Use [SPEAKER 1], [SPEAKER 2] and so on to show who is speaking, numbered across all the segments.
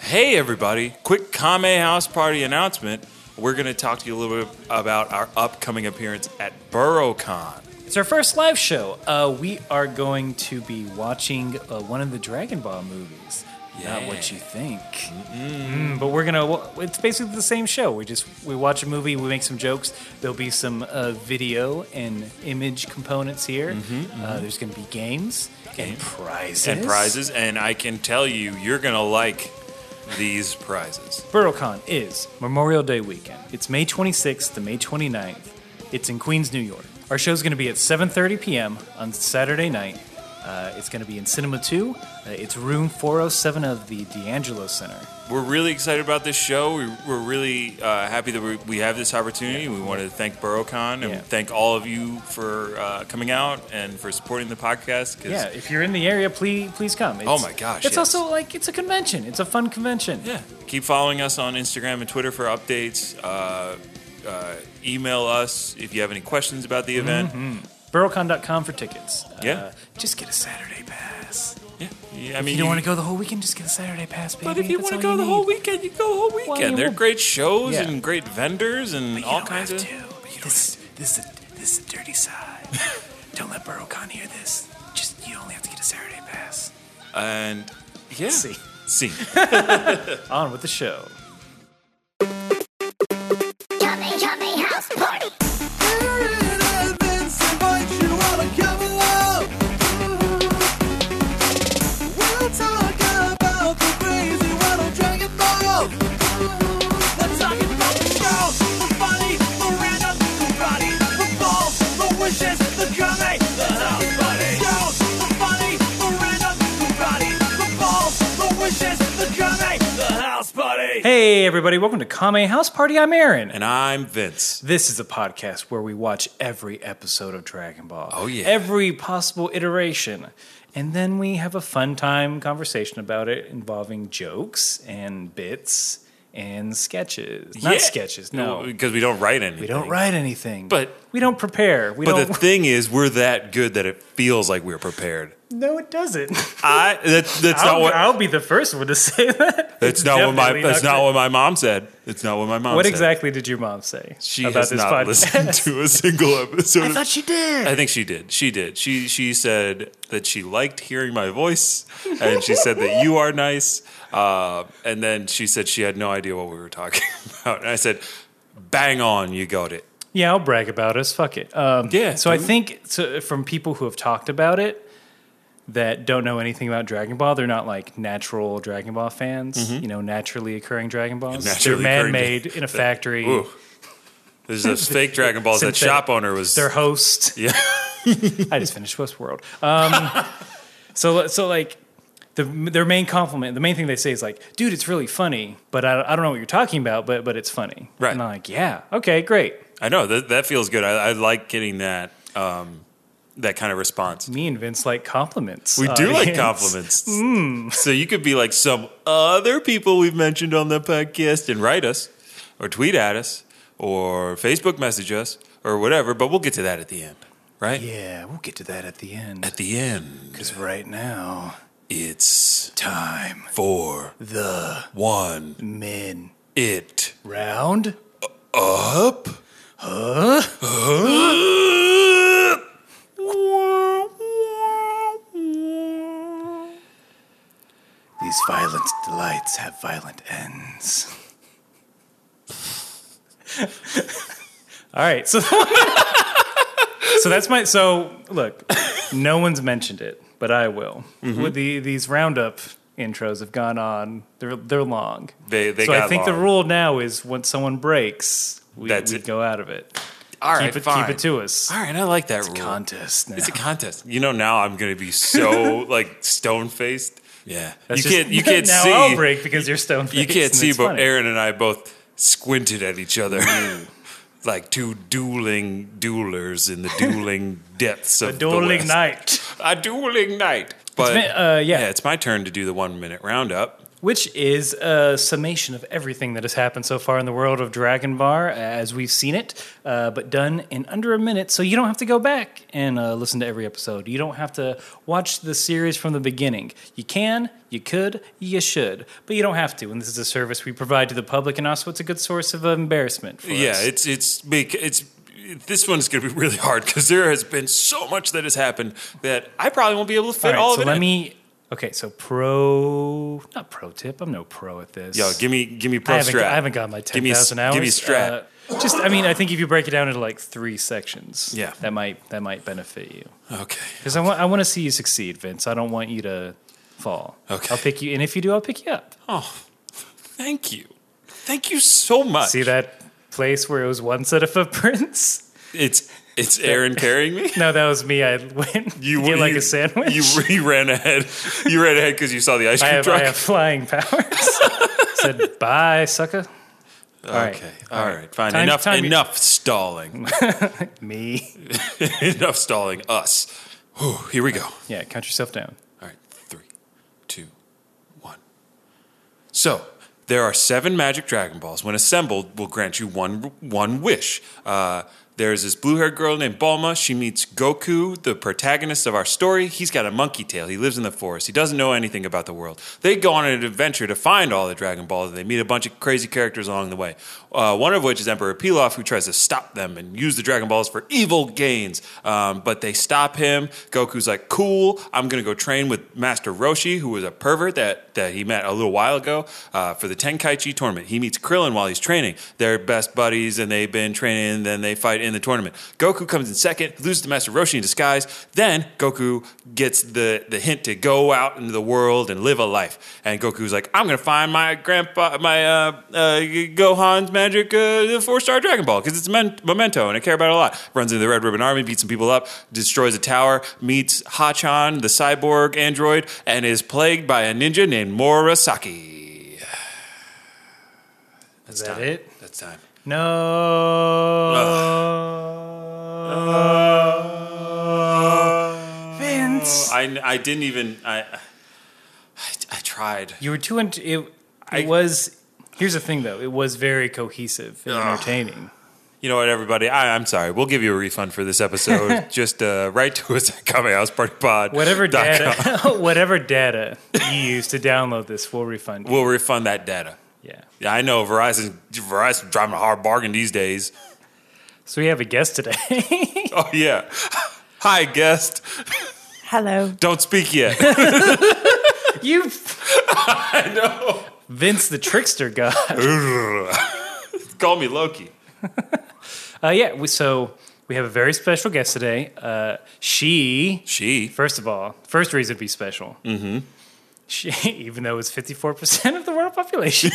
[SPEAKER 1] Hey, everybody, quick Kame House Party announcement. We're going to talk to you a little bit about our upcoming appearance at BurrowCon.
[SPEAKER 2] It's our first live show. Uh, we are going to be watching uh, one of the Dragon Ball movies. Not
[SPEAKER 1] Yeah.
[SPEAKER 2] what you think. Mm, but we're gonna. wa- It's basically the same show. We just we watch a movie. We make some jokes. There'll be some uh, video and image components here. Uh, there's gonna be games and prizes
[SPEAKER 1] Mm-hmm, And prizes, and I can tell you, you're going to like these prizes.
[SPEAKER 2] BurrowCon is Memorial Day weekend. It's May 26th to May 29th. It's in Queens, New York. Our show's going to be at 7:30 p.m. on Saturday night. Uh, it's going to be in Cinema 2. Uh, it's room 407 of the D'Angelo Center.
[SPEAKER 1] We're really excited about this show. We, we're really uh, happy that we, we have this opportunity. We want to thank BurrowCon and
[SPEAKER 2] Yeah.
[SPEAKER 1] thank all of you for uh, coming out and for supporting the podcast. 'cause
[SPEAKER 2] Yeah, if you're in the area, please please come. It's,
[SPEAKER 1] Oh my gosh, yes.
[SPEAKER 2] It's also like it's a convention. It's a fun convention.
[SPEAKER 1] Yeah. Keep following us on Instagram and Twitter for updates. Uh, uh, email us if you have any questions about the event.
[SPEAKER 2] Burrowcon.com for tickets. Uh,
[SPEAKER 1] Yeah.
[SPEAKER 2] just get a Saturday pass.
[SPEAKER 1] Yeah. Yeah, I
[SPEAKER 2] If
[SPEAKER 1] mean,
[SPEAKER 2] you don't want to go the whole weekend, just get a Saturday pass, baby.
[SPEAKER 1] But if you
[SPEAKER 2] That's
[SPEAKER 1] want to
[SPEAKER 2] all
[SPEAKER 1] go the whole
[SPEAKER 2] need.
[SPEAKER 1] weekend, you go the whole weekend.
[SPEAKER 2] you
[SPEAKER 1] They're
[SPEAKER 2] will-
[SPEAKER 1] great shows
[SPEAKER 2] Yeah.
[SPEAKER 1] and great vendors and all kinds of.
[SPEAKER 2] This, this, is the, this is the dirty side. don't let Burrowcon hear this. Just you only have to get a Saturday pass.
[SPEAKER 1] And yeah.
[SPEAKER 2] See.
[SPEAKER 1] See.
[SPEAKER 2] On with the show.
[SPEAKER 3] Yummy, yummy house party.
[SPEAKER 2] Hey, everybody, welcome to Kame House Party. I'm Aaron.
[SPEAKER 1] And I'm Vince.
[SPEAKER 2] This is a podcast where we watch every episode of Dragon Ball.
[SPEAKER 1] Oh, yeah.
[SPEAKER 2] Every possible iteration. And then we have a fun time conversation about it involving jokes and bits and sketches. Not
[SPEAKER 1] Yeah.
[SPEAKER 2] sketches, no. we,
[SPEAKER 1] Because we don't write anything.
[SPEAKER 2] don't write anything.
[SPEAKER 1] But-
[SPEAKER 2] we don't prepare. We
[SPEAKER 1] But
[SPEAKER 2] don't
[SPEAKER 1] the thing is, we're that good that it feels like we're prepared.
[SPEAKER 2] No, it doesn't.
[SPEAKER 1] I that's that's
[SPEAKER 2] I'll,
[SPEAKER 1] not what
[SPEAKER 2] I'll be the first one to say that.
[SPEAKER 1] that's not what my
[SPEAKER 2] Definitely
[SPEAKER 1] that's not what my mom said. It's not what my mom
[SPEAKER 2] What
[SPEAKER 1] said.
[SPEAKER 2] exactly did your mom say
[SPEAKER 1] She
[SPEAKER 2] about
[SPEAKER 1] has
[SPEAKER 2] this
[SPEAKER 1] not
[SPEAKER 2] podcast?
[SPEAKER 1] listened to a single episode. of-
[SPEAKER 2] she did.
[SPEAKER 1] I think she did. She did. She she said that she liked hearing my voice, and she said that you are nice. Uh, and then she said she had no idea what we were talking about. And I said, "Bang on, you got it."
[SPEAKER 2] Yeah, I'll brag about us. Fuck it. Um,
[SPEAKER 1] Yeah,
[SPEAKER 2] So I
[SPEAKER 1] dude.
[SPEAKER 2] think so, from people who have talked about it that don't know anything about Dragon Ball, they're not like natural Dragon Ball fans. You know, naturally occurring Dragon Balls.
[SPEAKER 1] Mm-hmm. Naturally
[SPEAKER 2] they're
[SPEAKER 1] occurring-
[SPEAKER 2] man-made in a factory.
[SPEAKER 1] Ooh, there's those fake Dragon Balls. That
[SPEAKER 2] Synthetic.
[SPEAKER 1] shop owner was
[SPEAKER 2] Their host.
[SPEAKER 1] Yeah.
[SPEAKER 2] I just finished Westworld. Um, so so like the, their main compliment, the main thing they say is like, "Dude, it's really funny," but I, I don't know what you're talking about, but but it's funny,
[SPEAKER 1] Right.
[SPEAKER 2] And I'm like, "Yeah, okay, great."
[SPEAKER 1] I know that that feels good. I, I like getting that um, that kind of response.
[SPEAKER 2] Me and Vince like compliments.
[SPEAKER 1] We do like
[SPEAKER 2] audience. Hmm.
[SPEAKER 1] compliments. So you could be like some other people we've mentioned on the podcast and write us or tweet at us or Facebook message us or whatever, but we'll get to that at the end, right?
[SPEAKER 2] Yeah, we'll get to that at the end.
[SPEAKER 1] At the end,
[SPEAKER 2] Because right now,
[SPEAKER 1] it's
[SPEAKER 2] time
[SPEAKER 1] for
[SPEAKER 2] the
[SPEAKER 1] one.
[SPEAKER 2] men
[SPEAKER 1] It
[SPEAKER 2] round.
[SPEAKER 1] up. Huh?
[SPEAKER 2] These violent delights have violent ends. All right, so so that's my so look. No one's mentioned it, but I will. With the these roundup intros have gone on; they're they're long.
[SPEAKER 1] They- they
[SPEAKER 2] so I
[SPEAKER 1] got
[SPEAKER 2] think the
[SPEAKER 1] long.
[SPEAKER 2] rule now is once someone breaks, we,
[SPEAKER 1] That's
[SPEAKER 2] we
[SPEAKER 1] it.
[SPEAKER 2] go out of it.
[SPEAKER 1] All right,
[SPEAKER 2] Keep it
[SPEAKER 1] fine.
[SPEAKER 2] keep it to us.
[SPEAKER 1] All right, I like that rule.
[SPEAKER 2] Contest now.
[SPEAKER 1] It's a contest. You know, now I'm gonna be so like stone faced. Yeah,
[SPEAKER 2] That's
[SPEAKER 1] you
[SPEAKER 2] just-
[SPEAKER 1] can't. You can't
[SPEAKER 2] now
[SPEAKER 1] see.
[SPEAKER 2] I'll break because you're stone.
[SPEAKER 1] you can't see, but Aaron and I both squinted at each other.
[SPEAKER 2] Mm.
[SPEAKER 1] Like two dueling duelers in the dueling depths of
[SPEAKER 2] a dueling
[SPEAKER 1] the West.
[SPEAKER 2] night.
[SPEAKER 1] A dueling night. But
[SPEAKER 2] been- uh, yeah.
[SPEAKER 1] it's my turn to do the one minute roundup.
[SPEAKER 2] which is a summation of everything that has happened so far in the world of Dragon Bar as we've seen it, uh, but done in under a minute. So you don't have to go back and uh, listen to every episode. You don't have to watch the series from the beginning. You can, you could, you should, but you don't have to. And this is a service we provide to the public, and also it's a good source of embarrassment for
[SPEAKER 1] yeah,
[SPEAKER 2] us.
[SPEAKER 1] it's it's bec- it's this one's going to be really hard because there has been so much that has happened that I probably won't be able to fit
[SPEAKER 2] all
[SPEAKER 1] all,
[SPEAKER 2] right.
[SPEAKER 1] of it.
[SPEAKER 2] so let
[SPEAKER 1] in.
[SPEAKER 2] me. Okay, so pro, not pro tip. I'm no pro at this.
[SPEAKER 1] Yo, give me give me
[SPEAKER 2] I
[SPEAKER 1] pro
[SPEAKER 2] haven't,
[SPEAKER 1] strat.
[SPEAKER 2] I haven't got my
[SPEAKER 1] Give me a s-
[SPEAKER 2] 10,000 hours.
[SPEAKER 1] Give me strat.
[SPEAKER 2] Uh, just, I mean, I think if you break it down into like three sections,
[SPEAKER 1] Yeah.
[SPEAKER 2] that might that might benefit you
[SPEAKER 1] okay.
[SPEAKER 2] because I want I want to see you succeed, Vince. I don't want you to fall.
[SPEAKER 1] Okay.
[SPEAKER 2] I'll pick you, and if you do, I'll pick you up.
[SPEAKER 1] Oh, thank you. Thank you so much.
[SPEAKER 2] See that place where it was one set of footprints?
[SPEAKER 1] It's it's Aaron carrying me.
[SPEAKER 2] No, that was me. I went you get like a sandwich.
[SPEAKER 1] You, you ran ahead. You ran ahead because you saw the ice
[SPEAKER 2] I
[SPEAKER 1] cream
[SPEAKER 2] have
[SPEAKER 1] truck.
[SPEAKER 2] I have flying powers. Said bye, sucker. right.
[SPEAKER 1] Okay. All right. Fine.
[SPEAKER 2] Time-
[SPEAKER 1] enough.
[SPEAKER 2] time-
[SPEAKER 1] enough stalling.
[SPEAKER 2] Me.
[SPEAKER 1] enough stalling. Us. Whew, here we go.
[SPEAKER 2] Yeah, count yourself down.
[SPEAKER 1] All right, three, two, one. So there are seven magic Dragon Balls. When assembled, will grant you one one wish. Uh, there's this blue-haired girl named Balma. She meets Goku, the protagonist of our story. He's got a monkey tail. He lives in the forest. He doesn't know anything about the world. They go on an adventure to find all the Dragon Balls. They meet a bunch of crazy characters along the way. Uh, one of which is Emperor Pilaf, who tries to stop them and use the Dragon Balls for evil gains. Um, but they stop him. Goku's like, "Cool, I'm gonna go train with Master Roshi, who was a pervert that that he met a little while ago uh, for the Tenkaichi tournament. He meets Krillin while he's training. They're best buddies, and they've been training. And then they fight in the tournament. Goku comes in second, loses to Master Roshi in disguise. Then Goku gets the the hint to go out into the world and live a life. And Goku's like, "I'm gonna find my grandpa, my uh, uh, Gohan's magic uh, four star Dragon Ball because it's a men- memento and I care about it a lot." Runs into the Red Ribbon Army, beats some people up, destroys a tower, meets Hachan, the cyborg android, and is plagued by a ninja named Morasaki.
[SPEAKER 2] Is that it?
[SPEAKER 1] That's time.
[SPEAKER 2] No. Vince.
[SPEAKER 1] I, I didn't even I I, I tried.
[SPEAKER 2] You were too into it. It
[SPEAKER 1] I-
[SPEAKER 2] was. Here's the thing, though. It was very cohesive and
[SPEAKER 1] Ugh.
[SPEAKER 2] entertaining.
[SPEAKER 1] You know what, everybody? I, I'm sorry. We'll give you a refund for this episode. Just uh, write to us at comingousepartypod.
[SPEAKER 2] Whatever data, whatever data you use to download this, we'll refund. you.
[SPEAKER 1] We'll refund that data.
[SPEAKER 2] yeah.
[SPEAKER 1] Yeah, I know Verizon. Verizon's driving a hard bargain these days.
[SPEAKER 2] So we have a guest today.
[SPEAKER 1] Oh yeah. Hi guest.
[SPEAKER 4] Hello.
[SPEAKER 1] Don't speak yet.
[SPEAKER 2] you. I know. Vince the trickster guy.
[SPEAKER 1] Call me Loki.
[SPEAKER 2] Uh, yeah. We, so we have a very special guest today. Uh, she
[SPEAKER 1] She.
[SPEAKER 2] First of all, first reason to be special. Mm-hmm. She, even though it's 54% of the world population,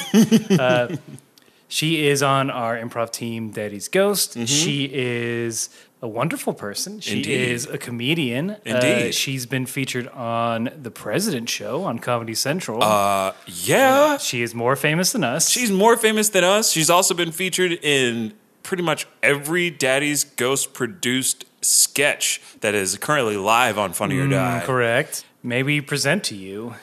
[SPEAKER 2] uh, she is on our improv team, Daddy's Ghost.
[SPEAKER 1] Mm-hmm.
[SPEAKER 2] She is a wonderful person. She
[SPEAKER 1] Indeed.
[SPEAKER 2] is a comedian. Uh,
[SPEAKER 1] Indeed.
[SPEAKER 2] she's been featured on The President Show on Comedy Central.
[SPEAKER 1] Uh, yeah.
[SPEAKER 2] she is more famous than us.
[SPEAKER 1] She's more famous than us. She's also been featured in pretty much every Daddy's Ghost produced sketch that is currently live on Funny or Die.
[SPEAKER 2] Mm, correct. Maybe present to you.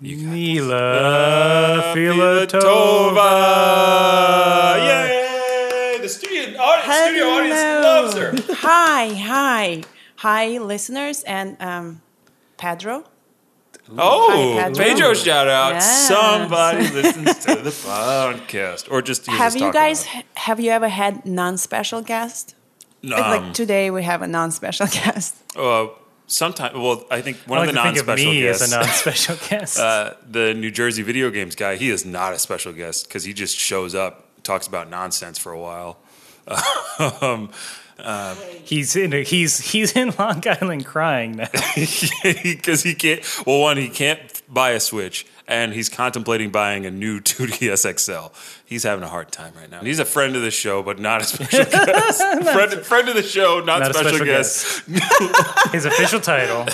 [SPEAKER 1] You got Uh,
[SPEAKER 2] Mila Filatova.
[SPEAKER 1] Filatova. Yay! The studio, audi- studio audience loves her.
[SPEAKER 4] hi, hi, hi, listeners, and um, Pedro.
[SPEAKER 1] Oh,
[SPEAKER 4] Hi, Pedro.
[SPEAKER 1] Pedro shout out.
[SPEAKER 4] Yes.
[SPEAKER 1] Somebody listens to the podcast or just hears
[SPEAKER 4] have
[SPEAKER 1] us
[SPEAKER 4] you
[SPEAKER 1] talk
[SPEAKER 4] guys?
[SPEAKER 1] about
[SPEAKER 4] Have you ever had non-special guest?
[SPEAKER 1] it.
[SPEAKER 4] Like,
[SPEAKER 1] Um,
[SPEAKER 4] like today, we have a non-special guest.
[SPEAKER 1] uh, sometimes, well, I think one
[SPEAKER 2] I like
[SPEAKER 1] of the non
[SPEAKER 2] to think of
[SPEAKER 1] special
[SPEAKER 2] me
[SPEAKER 1] guests.
[SPEAKER 2] as a non-special guest.
[SPEAKER 1] uh, the New Jersey video games guy, he is not a special guest because he just shows up, talks about nonsense for a while. um,
[SPEAKER 2] He's in a, he's he's in Long Island crying now.
[SPEAKER 1] because he can't. Well, one, he can't buy a Switch, and he's contemplating buying a new 2DS XL. He's having a hard time right now. He's a friend of the show, but not a special guest. friend, friend of the show, not,
[SPEAKER 2] Not a
[SPEAKER 1] special,
[SPEAKER 2] special
[SPEAKER 1] guest.
[SPEAKER 2] His official title.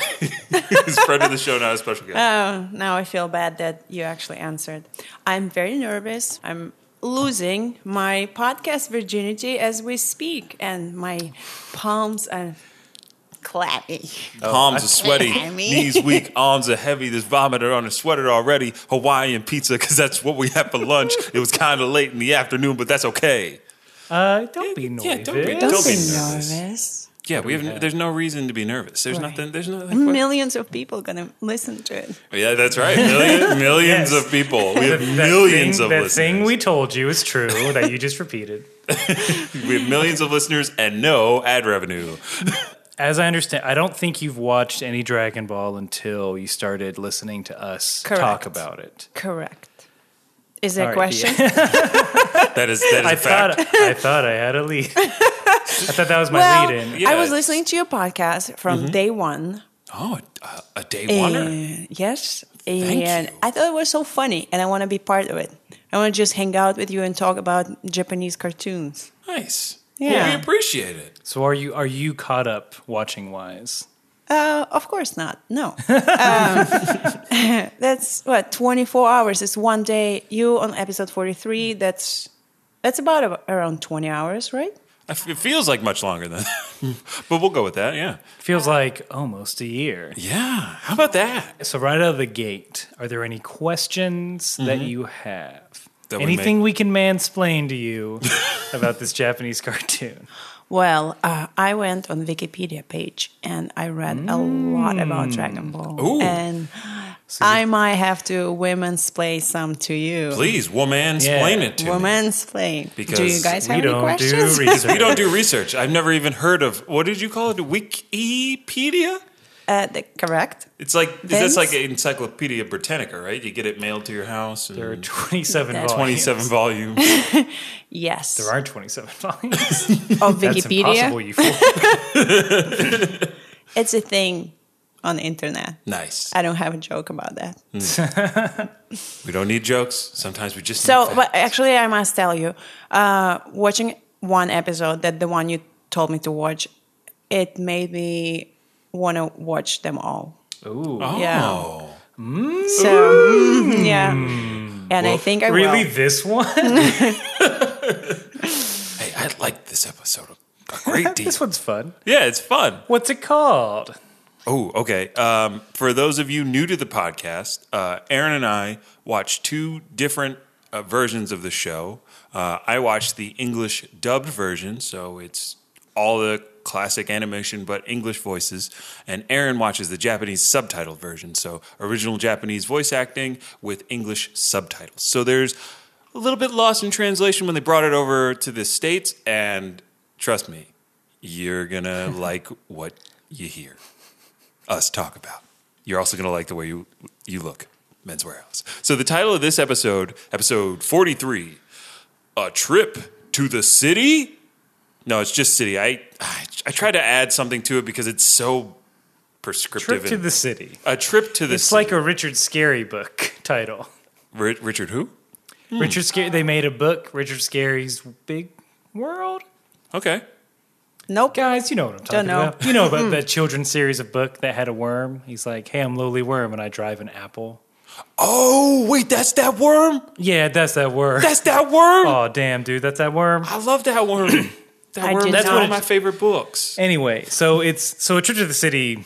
[SPEAKER 1] He's friend of the show, not a special guest.
[SPEAKER 4] Oh, now I feel bad that you actually answered. I'm very nervous. I'm losing my podcast virginity as we speak, and my palms are
[SPEAKER 5] clappy.
[SPEAKER 1] Palms are sweaty,
[SPEAKER 5] I mean-
[SPEAKER 1] knees weak, arms are heavy. There's vomit on his sweater already. Hawaiian pizza, because that's what we had for lunch. it was kind of late in the afternoon, but that's okay.
[SPEAKER 2] Uh, don't be noisy.
[SPEAKER 1] don't be-
[SPEAKER 4] Don't,
[SPEAKER 1] Don't
[SPEAKER 4] be
[SPEAKER 1] be
[SPEAKER 4] nervous.
[SPEAKER 1] Yeah, we have. There's no reason to be nervous. There's nothing. There's nothing.
[SPEAKER 4] Millions of people gonna listen to it.
[SPEAKER 1] Yeah, that's right. Million, millions
[SPEAKER 2] Yes.
[SPEAKER 1] of people. We have
[SPEAKER 2] That
[SPEAKER 1] millions
[SPEAKER 2] thing,
[SPEAKER 1] of
[SPEAKER 2] that
[SPEAKER 1] listeners.
[SPEAKER 2] thing we told you is true that you just repeated.
[SPEAKER 1] we have millions of listeners and no ad revenue.
[SPEAKER 2] As I understand, I don't think you've watched any Dragon Ball until you started listening to us talk
[SPEAKER 4] Correct.
[SPEAKER 2] about it.
[SPEAKER 4] Correct. Is there
[SPEAKER 2] All
[SPEAKER 4] a
[SPEAKER 2] right,
[SPEAKER 4] question?
[SPEAKER 1] That is that is
[SPEAKER 2] I
[SPEAKER 1] a fact.
[SPEAKER 2] thought I thought I had a lead. I thought that was my
[SPEAKER 4] well,
[SPEAKER 2] lead in.
[SPEAKER 1] Yeah,
[SPEAKER 4] I was
[SPEAKER 1] it's-
[SPEAKER 4] listening to your podcast from day one.
[SPEAKER 1] Oh, a, a day oneer.
[SPEAKER 4] And, yes. And
[SPEAKER 1] you.
[SPEAKER 4] I thought it was so funny, and I want to be part of it. I want to just hang out with you and talk about Japanese cartoons.
[SPEAKER 1] Nice.
[SPEAKER 4] Yeah.
[SPEAKER 1] Well, we appreciate it.
[SPEAKER 2] So are you are you caught up watching wise?
[SPEAKER 4] Uh, of course not. No. um, that's what 24 hours is one day. You on episode 43. That's that's about a, around 20 hours, right?
[SPEAKER 1] I f- It feels like much longer than, but we'll go with that. Yeah.
[SPEAKER 2] Feels
[SPEAKER 4] Uh,
[SPEAKER 2] like almost a year.
[SPEAKER 1] Yeah. How about that?
[SPEAKER 2] So right out of the gate, are there any questions that you have?
[SPEAKER 1] Mm-hmm. That we
[SPEAKER 2] Anything
[SPEAKER 1] may-
[SPEAKER 2] we can mansplain to you about this Japanese cartoon?
[SPEAKER 4] Well, uh, I went on Wikipedia page and I read a lot
[SPEAKER 2] Mm.
[SPEAKER 4] about Dragon Ball.
[SPEAKER 1] Ooh.
[SPEAKER 4] And I might have to women's play some to you.
[SPEAKER 1] Please, woman, explain it to me.
[SPEAKER 4] Women's play. do
[SPEAKER 1] Because
[SPEAKER 4] you guys
[SPEAKER 2] we
[SPEAKER 4] have any
[SPEAKER 2] don't
[SPEAKER 4] questions?
[SPEAKER 2] do research.
[SPEAKER 1] We don't do research. I've never even heard of what did you call it? Wikipedia?
[SPEAKER 4] uh, the, correct.
[SPEAKER 1] It's like that's
[SPEAKER 4] Vince?
[SPEAKER 1] like Encyclopedia Britannica, right? You get it mailed to your house. And
[SPEAKER 2] There are twenty-seven
[SPEAKER 4] That's-
[SPEAKER 2] volumes.
[SPEAKER 1] 27 volumes.
[SPEAKER 4] Yes.
[SPEAKER 2] There are twenty-seven volumes.
[SPEAKER 4] of
[SPEAKER 2] That's impossible,
[SPEAKER 4] Wikipedia.
[SPEAKER 2] you fool.
[SPEAKER 4] It's a thing on the internet.
[SPEAKER 1] nice.
[SPEAKER 4] I don't have a joke about that.
[SPEAKER 1] We don't need jokes. Sometimes we just
[SPEAKER 4] So,
[SPEAKER 1] need
[SPEAKER 4] but
[SPEAKER 1] facts.
[SPEAKER 4] actually, I must tell you, uh, watching one episode that the one you told me to watch, it made me want to watch them all.
[SPEAKER 2] Ooh.
[SPEAKER 1] oh.
[SPEAKER 4] yeah. So, mm, yeah, and I think I
[SPEAKER 2] Really,
[SPEAKER 4] will.
[SPEAKER 2] this one?
[SPEAKER 1] Hey, I like this episode a great deal.
[SPEAKER 2] this one's fun.
[SPEAKER 1] yeah, it's fun.
[SPEAKER 2] What's it called?
[SPEAKER 1] Oh, okay. Um, for those of you new to the podcast, uh, Aaron and I watch two different uh, versions of the show. Uh, I watched the English dubbed version, so it's all the classic animation but English voices, and Aaron watches the Japanese subtitled version, so original Japanese voice acting with English subtitles. So there's a little bit lost in translation when they brought it over to the States, and trust me, you're gonna like what you hear us talk about. You're also going to like the way you you look, Men's Warehouse. So the title of this episode, episode 43, a trip to the city. No, it's just city. I I, I tried to add something to it because it's so prescriptive.
[SPEAKER 2] Trip to
[SPEAKER 1] and-
[SPEAKER 2] the City.
[SPEAKER 1] a trip to the
[SPEAKER 2] It's
[SPEAKER 1] city.
[SPEAKER 2] like a Richard Scary book title.
[SPEAKER 1] Ri- Richard who? Hmm.
[SPEAKER 2] Richard Scary. They made a book, Richard Scary's Big World.
[SPEAKER 1] Okay.
[SPEAKER 4] Nope.
[SPEAKER 2] Guys, you know what I'm talking
[SPEAKER 4] know.
[SPEAKER 2] about. You know about that children's series of book that had a worm. He's like, "Hey, I'm lowly worm, and I drive an apple."
[SPEAKER 1] Oh wait, that's that worm.
[SPEAKER 2] Yeah, that's that worm.
[SPEAKER 1] That's that worm.
[SPEAKER 2] oh, damn, dude, that's that worm.
[SPEAKER 1] I love that worm. that
[SPEAKER 4] I
[SPEAKER 1] worm.
[SPEAKER 4] did
[SPEAKER 1] That's
[SPEAKER 4] not-
[SPEAKER 1] one of my favorite books.
[SPEAKER 2] Anyway, so it's so a trip to the city.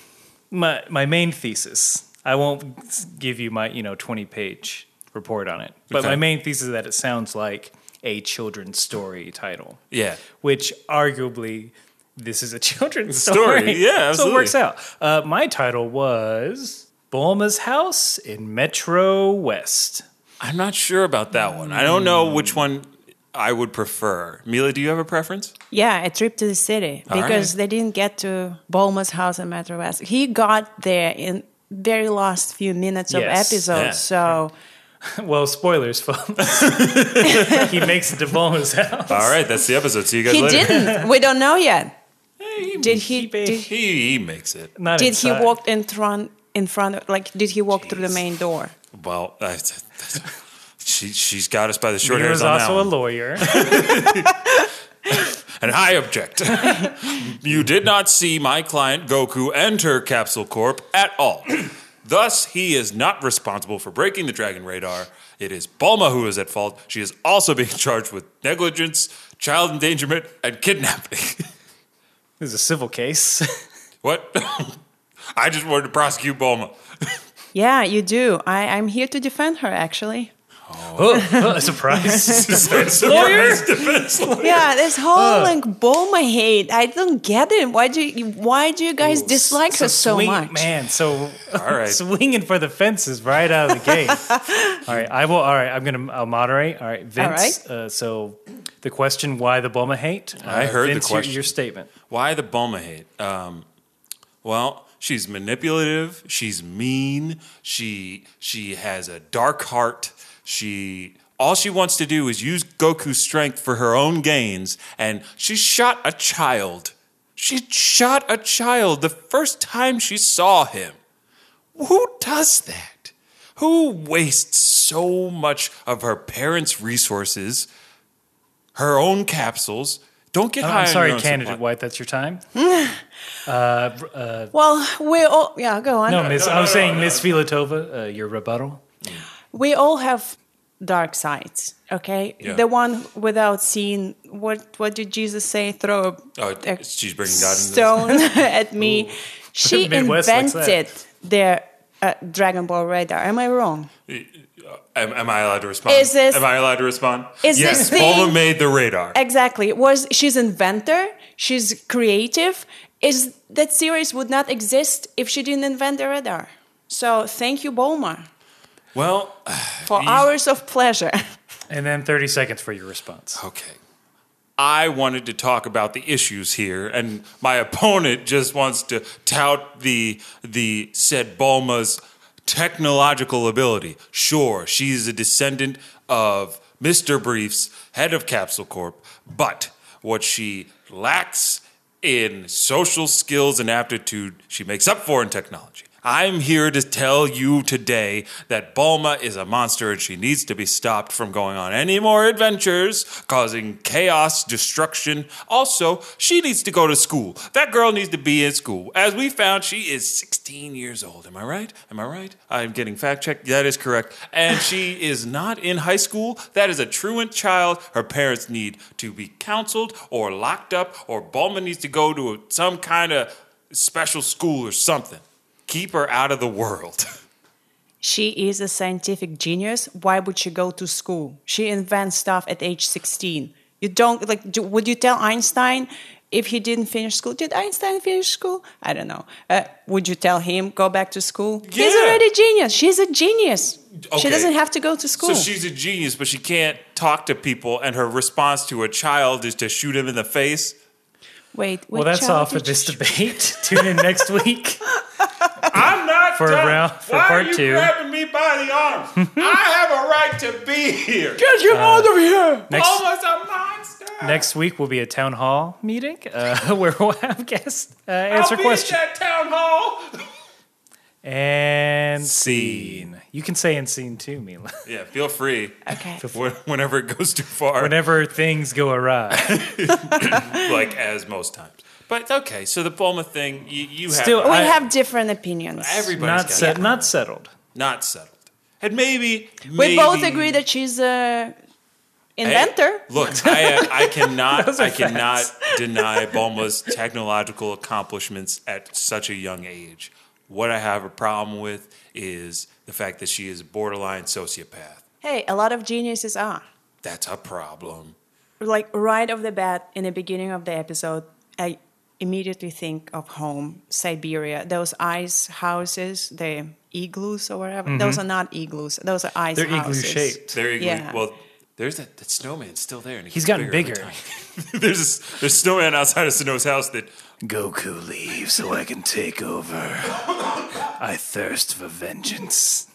[SPEAKER 2] My my main thesis. I won't s- give you my you know twenty page report on it, but
[SPEAKER 1] Okay.
[SPEAKER 2] my main thesis is that it sounds like a children's story title,
[SPEAKER 1] Yeah.
[SPEAKER 2] which arguably this is a children's
[SPEAKER 1] Story,
[SPEAKER 2] story.
[SPEAKER 1] yeah,
[SPEAKER 2] so
[SPEAKER 1] absolutely.
[SPEAKER 2] it works out. Uh, my title was Bulma's House in Metro West.
[SPEAKER 1] I'm not sure about that one. I don't know which one I would prefer. Mila, do you have a preference?
[SPEAKER 4] Yeah, a trip to the city
[SPEAKER 1] All
[SPEAKER 4] because
[SPEAKER 1] right.
[SPEAKER 4] they didn't get to Bulma's house in Metro West. He got there in very last few minutes of
[SPEAKER 2] Yes.
[SPEAKER 4] episode,
[SPEAKER 1] Yeah.
[SPEAKER 4] so
[SPEAKER 2] Well, spoilers, folks. he makes it to Bulma's house.
[SPEAKER 1] All right, that's the episode. See you guys
[SPEAKER 4] he
[SPEAKER 1] later.
[SPEAKER 4] didn't. We don't know yet. Did he?
[SPEAKER 2] he
[SPEAKER 4] Did,
[SPEAKER 2] ba-
[SPEAKER 1] He, he makes it.
[SPEAKER 2] Not
[SPEAKER 4] did
[SPEAKER 2] inside.
[SPEAKER 4] he walk in front? In front of, like, did he walk through the main door?
[SPEAKER 1] Well, I, that's- she she's got us by the short
[SPEAKER 2] He
[SPEAKER 1] hairs
[SPEAKER 2] was
[SPEAKER 1] on that
[SPEAKER 2] also a
[SPEAKER 1] one.
[SPEAKER 2] lawyer.
[SPEAKER 1] and I object. you did not see my client Goku enter Capsule Corp at all. Thus, he is not responsible for breaking the Dragon Radar. It is Bulma who is at fault. She is also being charged with negligence, child endangerment, and kidnapping.
[SPEAKER 2] This is a civil case.
[SPEAKER 1] What? I just wanted to prosecute Bulma.
[SPEAKER 4] Yeah, you do. I, I'm here to defend her, actually.
[SPEAKER 2] Oh, oh, surprise.
[SPEAKER 1] Lawyer? Defense lawyer.
[SPEAKER 4] Yeah, this whole like Bulma hate. I don't get it. Why do you, why do you guys dislike her so
[SPEAKER 2] swing-
[SPEAKER 4] much?
[SPEAKER 2] Man, so
[SPEAKER 1] All right.
[SPEAKER 2] swinging for the fences right out of the gate. all right, I will. All right, I'm gonna I'll moderate. All right, Vince. Uh, so the question: Why the Bulma hate?
[SPEAKER 1] I
[SPEAKER 2] Uh,
[SPEAKER 1] heard the
[SPEAKER 2] Vince, your-
[SPEAKER 1] question.
[SPEAKER 2] Your, statement.
[SPEAKER 1] Why the Bulma hate? Um, well, she's manipulative. She's mean. She she has a dark heart. She all she wants to do is use Goku's strength for her own gains, and she shot a child. She shot a child the first time she saw him. Who does that? Who wastes so much of her parents' resources, her own capsules? Don't get high
[SPEAKER 2] Oh, I'm
[SPEAKER 1] on
[SPEAKER 2] sorry,
[SPEAKER 1] your own
[SPEAKER 2] candidate
[SPEAKER 1] supply.
[SPEAKER 2] White. That's your time.
[SPEAKER 4] Well, we all yeah, go on.
[SPEAKER 2] No, Miss. I was saying Miss Filatova. Uh, your rebuttal.
[SPEAKER 4] we all have dark sides okay
[SPEAKER 1] Yeah.
[SPEAKER 4] the one without seeing what what did jesus say throw a,
[SPEAKER 1] Oh,
[SPEAKER 4] a
[SPEAKER 1] she's bringing God into this.
[SPEAKER 4] stone at me she
[SPEAKER 2] Midwest likes that.
[SPEAKER 4] invented their uh, dragon ball radar am i wrong
[SPEAKER 1] Am, am I allowed to respond?
[SPEAKER 4] Is this-
[SPEAKER 1] am I allowed to respond?
[SPEAKER 4] Is
[SPEAKER 1] yes,
[SPEAKER 4] this the-
[SPEAKER 1] Bulma made the radar.
[SPEAKER 4] exactly was she's inventor she's creative is that series would not exist if she didn't invent the radar so thank you bulma
[SPEAKER 1] well,
[SPEAKER 4] for hours of pleasure
[SPEAKER 2] And then 30 seconds for your response.
[SPEAKER 1] okay. I wanted to talk about the issues here, and my opponent just wants to tout the the said Bulma's technological ability. Sure, she's a descendant of Mr. Briefs, head of Capsule Corp, but what she lacks in social skills and aptitude, she makes up for in technology. I'm here to tell you today that Bulma is a monster and she needs to be stopped from going on any more adventures, causing chaos, destruction. Also, she needs to go to school. That girl needs to be in school. As we found, she is 16 years old. Am I right? Am I right? I'm getting fact checked. That is correct. And she is not in high school. That is a truant child. Her parents need to be counseled or locked up, or Bulma needs to go to some kind of special school or something. Keep her out of the world.
[SPEAKER 4] She is a scientific genius. Why would she go to school? She invents stuff at age 16. You don't like do, would you tell Einstein if he didn't finish school? Did Einstein finish school? I don't know. Uh, would you tell him go back to school? He's
[SPEAKER 1] Yeah.
[SPEAKER 4] already genius. She's a genius. She
[SPEAKER 1] Okay.
[SPEAKER 4] doesn't have to go to school.
[SPEAKER 1] So she's a genius, but she can't talk to people, and her response to a child is to shoot him in the face.
[SPEAKER 4] Wait,
[SPEAKER 2] Well, that's all for this debate. Tune in next week.
[SPEAKER 1] I'm not
[SPEAKER 2] For
[SPEAKER 1] done.
[SPEAKER 2] round- for
[SPEAKER 1] Why
[SPEAKER 2] part
[SPEAKER 1] are you
[SPEAKER 2] two.
[SPEAKER 1] grabbing me by the arm? I have a right to be here.
[SPEAKER 4] Get him out of here!
[SPEAKER 2] Uh, Next,
[SPEAKER 1] Almost a monster.
[SPEAKER 2] next week will be a town hall meeting uh, where we'll have guests uh, answer
[SPEAKER 1] I'll be
[SPEAKER 2] questions.
[SPEAKER 1] at that town hall.
[SPEAKER 2] And
[SPEAKER 1] Scene.
[SPEAKER 2] scene. You can say and scene too, Mila.
[SPEAKER 1] Yeah, feel free.
[SPEAKER 4] Okay.
[SPEAKER 1] Wh- Whenever it goes too far,
[SPEAKER 2] Whenever things go awry.
[SPEAKER 1] like as most times. But okay, so the Bulma thing, you, you have
[SPEAKER 2] Still-
[SPEAKER 4] We
[SPEAKER 2] I-
[SPEAKER 4] have different opinions.
[SPEAKER 1] everybody's
[SPEAKER 2] Not,
[SPEAKER 1] got
[SPEAKER 2] set,
[SPEAKER 1] it.
[SPEAKER 2] not settled.
[SPEAKER 1] not settled, and maybe
[SPEAKER 4] we both agree that she's a inventor.
[SPEAKER 1] Look, I, uh, I cannot,
[SPEAKER 2] Those are
[SPEAKER 1] I cannot deny Bulma's technological accomplishments at such a young age. What I have a problem with is the fact that she is a borderline sociopath.
[SPEAKER 4] Hey, a lot of geniuses are.
[SPEAKER 1] That's a problem.
[SPEAKER 4] like right off the bat in the beginning of the episode i immediately think of home siberia those ice houses the igloos or whatever those are not igloos those are ice
[SPEAKER 2] Mm-hmm. They're igloo
[SPEAKER 4] houses
[SPEAKER 2] shaped.
[SPEAKER 1] There you go.
[SPEAKER 4] Yeah.
[SPEAKER 1] Well, there's that, that snowman still there, and it
[SPEAKER 2] He's
[SPEAKER 1] gets
[SPEAKER 2] gotten
[SPEAKER 1] every
[SPEAKER 2] bigger.
[SPEAKER 1] time. there's this, there's a snowman outside of Sano's house that
[SPEAKER 2] Goku leave so I can take over. I thirst for vengeance.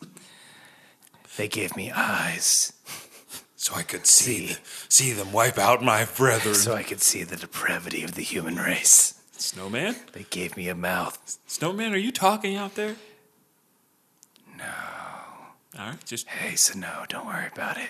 [SPEAKER 2] They gave me eyes
[SPEAKER 1] so I could see the, see them wipe out my brethren.
[SPEAKER 2] I could see the depravity of the human race.
[SPEAKER 1] snowman,
[SPEAKER 2] They gave me a mouth.
[SPEAKER 1] snowman, are you talking out there? No. All right, just
[SPEAKER 2] Hey, so no, don't worry about it.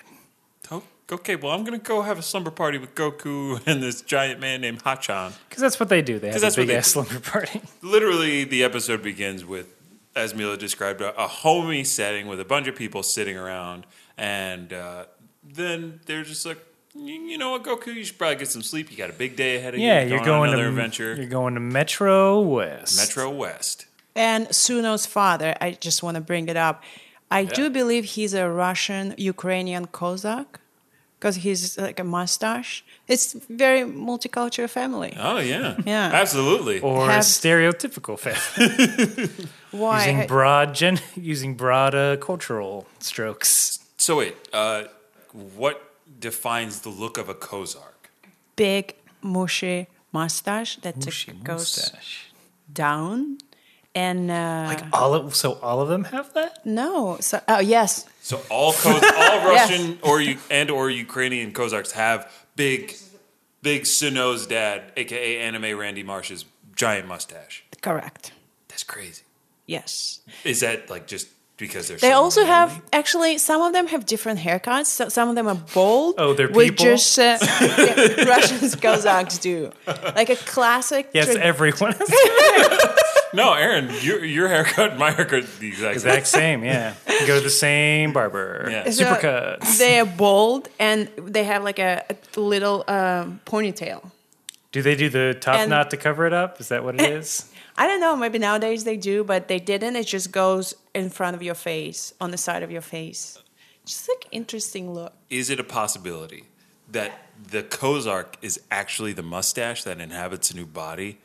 [SPEAKER 1] Oh, okay, well, I'm going to go have a slumber party with Goku and this giant man named Hachan.
[SPEAKER 2] Because that's what they do. They have
[SPEAKER 1] that's
[SPEAKER 2] a
[SPEAKER 1] what
[SPEAKER 2] big
[SPEAKER 1] they
[SPEAKER 2] ass
[SPEAKER 1] do.
[SPEAKER 2] slumber party.
[SPEAKER 1] Literally, the episode begins with, as Mila described, a, a homey setting with a bunch of people sitting around. And uh, then they're just like, you, you know what, Goku, you should probably get some sleep. You got a big day ahead of
[SPEAKER 2] Yeah,
[SPEAKER 1] you.
[SPEAKER 2] you're
[SPEAKER 1] on
[SPEAKER 2] going,
[SPEAKER 1] another
[SPEAKER 2] to
[SPEAKER 1] adventure.
[SPEAKER 2] You're going to Metro West.
[SPEAKER 1] Metro West.
[SPEAKER 4] And Suno's father, I just want to bring it up. I do believe he's a Russian Ukrainian Cossack because he's like a mustache. It's very multicultural family.
[SPEAKER 1] Oh yeah,
[SPEAKER 4] Yeah.
[SPEAKER 1] absolutely.
[SPEAKER 2] or a
[SPEAKER 4] Have-
[SPEAKER 2] stereotypical family
[SPEAKER 4] Why?
[SPEAKER 2] using broad gen- using broad uh, cultural strokes.
[SPEAKER 1] So wait, uh, what defines the look of a Kozark?
[SPEAKER 4] Big mushy mustache that
[SPEAKER 2] Bushy
[SPEAKER 4] goes
[SPEAKER 2] mustache.
[SPEAKER 4] down. And uh,
[SPEAKER 2] Like all of, so all of them have that?
[SPEAKER 4] no, so oh yes,
[SPEAKER 1] So all Koz- all
[SPEAKER 4] Yes.
[SPEAKER 1] Russian or you and or Ukrainian Kozarks have big, big Suno's dad, aka Anime Randy Marsh's giant mustache.
[SPEAKER 4] correct.
[SPEAKER 1] That's crazy.
[SPEAKER 4] Yes,
[SPEAKER 1] Is that like just because they're?
[SPEAKER 4] they
[SPEAKER 1] so
[SPEAKER 4] also
[SPEAKER 1] lonely?
[SPEAKER 4] have actually some of them have different haircuts. So some of them are bald.
[SPEAKER 2] Oh, they're
[SPEAKER 4] with
[SPEAKER 2] people?
[SPEAKER 4] Just, uh, yeah, Russians Cossacks do like a classic.
[SPEAKER 2] Yes,
[SPEAKER 4] tra-
[SPEAKER 2] everyone has
[SPEAKER 1] No, Aaron, your your haircut, and my haircut, the exact same.
[SPEAKER 2] exact same, yeah. You go to the same barber.
[SPEAKER 1] Yeah.
[SPEAKER 4] So
[SPEAKER 2] Supercuts.
[SPEAKER 4] They are bald and they have like a, a little um, ponytail.
[SPEAKER 2] Do they do the top
[SPEAKER 4] And-
[SPEAKER 2] knot to cover it up? Is that what it is?
[SPEAKER 4] I don't know. Maybe nowadays they do, but they didn't. It just goes in front of your face, on the side of your face. Just like interesting look.
[SPEAKER 1] Is it a possibility that the Kozark is actually the mustache that inhabits a new body?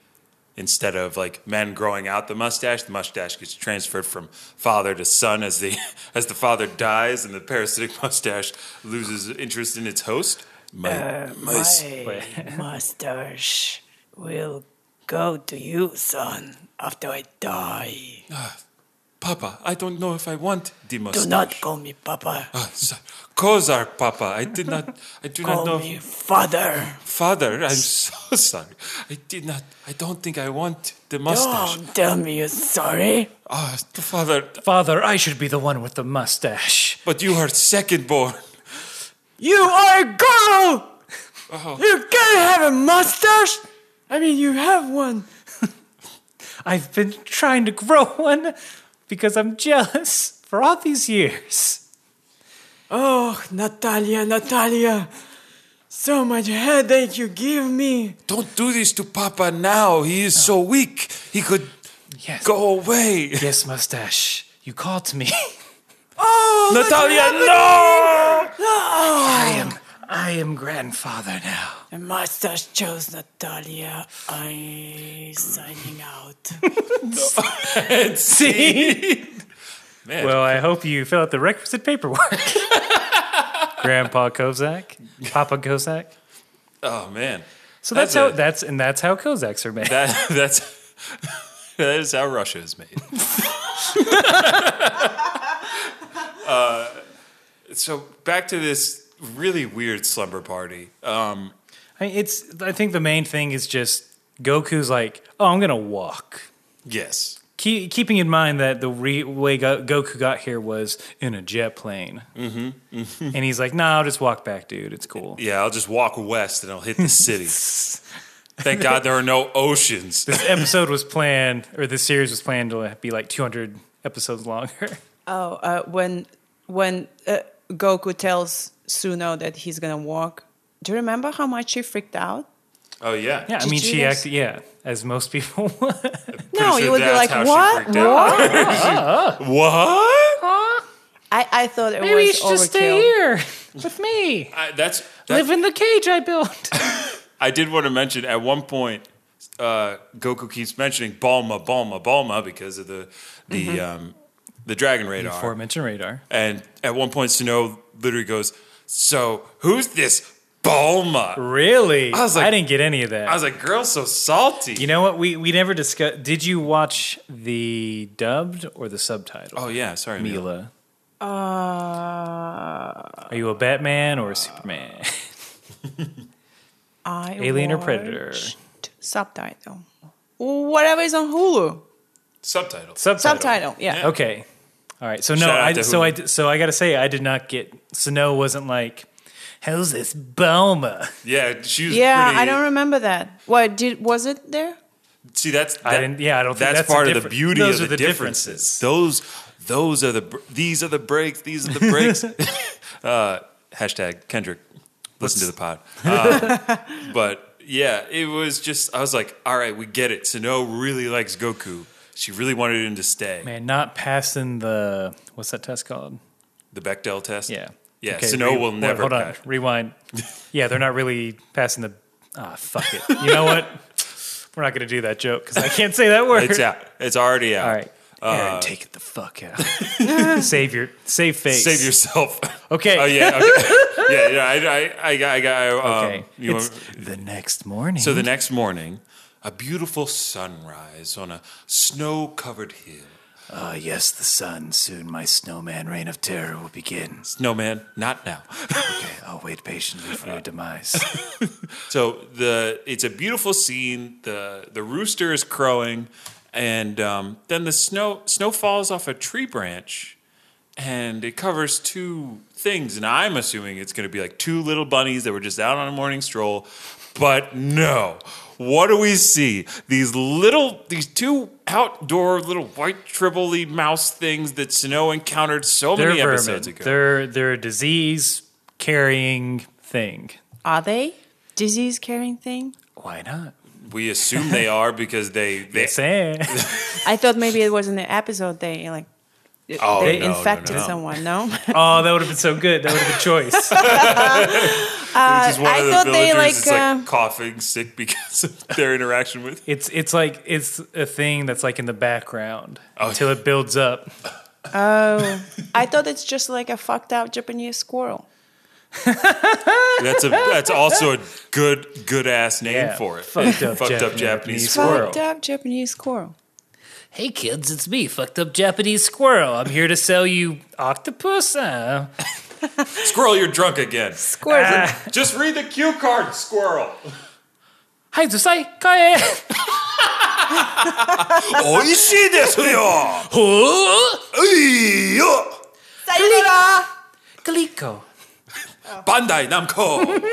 [SPEAKER 1] Instead of like men growing out the mustache, the mustache gets transferred from father to son as the as the father dies and the parasitic mustache loses interest in its host. My, my s-
[SPEAKER 4] mustache will go to you, son, after I die.
[SPEAKER 1] Papa, I don't know if I want the mustache.
[SPEAKER 4] call me Papa.
[SPEAKER 1] Ah, so- Kozark, Papa, I did not. I do not know.
[SPEAKER 4] Father.
[SPEAKER 1] Father, I'm so sorry. I did not. I don't think I want the mustache.
[SPEAKER 4] tell me you're sorry.
[SPEAKER 1] Ah, Father,
[SPEAKER 2] Father, I should be the one with the mustache.
[SPEAKER 1] but you are second born.
[SPEAKER 4] You are a girl! You can't have a mustache! I mean, you have one.
[SPEAKER 2] I've been trying to grow one because I'm jealous for all these years.
[SPEAKER 4] Oh, Natalia, Natalia. So much headache you give me.
[SPEAKER 1] Don't do this to Papa now. He is so weak. He could
[SPEAKER 2] Yes.
[SPEAKER 1] go away.
[SPEAKER 2] Yes, mustache. You called me.
[SPEAKER 4] Oh, look
[SPEAKER 1] Natalia,
[SPEAKER 4] what
[SPEAKER 1] no!
[SPEAKER 2] I am I am grandfather now.
[SPEAKER 4] The mustache chose Natalia. I signing out.
[SPEAKER 2] See?
[SPEAKER 1] Man,
[SPEAKER 2] well, I hope you fill out the requisite paperwork. Grandpa Kozak, Papa Kozak.
[SPEAKER 1] oh man,
[SPEAKER 2] So
[SPEAKER 1] That's
[SPEAKER 2] that's, how
[SPEAKER 1] it.
[SPEAKER 2] that's and that's how Kozaks are made.
[SPEAKER 1] that that's that is how Russia is made. uh, Uh, so back to this really weird slumber party. Um,
[SPEAKER 2] I mean, it's I think the main thing is just Goku's like, "Oh, I'm going to walk."
[SPEAKER 1] yes,
[SPEAKER 2] Keep, keeping in mind that the re- way Go- Goku got here was in a jet plane. Mm-hmm. and he's like, "No, I'll just walk back, dude. It's cool."
[SPEAKER 1] yeah, I'll just walk west and I'll hit the city. Thank God there are no oceans.
[SPEAKER 2] This episode was planned or this series was planned to be like 200 episodes longer.
[SPEAKER 4] Oh, uh, when when uh, Goku tells Suno that he's gonna walk. Do you remember how much he freaked out?
[SPEAKER 1] Oh yeah,
[SPEAKER 2] Yeah, I
[SPEAKER 4] Did
[SPEAKER 2] mean,
[SPEAKER 4] you
[SPEAKER 2] she
[SPEAKER 4] guys-
[SPEAKER 2] acted, yeah, as most people would.
[SPEAKER 4] No,
[SPEAKER 1] sure
[SPEAKER 4] you would be
[SPEAKER 1] that's
[SPEAKER 4] like,
[SPEAKER 1] how she
[SPEAKER 4] what?
[SPEAKER 1] freaked out."
[SPEAKER 4] What?
[SPEAKER 1] What?
[SPEAKER 4] I, I thought it
[SPEAKER 2] Maybe you
[SPEAKER 4] was
[SPEAKER 2] should just stay
[SPEAKER 4] overkill.
[SPEAKER 2] here with me.
[SPEAKER 1] I, that's,
[SPEAKER 2] Live
[SPEAKER 1] that's
[SPEAKER 2] in the cage I built.
[SPEAKER 1] I did want to mention at one point. Uh, Goku keeps mentioning Balma, Balma, Balma because of the the
[SPEAKER 4] Mm-hmm.
[SPEAKER 1] um, the Dragon Radar.
[SPEAKER 2] Aforementioned radar.
[SPEAKER 1] And at one point, Snow literally goes, "So who's this Balma?"
[SPEAKER 2] Really? I,
[SPEAKER 1] was like-
[SPEAKER 2] didn't get any of that.
[SPEAKER 1] I was like, "Girl, so salty."
[SPEAKER 2] you know what? We we never discussed. Did you watch the dubbed or the subtitle?
[SPEAKER 1] oh yeah, sorry, Mila.
[SPEAKER 2] Mila.
[SPEAKER 4] Uh,
[SPEAKER 2] Are you a Batman or a Superman?
[SPEAKER 4] I
[SPEAKER 2] Alien or Predator?
[SPEAKER 4] watched Subtitle. Whatever is on Hulu.
[SPEAKER 1] Subtitles.
[SPEAKER 2] Subtitle.
[SPEAKER 4] Subtitle, yeah.
[SPEAKER 2] Okay. All right. So no,
[SPEAKER 1] Shout out
[SPEAKER 2] I,
[SPEAKER 1] to
[SPEAKER 2] so I
[SPEAKER 1] Hulu.
[SPEAKER 2] so I got to say I did not get. So no wasn't like, how's this Boma?
[SPEAKER 1] yeah, she was.
[SPEAKER 4] Yeah,
[SPEAKER 1] pretty,
[SPEAKER 4] I don't remember that. What did was it there?
[SPEAKER 1] see that's. That,
[SPEAKER 2] I didn't. Yeah, I don't. think
[SPEAKER 1] that's,
[SPEAKER 2] that's
[SPEAKER 1] part
[SPEAKER 2] the
[SPEAKER 1] of the
[SPEAKER 2] differ-
[SPEAKER 1] beauty
[SPEAKER 2] Those
[SPEAKER 1] of
[SPEAKER 2] are
[SPEAKER 1] the, differences. Those, those are the. br- These are the breaks. These are the breaks. uh, hashtag Kendrick. listen to the pod. Uh, but yeah, it was just I was like, all right, we get it. Sano really likes Goku. She really wanted him to stay.
[SPEAKER 2] Man, not passing the what's that test called?
[SPEAKER 1] The Bechdel test.
[SPEAKER 2] Yeah.
[SPEAKER 1] Yeah.
[SPEAKER 2] Okay,
[SPEAKER 1] Sano
[SPEAKER 2] re-
[SPEAKER 1] will
[SPEAKER 2] wait,
[SPEAKER 1] never.
[SPEAKER 2] Hold on.
[SPEAKER 1] pass.
[SPEAKER 2] Rewind. yeah, they're not really passing the. Ah, fuck it. You know what? We're not going to do that joke because I can't say that word.
[SPEAKER 1] It's out. Uh, It's already out.
[SPEAKER 2] All right. Aaron, take it the fuck out. save your save face.
[SPEAKER 1] Save yourself.
[SPEAKER 2] Okay.
[SPEAKER 1] Oh yeah. Okay. yeah. Yeah. I. I. I. got- I. got- I um,
[SPEAKER 2] Okay.
[SPEAKER 1] you
[SPEAKER 2] it's
[SPEAKER 1] want-
[SPEAKER 2] the next morning.
[SPEAKER 1] So the next morning, a beautiful sunrise on a snow-covered hill.
[SPEAKER 2] Ah, yes, the sun. Soon my snowman reign of terror will begin.
[SPEAKER 1] Snowman, not now.
[SPEAKER 2] Okay, I'll wait patiently for your demise.
[SPEAKER 1] So the it's a beautiful scene. The the rooster is crowing, and um, then the snow snow falls off a tree branch, and it covers two things. And I'm assuming it's going to be like two little bunnies that were just out on a morning stroll, but no. What do we see? These little, these two outdoor little white tribbly mouse things that Snow encountered so
[SPEAKER 2] They're
[SPEAKER 1] many
[SPEAKER 2] vermin.
[SPEAKER 1] episodes ago.
[SPEAKER 2] They're they're a disease carrying thing.
[SPEAKER 4] Are they disease carrying thing?
[SPEAKER 2] Why not?
[SPEAKER 1] we assume they are because they they,
[SPEAKER 2] Yes, eh?
[SPEAKER 4] I thought maybe it was in the episode they like
[SPEAKER 1] Oh,
[SPEAKER 4] they
[SPEAKER 1] no, no,
[SPEAKER 4] infected
[SPEAKER 1] no.
[SPEAKER 4] someone. No,
[SPEAKER 2] oh, that would have been so good. That would have been choice.
[SPEAKER 1] Just one
[SPEAKER 4] Uh, I
[SPEAKER 1] of the
[SPEAKER 4] thought
[SPEAKER 1] villagers
[SPEAKER 4] they like.
[SPEAKER 1] is
[SPEAKER 4] uh,
[SPEAKER 1] like coughing sick because of their interaction with.
[SPEAKER 2] It's it's like it's a thing that's like in the background
[SPEAKER 1] Oh.
[SPEAKER 2] until it builds up.
[SPEAKER 4] I thought it's just like a fucked up Japanese squirrel.
[SPEAKER 1] That's a that's also a good good ass name
[SPEAKER 2] Yeah,
[SPEAKER 1] for it.
[SPEAKER 2] fucked up
[SPEAKER 1] fucked up
[SPEAKER 2] Japanese
[SPEAKER 1] Japanese
[SPEAKER 2] squirrel.
[SPEAKER 1] squirrel.
[SPEAKER 4] Fucked up Japanese squirrel.
[SPEAKER 2] Hey kids, it's me, fucked up Japanese squirrel. I'm here to sell you octopus. Uh,
[SPEAKER 1] Squirrel, you're drunk again.
[SPEAKER 4] Squirrel.
[SPEAKER 1] Ah. Just read the cue card, squirrel.
[SPEAKER 2] hi, Zusai, kae.
[SPEAKER 1] Oishii desu yo.
[SPEAKER 2] Huh?
[SPEAKER 1] Uiyo.
[SPEAKER 2] Kaliko.
[SPEAKER 1] Bandai Namco.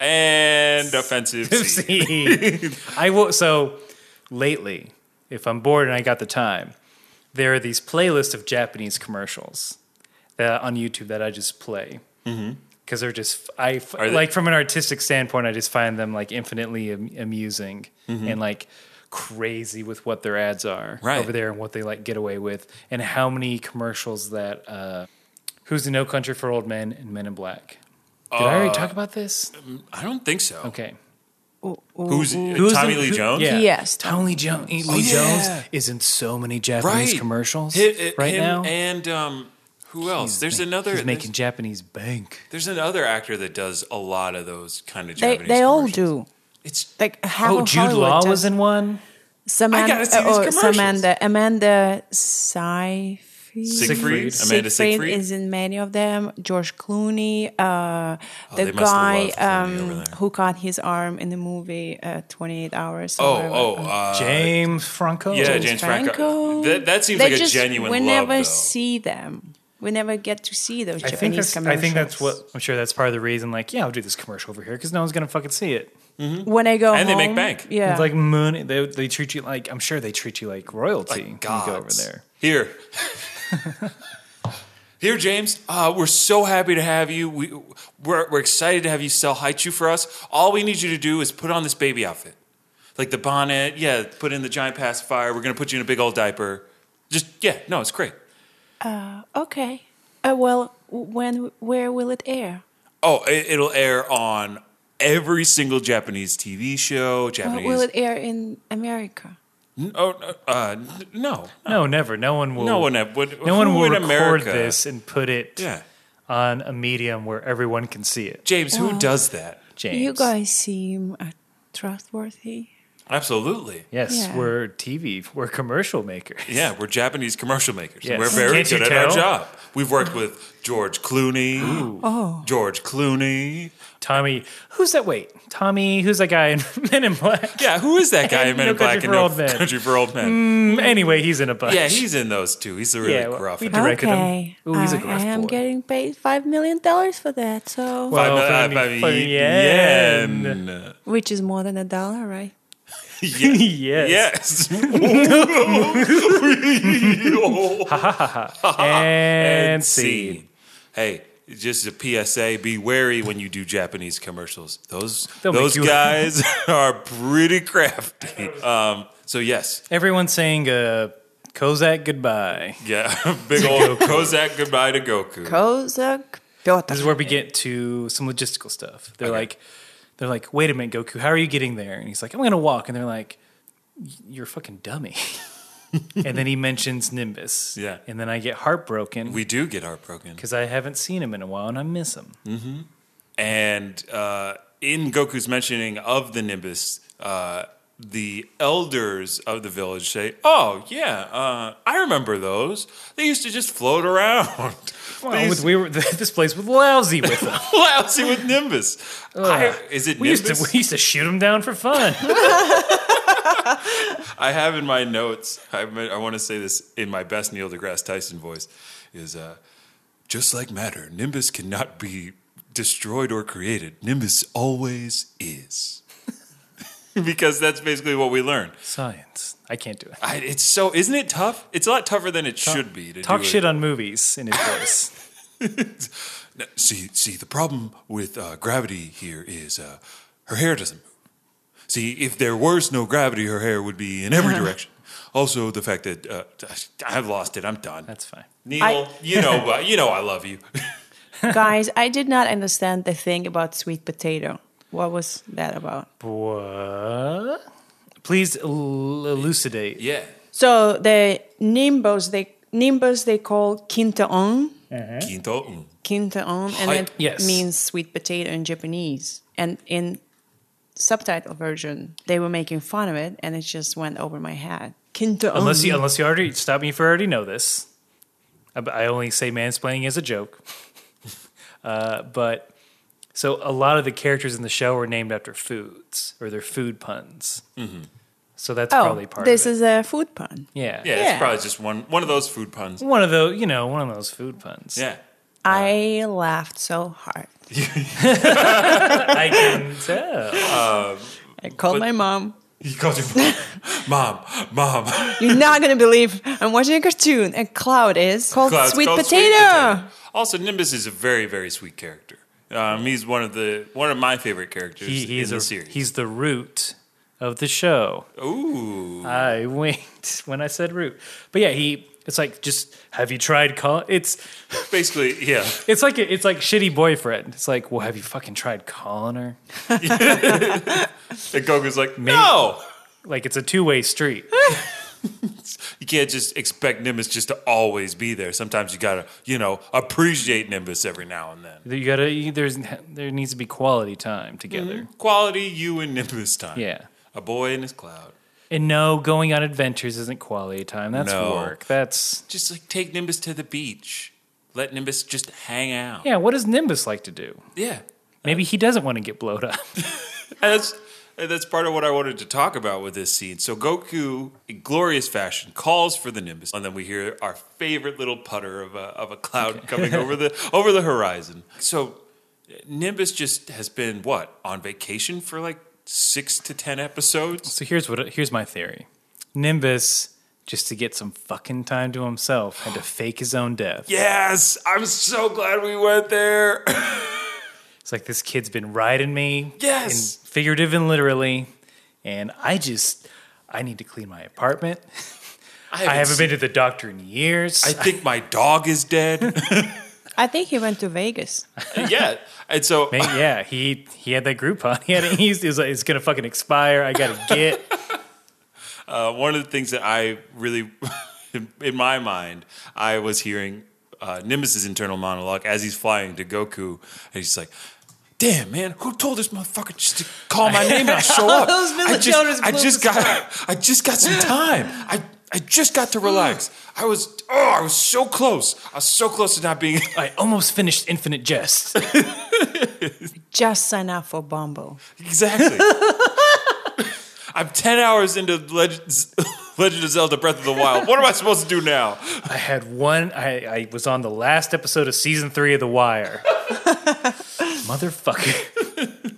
[SPEAKER 1] And offensive. C.
[SPEAKER 2] See, I will. So lately, if I'm bored and I got the time, there are these playlists of Japanese commercials that on YouTube that I just play because they're just I f-
[SPEAKER 1] Mm-hmm. Are they-
[SPEAKER 2] like from an artistic standpoint, I just find them like infinitely am- amusing and like crazy with what their ads are
[SPEAKER 1] Mm-hmm. Right.
[SPEAKER 2] over there and what they like get away with and how many commercials that uh, who's in No Country for Old Men and Men in Black. Did I
[SPEAKER 1] Uh,
[SPEAKER 2] already talk about this?
[SPEAKER 1] I don't think so.
[SPEAKER 2] Okay.
[SPEAKER 1] Who's, uh,
[SPEAKER 2] Who's
[SPEAKER 1] Tommy
[SPEAKER 2] in-
[SPEAKER 1] Lee
[SPEAKER 2] who-
[SPEAKER 1] Jones?
[SPEAKER 2] Yeah.
[SPEAKER 4] Yes.
[SPEAKER 2] Tommy Jones. Lee
[SPEAKER 1] yeah.
[SPEAKER 2] Jones is in so many Japanese
[SPEAKER 1] Right.
[SPEAKER 2] commercials
[SPEAKER 1] Hi- hi-
[SPEAKER 2] right
[SPEAKER 1] him
[SPEAKER 2] now.
[SPEAKER 1] And um, who else?
[SPEAKER 2] He's
[SPEAKER 1] there's
[SPEAKER 2] ma-
[SPEAKER 1] another.
[SPEAKER 2] He's
[SPEAKER 1] there's-
[SPEAKER 2] making Japanese bank.
[SPEAKER 1] There's another actor that does a lot of those kind of
[SPEAKER 4] They
[SPEAKER 1] Japanese.
[SPEAKER 4] they all
[SPEAKER 1] commercials.
[SPEAKER 4] do.
[SPEAKER 1] It's
[SPEAKER 4] Like half
[SPEAKER 2] Oh,
[SPEAKER 4] of
[SPEAKER 2] Jude
[SPEAKER 4] Hollywood
[SPEAKER 2] Law
[SPEAKER 4] does.
[SPEAKER 2] was in one.
[SPEAKER 4] Samantha,
[SPEAKER 1] gotta see
[SPEAKER 4] uh,
[SPEAKER 1] these
[SPEAKER 4] or
[SPEAKER 1] commercials.
[SPEAKER 4] Samantha, Amanda Seyfried.
[SPEAKER 1] Siegfried.
[SPEAKER 2] Siegfried.
[SPEAKER 1] Amanda Siegfried.
[SPEAKER 4] is in many of them. George Clooney, uh,
[SPEAKER 1] Oh, they
[SPEAKER 4] the
[SPEAKER 1] must have
[SPEAKER 4] guy
[SPEAKER 1] loved Clooney over
[SPEAKER 4] um,
[SPEAKER 1] there.
[SPEAKER 4] who cut his arm in the movie uh, 28 Hours. or
[SPEAKER 1] oh
[SPEAKER 4] whatever.
[SPEAKER 1] oh uh,
[SPEAKER 2] James Franco.
[SPEAKER 1] yeah,
[SPEAKER 4] James
[SPEAKER 1] James, Franco. That, that seems
[SPEAKER 4] They
[SPEAKER 1] like a
[SPEAKER 4] just-
[SPEAKER 1] genuine
[SPEAKER 4] We
[SPEAKER 1] love.
[SPEAKER 4] never
[SPEAKER 1] though.
[SPEAKER 4] see them. We never get to see those
[SPEAKER 2] I
[SPEAKER 4] Japanese
[SPEAKER 2] think that's. I
[SPEAKER 4] commercials.
[SPEAKER 2] think that's what. I'm sure that's part of the reason. Like, yeah, I'll do this commercial over here because no one's gonna fucking see it.
[SPEAKER 4] When I go
[SPEAKER 1] And they make
[SPEAKER 4] home,
[SPEAKER 1] bank.
[SPEAKER 4] Yeah.
[SPEAKER 2] It's like money. They, they treat you like. I'm sure they treat you like royalty. when you go over
[SPEAKER 1] gods.
[SPEAKER 2] there.
[SPEAKER 1] Here. Here, James. Uh, we're so happy to have you. We, we're, we're excited to have you sell Haichu for us. All we need you to do is put on this baby outfit. Like the bonnet. Yeah, put in the giant pacifier. We're going to put you in a big old diaper. Just, yeah, no, it's great.
[SPEAKER 4] okay. Uh, well, when, where will it air?
[SPEAKER 1] Oh, it, it'll air on every single Japanese TV show. Japanese.
[SPEAKER 4] will it air in America?
[SPEAKER 1] N- oh, uh, uh, n- no,
[SPEAKER 2] No, never. No one will.
[SPEAKER 1] no one have- would.
[SPEAKER 2] No one
[SPEAKER 1] who
[SPEAKER 2] will
[SPEAKER 1] in
[SPEAKER 2] record
[SPEAKER 1] America?
[SPEAKER 2] this and put it
[SPEAKER 1] Yeah,
[SPEAKER 2] on a medium where everyone can see it.
[SPEAKER 1] James,
[SPEAKER 4] Oh.
[SPEAKER 1] who does that?
[SPEAKER 2] James,
[SPEAKER 4] You guys seem uh, trustworthy.
[SPEAKER 1] Absolutely.
[SPEAKER 2] Yes,
[SPEAKER 4] Yeah.
[SPEAKER 2] we're TV. We're commercial makers.
[SPEAKER 1] Yeah, we're Japanese commercial makers.
[SPEAKER 2] Yes.
[SPEAKER 1] We're very
[SPEAKER 2] Can't you
[SPEAKER 1] good at our
[SPEAKER 2] tell?
[SPEAKER 1] job. We've worked with George Clooney. George Clooney.
[SPEAKER 2] Tommy, who's that? Wait, Tommy, who's that guy in Men in Black?
[SPEAKER 1] Yeah, who is that guy in
[SPEAKER 2] And
[SPEAKER 1] Men
[SPEAKER 2] No
[SPEAKER 1] in Black
[SPEAKER 2] Country
[SPEAKER 1] and
[SPEAKER 2] for
[SPEAKER 1] No
[SPEAKER 2] Old Men.
[SPEAKER 1] Country for Old Men?
[SPEAKER 2] Mm, Anyway, he's in a bunch.
[SPEAKER 1] Yeah, he's in those too. He's a really
[SPEAKER 2] Yeah, well,
[SPEAKER 1] gruff.
[SPEAKER 2] we
[SPEAKER 1] and-
[SPEAKER 2] direct- Directed him.
[SPEAKER 4] okay.
[SPEAKER 2] Ooh, he's a
[SPEAKER 4] I-
[SPEAKER 2] gruff
[SPEAKER 4] I am
[SPEAKER 2] boy.
[SPEAKER 4] getting paid five million dollars for that, so
[SPEAKER 2] Well,
[SPEAKER 1] Five-
[SPEAKER 2] funny-
[SPEAKER 1] uh, five
[SPEAKER 2] funny
[SPEAKER 1] yen.
[SPEAKER 4] which is more than a dollar, right?
[SPEAKER 2] yes.
[SPEAKER 1] Yes.
[SPEAKER 2] And
[SPEAKER 1] scene.
[SPEAKER 2] see.
[SPEAKER 1] Hey, just a PSA: be wary when you do Japanese commercials. Those
[SPEAKER 2] They'll make
[SPEAKER 1] those
[SPEAKER 2] you-
[SPEAKER 1] guys are pretty crafty. Um, so yes,
[SPEAKER 2] Everyone's saying uh, Kozak goodbye.
[SPEAKER 1] yeah, big old Kozak goodbye to Goku.
[SPEAKER 4] Kozak Piotr.
[SPEAKER 2] This is where we get to some logistical stuff. They're
[SPEAKER 1] Okay.
[SPEAKER 2] like, they're like, wait a minute, Goku, how are you getting there? And he's like, I'm gonna walk. And they're like, you're a fucking dummy. and then he mentions Nimbus.
[SPEAKER 1] Yeah.
[SPEAKER 2] And then I get heartbroken
[SPEAKER 1] we do get heartbroken,
[SPEAKER 2] because I haven't seen him in a while and I miss him.
[SPEAKER 1] Mm. and uh, in Goku's mentioning of the Nimbus. Uh, the elders of the village say, "Oh yeah, uh, I remember those. They used to just float around. They
[SPEAKER 2] Well,
[SPEAKER 1] used
[SPEAKER 2] with, we were this place was lousy with him.
[SPEAKER 1] lousy with Nimbus. I, is it
[SPEAKER 2] We used to
[SPEAKER 1] Nimbus?
[SPEAKER 2] we used to shoot him down for fun.
[SPEAKER 1] I have in my notes. I, I want to say this in my best Neil deGrasse Tyson voice. Is uh, just like matter, Nimbus cannot be destroyed or created. Nimbus always is. because that's basically what we learn.
[SPEAKER 2] Science. I can't do it.
[SPEAKER 1] I, it's so, isn't it tough? It's a lot tougher than it should be. To
[SPEAKER 2] Talk
[SPEAKER 1] do
[SPEAKER 2] shit
[SPEAKER 1] It.
[SPEAKER 2] on movies in his voice.
[SPEAKER 1] No, see, see, the problem with uh, gravity here is uh, her hair doesn't move. See, if there was no gravity, her hair would be in every direction. Also, the fact that uh, I've lost it. I'm done.
[SPEAKER 2] That's fine.
[SPEAKER 1] Neil,
[SPEAKER 4] I-
[SPEAKER 1] you know, but you know, I love you.
[SPEAKER 4] Guys, I did not understand the thing about sweet potato. What was that about?
[SPEAKER 2] What? Please el- elucidate.
[SPEAKER 1] Yeah,
[SPEAKER 4] So the Nimbus, they Nimbus they call Kintaon.
[SPEAKER 1] quinto. mm.
[SPEAKER 4] Kintaon, and
[SPEAKER 1] Hi-
[SPEAKER 4] it
[SPEAKER 2] Yes.
[SPEAKER 4] means sweet potato in Japanese. And in subtitle version, they were making fun of it, and it just went over my head. Kintaon.
[SPEAKER 1] Oh,
[SPEAKER 2] Unless you, unless you already stop me if you already know this. I, I only say mansplaining as a joke. uh, but so a lot of the characters in the show are named after foods or they're food puns.
[SPEAKER 1] Mm-hmm.
[SPEAKER 2] So that's
[SPEAKER 4] oh,
[SPEAKER 2] probably part
[SPEAKER 4] this
[SPEAKER 2] of it.
[SPEAKER 4] is a food pun.
[SPEAKER 2] yeah.
[SPEAKER 1] Yeah,
[SPEAKER 4] Yeah.
[SPEAKER 1] it's probably just one one of those food puns.
[SPEAKER 2] One of those, you know, one of those food puns.
[SPEAKER 1] Yeah,
[SPEAKER 4] I laughed so hard.
[SPEAKER 2] I can tell.
[SPEAKER 4] I called my mom.
[SPEAKER 1] he calls you mom, mom. mom.
[SPEAKER 4] You're not gonna believe I'm watching a cartoon, and Cloud is called
[SPEAKER 1] Cloud's
[SPEAKER 4] Sweet
[SPEAKER 1] called
[SPEAKER 4] Potato.
[SPEAKER 1] Also, Nimbus is a very very sweet character. Um, he's one of the one of my favorite characters
[SPEAKER 2] He, he's,
[SPEAKER 1] in
[SPEAKER 2] a,
[SPEAKER 1] the series.
[SPEAKER 2] he's the root of the show.
[SPEAKER 1] Ooh.
[SPEAKER 2] I winked when I said root. But yeah, he. It's like just have you tried con? It's
[SPEAKER 1] Basically, yeah.
[SPEAKER 2] it's like it's like shitty boyfriend. It's like, well, have you fucking tried calling her?
[SPEAKER 1] And Goku's like, no!
[SPEAKER 2] Like it's a two way street.
[SPEAKER 1] You can't just expect Nimbus just to always be there. Sometimes you gotta, you know, appreciate Nimbus every now and then.
[SPEAKER 2] you gotta you- there's there needs to be quality time together.
[SPEAKER 1] Quality, you and Nimbus time.
[SPEAKER 2] Yeah,
[SPEAKER 1] A boy in his cloud.
[SPEAKER 2] and no, going on adventures isn't quality time. That's
[SPEAKER 1] No.
[SPEAKER 2] work. That's
[SPEAKER 1] Just like take Nimbus to the beach. Let Nimbus just hang out.
[SPEAKER 2] yeah. What does Nimbus like to do?
[SPEAKER 1] Yeah.
[SPEAKER 2] Maybe he doesn't want to get blowed up.
[SPEAKER 1] And that's and that's part of what I wanted to talk about with this scene. So Goku, in glorious fashion, calls for the Nimbus, and then we hear our favorite little putter of a, of a cloud coming over the over the horizon. So Nimbus just has been what on vacation for like six to ten episodes.
[SPEAKER 2] So here's what here's my theory. Nimbus just to get some fucking time to himself had to fake his own death.
[SPEAKER 1] Yes, I'm so glad we went there.
[SPEAKER 2] It's like this kid's been riding me,
[SPEAKER 1] Yes.
[SPEAKER 2] in figurative and literally, and I just I need to clean my apartment. I haven't been to the doctor in years.
[SPEAKER 1] I think my dog is dead.
[SPEAKER 4] I think he went to Vegas.
[SPEAKER 1] yeah, and so
[SPEAKER 2] Man, yeah, he he had that Groupon. He had it used. He was like, it's gonna fucking expire. I gotta get.
[SPEAKER 1] Uh, one of the things that I really, in, in my mind, I was hearing uh, Nimbus's internal monologue as he's flying to Goku, and he's like, "Damn, man, who told this motherfucker just to call my name and I show up?
[SPEAKER 4] Those
[SPEAKER 1] I
[SPEAKER 4] villagers
[SPEAKER 1] just, I
[SPEAKER 4] blew
[SPEAKER 1] just
[SPEAKER 4] his
[SPEAKER 1] got, I just got some time. I." I just got
[SPEAKER 4] Hmm.
[SPEAKER 1] to relax. I was oh, I was so close. I was so close to not being.
[SPEAKER 2] I almost finished Infinite Jest.
[SPEAKER 4] Just sign up for Bumble.
[SPEAKER 1] Exactly. I'm ten hours into Legend, Legend of Zelda: Breath of the Wild. What am I supposed to do now?
[SPEAKER 2] I had one. I, I was on the last episode of season three of The Wire. Motherfucker.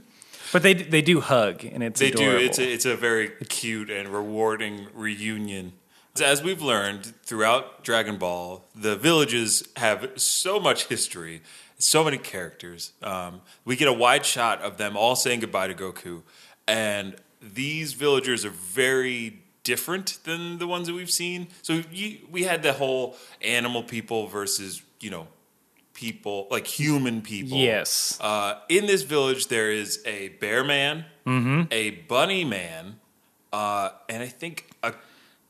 [SPEAKER 2] but they they do hug, and it's
[SPEAKER 1] They
[SPEAKER 2] adorable.
[SPEAKER 1] do. It's a, it's a very cute and rewarding reunion. As we've learned throughout Dragon Ball, the villages have so much history so many characters. Um, we get a wide shot of them all saying goodbye to Goku, and these villagers are very different than the ones that we've seen. So you, we had the whole animal people versus you know people like human people.
[SPEAKER 2] Yes.
[SPEAKER 1] Uh, in this village, there is a bear man, a bunny man, uh, and I think a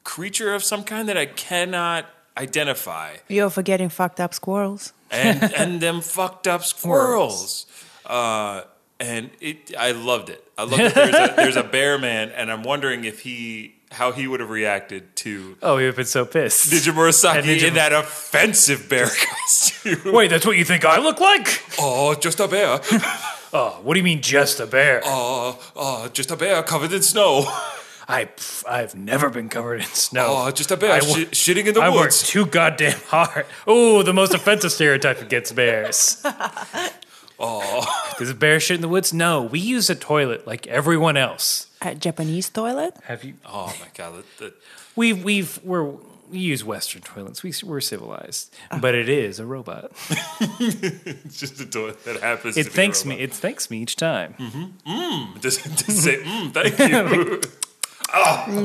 [SPEAKER 1] creature of some kind that I cannot identify
[SPEAKER 4] You're forgetting fucked up squirrels.
[SPEAKER 1] and and them fucked up squirrels. Uh, and it, I loved it. I loved it. There's a, there's a bear man, and I'm wondering if he, how he would have reacted to
[SPEAKER 2] Oh, you've been so pissed.
[SPEAKER 1] Digimurasaki
[SPEAKER 2] And Digim-
[SPEAKER 1] in that offensive bear costume.
[SPEAKER 2] Wait, that's what you think I look like?
[SPEAKER 1] Oh, just a bear.
[SPEAKER 2] Oh, what do you mean just a bear?
[SPEAKER 1] Oh, oh, just a bear covered in snow.
[SPEAKER 2] I pff, I've never been covered in snow.
[SPEAKER 1] Oh, just a bear
[SPEAKER 2] I
[SPEAKER 1] sh-
[SPEAKER 2] wo-
[SPEAKER 1] shitting in the
[SPEAKER 2] I work
[SPEAKER 1] woods.
[SPEAKER 2] too goddamn hard. Oh, the most offensive stereotype against bears. Oh.
[SPEAKER 1] Oh.
[SPEAKER 2] Is a bear shit in the woods? No, we use a toilet like everyone else.
[SPEAKER 4] A Japanese toilet?
[SPEAKER 2] Have you?
[SPEAKER 1] Oh my god, that, that,
[SPEAKER 2] We've we've we're we use Western toilets. We, we're civilized, but it is a robot.
[SPEAKER 1] it's just a toilet that happens.
[SPEAKER 2] It
[SPEAKER 1] to be a
[SPEAKER 2] thanks me.
[SPEAKER 1] robot.
[SPEAKER 2] It thanks me each time.
[SPEAKER 1] Does it just say, mm, "Thank you."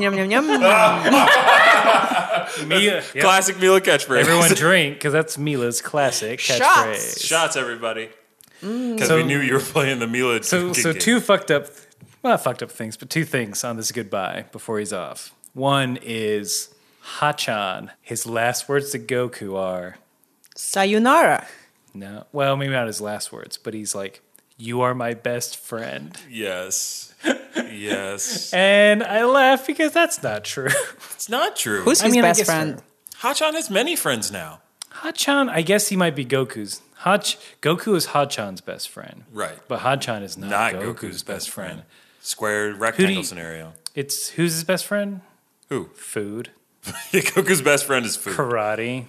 [SPEAKER 4] Yum, yum, yum.
[SPEAKER 2] Ah. Mila, yep.
[SPEAKER 1] Classic Mila catchphrase.
[SPEAKER 2] Everyone drink because that's Mila's classic catchphrase.
[SPEAKER 1] shots, everybody, because
[SPEAKER 2] So-
[SPEAKER 1] we knew you were playing the Mila.
[SPEAKER 2] So,
[SPEAKER 1] drinking
[SPEAKER 2] so
[SPEAKER 1] game.
[SPEAKER 2] two fucked up, well, not fucked up things, but two things on this goodbye before he's off. One is Hachan. His last words to Goku are
[SPEAKER 4] Sayonara.
[SPEAKER 2] no. Well, maybe not his last words, but he's like, "You are my best friend,"
[SPEAKER 1] Yes, yes.
[SPEAKER 2] and I laugh because that's not true.
[SPEAKER 1] it's not true.
[SPEAKER 4] Who's
[SPEAKER 2] I
[SPEAKER 4] his
[SPEAKER 2] mean, I
[SPEAKER 4] best
[SPEAKER 2] guess
[SPEAKER 4] friend?
[SPEAKER 2] so.
[SPEAKER 1] Hachan has many friends now.
[SPEAKER 2] Hachan, I guess he might be Goku's. Hach, Goku is Hachan's best friend,
[SPEAKER 1] Right.
[SPEAKER 2] But Hachan is not,
[SPEAKER 1] Not Goku's,
[SPEAKER 2] Goku's, best friend.
[SPEAKER 1] Square rectangle
[SPEAKER 2] you-
[SPEAKER 1] scenario.
[SPEAKER 2] It's who's his best friend?
[SPEAKER 1] Who?
[SPEAKER 2] Food,
[SPEAKER 1] Goku's best friend is food,
[SPEAKER 2] karate.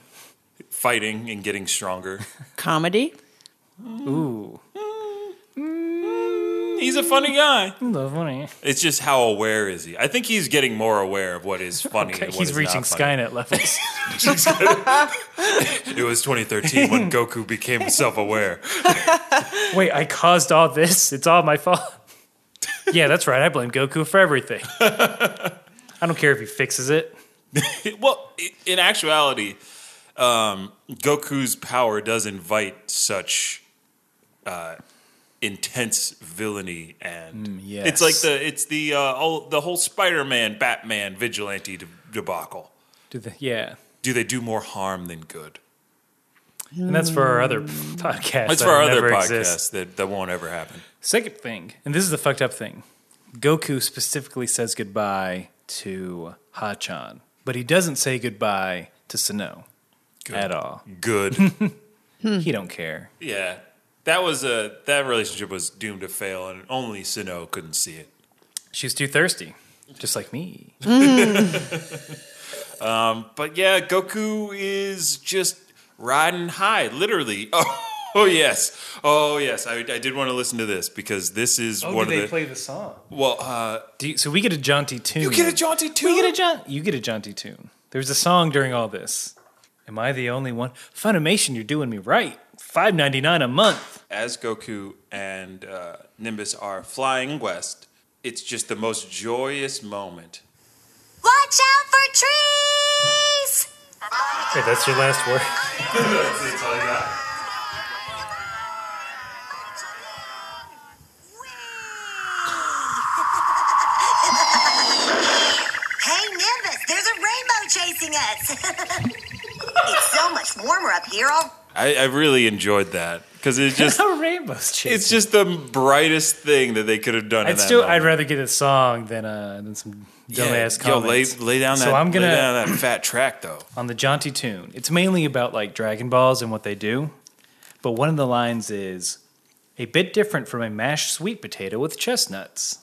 [SPEAKER 1] fighting and getting stronger.
[SPEAKER 4] Comedy?
[SPEAKER 2] Ooh,
[SPEAKER 1] He's a funny guy.
[SPEAKER 2] love money.
[SPEAKER 1] It's just how aware is he? I think he's getting more aware of what is funny. and what
[SPEAKER 2] He's
[SPEAKER 1] is
[SPEAKER 2] reaching
[SPEAKER 1] not funny.
[SPEAKER 2] Skynet levels.
[SPEAKER 1] It was 2013 when Goku became self-aware.
[SPEAKER 2] Wait, I caused all this. It's all my fault. yeah, that's right. I blame Goku for everything. I don't care if he fixes it.
[SPEAKER 1] well, i- in actuality, um, Goku's power does invite such uh, intense villainy, and
[SPEAKER 2] Mm, yes.
[SPEAKER 1] it's like the it's the uh, all, the whole Spider-Man, Batman, vigilante de- debacle.
[SPEAKER 2] Do the, yeah.
[SPEAKER 1] Do they do more harm than good?
[SPEAKER 2] And that's for our other podcast.
[SPEAKER 1] That's
[SPEAKER 2] that
[SPEAKER 1] for our other
[SPEAKER 2] never exists.
[SPEAKER 1] podcast that, that won't ever happen.
[SPEAKER 2] Second thing, and this is the fucked up thing Goku specifically says goodbye to Hachan, but he doesn't say goodbye to Sano at all.
[SPEAKER 1] Good, Mm-hmm.
[SPEAKER 2] He don't care.
[SPEAKER 1] yeah. That was a that relationship was doomed to fail, and only Sino couldn't see it.
[SPEAKER 2] She's too thirsty, just like me.
[SPEAKER 1] But yeah, Goku is just riding high, literally. Oh, oh yes, oh yes. I, I did want to listen to this because this is
[SPEAKER 2] Oh,
[SPEAKER 1] one of the.
[SPEAKER 2] the song?
[SPEAKER 1] well, uh,
[SPEAKER 2] Do you, so we get a jaunty tune.
[SPEAKER 1] you get a jaunty too.
[SPEAKER 2] We get a John. You get a jaunty tune. There's a song during all this. Am I the only one? Funimation, you're doing me right. Five ninety nine a month.
[SPEAKER 1] As Goku and uh, Nimbus are flying west, it's just the most joyous moment.
[SPEAKER 5] Watch out for trees!
[SPEAKER 2] Wait, that's your last word.
[SPEAKER 5] hey, Nimbus, there's a rainbow chasing us. it's so much warmer up here. All
[SPEAKER 1] I, I really enjoyed that because it just.
[SPEAKER 2] How rainbows chasing.
[SPEAKER 1] It's just the brightest thing that they could have done. in
[SPEAKER 2] I'd
[SPEAKER 1] that
[SPEAKER 2] still.
[SPEAKER 1] moment.
[SPEAKER 2] I'd rather get a song than uh than some dumbass
[SPEAKER 1] yo, lay,
[SPEAKER 2] comments.
[SPEAKER 1] lay down that.
[SPEAKER 2] So I'm gonna-
[SPEAKER 1] lay down that fat track though.
[SPEAKER 2] on the jaunty tune. It's mainly about like Dragon Balls and what they do. But one of the lines is a bit different from a mashed sweet potato with chestnuts.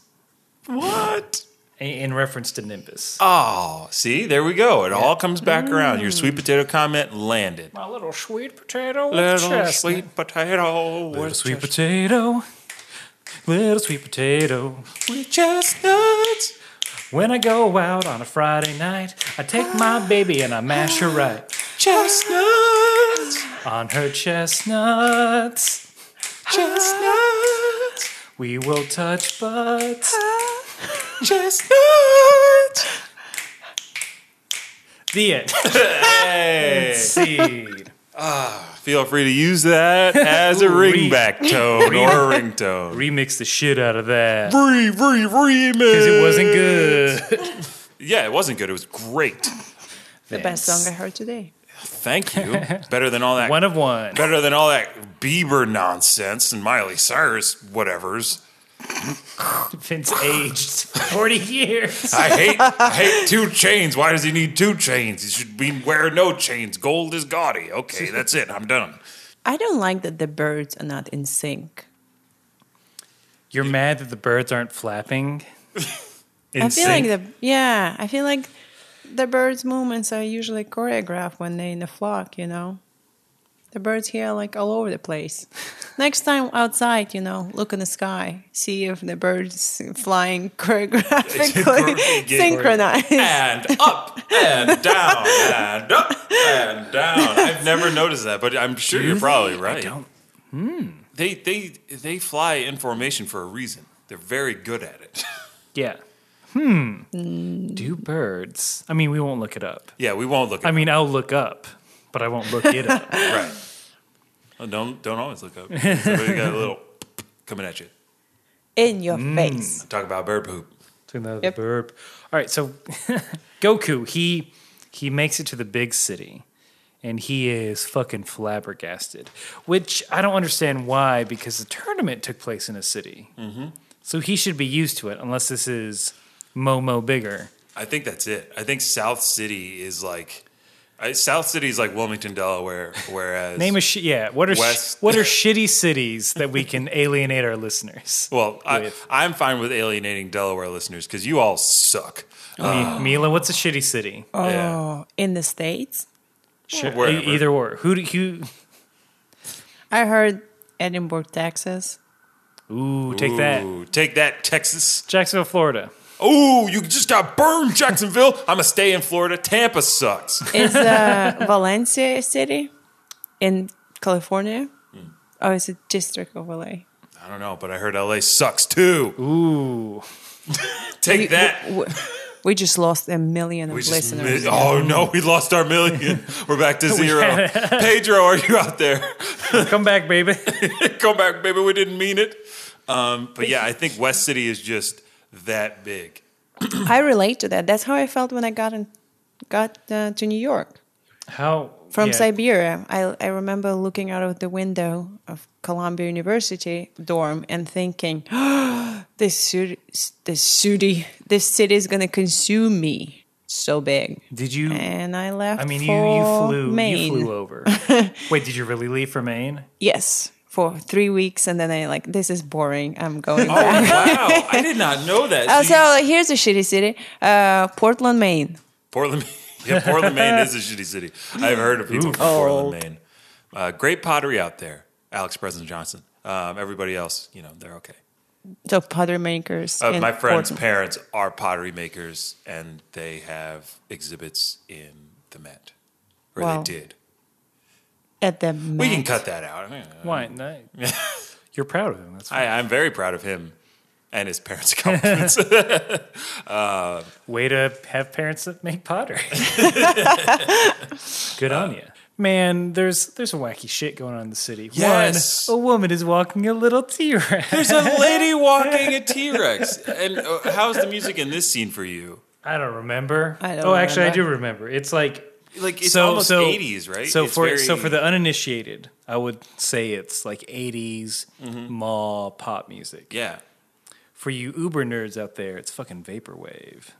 [SPEAKER 1] What?
[SPEAKER 2] In in reference to Nimbus.
[SPEAKER 1] Oh, see, there we go. It all comes back around. Your
[SPEAKER 2] Mm.
[SPEAKER 1] sweet potato comment landed.
[SPEAKER 2] My little sweet potato with
[SPEAKER 1] Little
[SPEAKER 2] chestnuts.
[SPEAKER 1] sweet potato
[SPEAKER 2] Little
[SPEAKER 1] with
[SPEAKER 2] sweet
[SPEAKER 1] chest-
[SPEAKER 2] potato, little sweet potato.
[SPEAKER 1] with chestnuts.
[SPEAKER 2] When I go out on a Friday night, I take my baby and I mash her right.
[SPEAKER 1] Chestnuts.
[SPEAKER 2] On her chestnuts,
[SPEAKER 1] Chestnuts,
[SPEAKER 2] we will touch butts.
[SPEAKER 1] chestnuts.
[SPEAKER 2] The end.
[SPEAKER 1] Hey,
[SPEAKER 2] Seed.
[SPEAKER 1] feel free to use that as a
[SPEAKER 2] Ooh-wee.
[SPEAKER 1] ringback tone or a ringtone.
[SPEAKER 2] Remix the shit out of that.
[SPEAKER 1] Re, re, remix.
[SPEAKER 2] Because it wasn't good.
[SPEAKER 1] Yeah, it wasn't good. It was great.
[SPEAKER 4] The best song I heard today.
[SPEAKER 1] Thank you. Better than all that.
[SPEAKER 2] One of one.
[SPEAKER 1] better than all that Bieber nonsense and Miley Cyrus whatevers.
[SPEAKER 2] Vince aged 40 years.
[SPEAKER 1] I hate I hate two chains. Why does he need two chains? He should be wear no chains. Gold is gaudy. Okay, that's it. I'm done.
[SPEAKER 4] I don't like that the birds are not in sync.
[SPEAKER 2] You're mad that the birds aren't flapping?
[SPEAKER 1] In
[SPEAKER 4] I feel like the yeah, I feel like the birds' movements are usually choreographed when they're in a flock, you know. The birds here are like all over the place. Next time outside, you know, look in the sky, see if the birds flying choreographically
[SPEAKER 1] Choreo- yeah,
[SPEAKER 4] synchronized.
[SPEAKER 1] and up and down and up and down. I've never noticed that, but I'm sure you're probably right.
[SPEAKER 2] don't.
[SPEAKER 1] They they they fly in formation for a reason. They're very good at it.
[SPEAKER 2] Yeah. Hmm. Do birds? I mean, we won't look it up.
[SPEAKER 1] Yeah, we won't look. At
[SPEAKER 2] I mean, I'll look up, but I won't look it up.
[SPEAKER 1] Right. Oh, don't don't always look up. Somebody got a little coming at you.
[SPEAKER 4] In your face.
[SPEAKER 1] Talk about bird poop.
[SPEAKER 2] Between the
[SPEAKER 4] Yep.
[SPEAKER 2] burp. All right, so Goku, he he makes it to the big city and he is fucking flabbergasted, which I don't understand why because the tournament took place in a city. Mm-hmm. So he should be used to it unless this is Momo bigger.
[SPEAKER 1] I think that's it. I think South City is like I, South City is like Wilmington, Delaware. Whereas
[SPEAKER 2] Name a sh- yeah, what are sh-
[SPEAKER 1] West.
[SPEAKER 2] what are shitty cities that we can alienate our listeners?
[SPEAKER 1] well, I,
[SPEAKER 2] with-
[SPEAKER 1] I'm fine with alienating Delaware listeners because you all suck.
[SPEAKER 2] Mi- Mila, what's a shitty city?
[SPEAKER 1] Oh,
[SPEAKER 4] Oh, in the States?
[SPEAKER 2] Sure, e-
[SPEAKER 1] wherever.
[SPEAKER 2] either or. Who do you?
[SPEAKER 4] I heard Edinburgh, Texas.
[SPEAKER 2] Ooh, take that.
[SPEAKER 1] Take that, Texas.
[SPEAKER 2] Jacksonville, Florida.
[SPEAKER 1] Oh, you just got burned, Jacksonville. I'm gonna stay in Florida. Tampa sucks.
[SPEAKER 4] Is uh, Valencia a city in California?
[SPEAKER 2] Hmm.
[SPEAKER 4] Oh, it's a district of LA.
[SPEAKER 1] I don't know, but I heard LA sucks too.
[SPEAKER 2] Ooh,
[SPEAKER 1] Take
[SPEAKER 4] We-
[SPEAKER 1] that.
[SPEAKER 4] We, we just lost a million of
[SPEAKER 1] We just
[SPEAKER 4] listeners.
[SPEAKER 1] mi- oh no, we lost our million. We're back to zero. Pedro, are you out there?
[SPEAKER 2] come back, baby.
[SPEAKER 1] Come back, baby. We didn't mean it. Um, but yeah, I think West City is just that big.
[SPEAKER 4] I relate to that. That's how I felt when I got in, got uh, to New York
[SPEAKER 2] How
[SPEAKER 4] from
[SPEAKER 2] yeah.
[SPEAKER 4] Siberia. I I remember looking out of the window of Columbia University dorm and thinking, this city, this city, this city is gonna consume me. So big.
[SPEAKER 2] Did you?
[SPEAKER 4] And I left.
[SPEAKER 2] I mean, you,
[SPEAKER 4] Eh, for
[SPEAKER 2] you flew.
[SPEAKER 4] Maine.
[SPEAKER 2] You flew over. Wait, did you really leave for Maine?
[SPEAKER 4] Yes, for three weeks, and then I like this is boring. I'm going. back.
[SPEAKER 1] Oh, wow, I did not know that.
[SPEAKER 4] Oh, so here's a shitty city, uh, Portland, Maine.
[SPEAKER 1] Portland, yeah, Portland, Maine is a shitty city. I've heard of people from
[SPEAKER 4] Oh.
[SPEAKER 1] Portland, Maine. Uh, great pottery out there, Alex President Johnson. Um, everybody else, you know, they're okay.
[SPEAKER 4] So pottery makers.
[SPEAKER 1] Uh,
[SPEAKER 4] in
[SPEAKER 1] my friend's
[SPEAKER 4] Portland.
[SPEAKER 1] parents are pottery makers, and they have exhibits in the Met, or
[SPEAKER 4] Wow.
[SPEAKER 1] they did.
[SPEAKER 4] at the
[SPEAKER 1] We can
[SPEAKER 4] Met.
[SPEAKER 1] cut that out. I mean,
[SPEAKER 2] Why? No. You're proud of him. That's
[SPEAKER 1] I, I'm very proud of him and his parents' compliments.
[SPEAKER 2] way to have parents that make pottery. Good on you. Man, there's there's a wacky shit going on in the city.
[SPEAKER 1] Yes.
[SPEAKER 2] One, a woman is walking a little T-Rex.
[SPEAKER 1] There's a lady walking a T Rex. And uh, how's the music in this scene for you?
[SPEAKER 2] I don't remember.
[SPEAKER 4] I don't
[SPEAKER 2] oh, actually, I do
[SPEAKER 4] remember.
[SPEAKER 2] remember. It's like
[SPEAKER 1] Like it's almost 80s, right?
[SPEAKER 2] So
[SPEAKER 1] It's
[SPEAKER 2] for
[SPEAKER 1] very-
[SPEAKER 2] so for the uninitiated, I would say it's like 80s
[SPEAKER 1] Mm-hmm.
[SPEAKER 2] mall pop music.
[SPEAKER 1] Yeah.
[SPEAKER 2] For you Uber nerds out there, it's fucking vaporwave.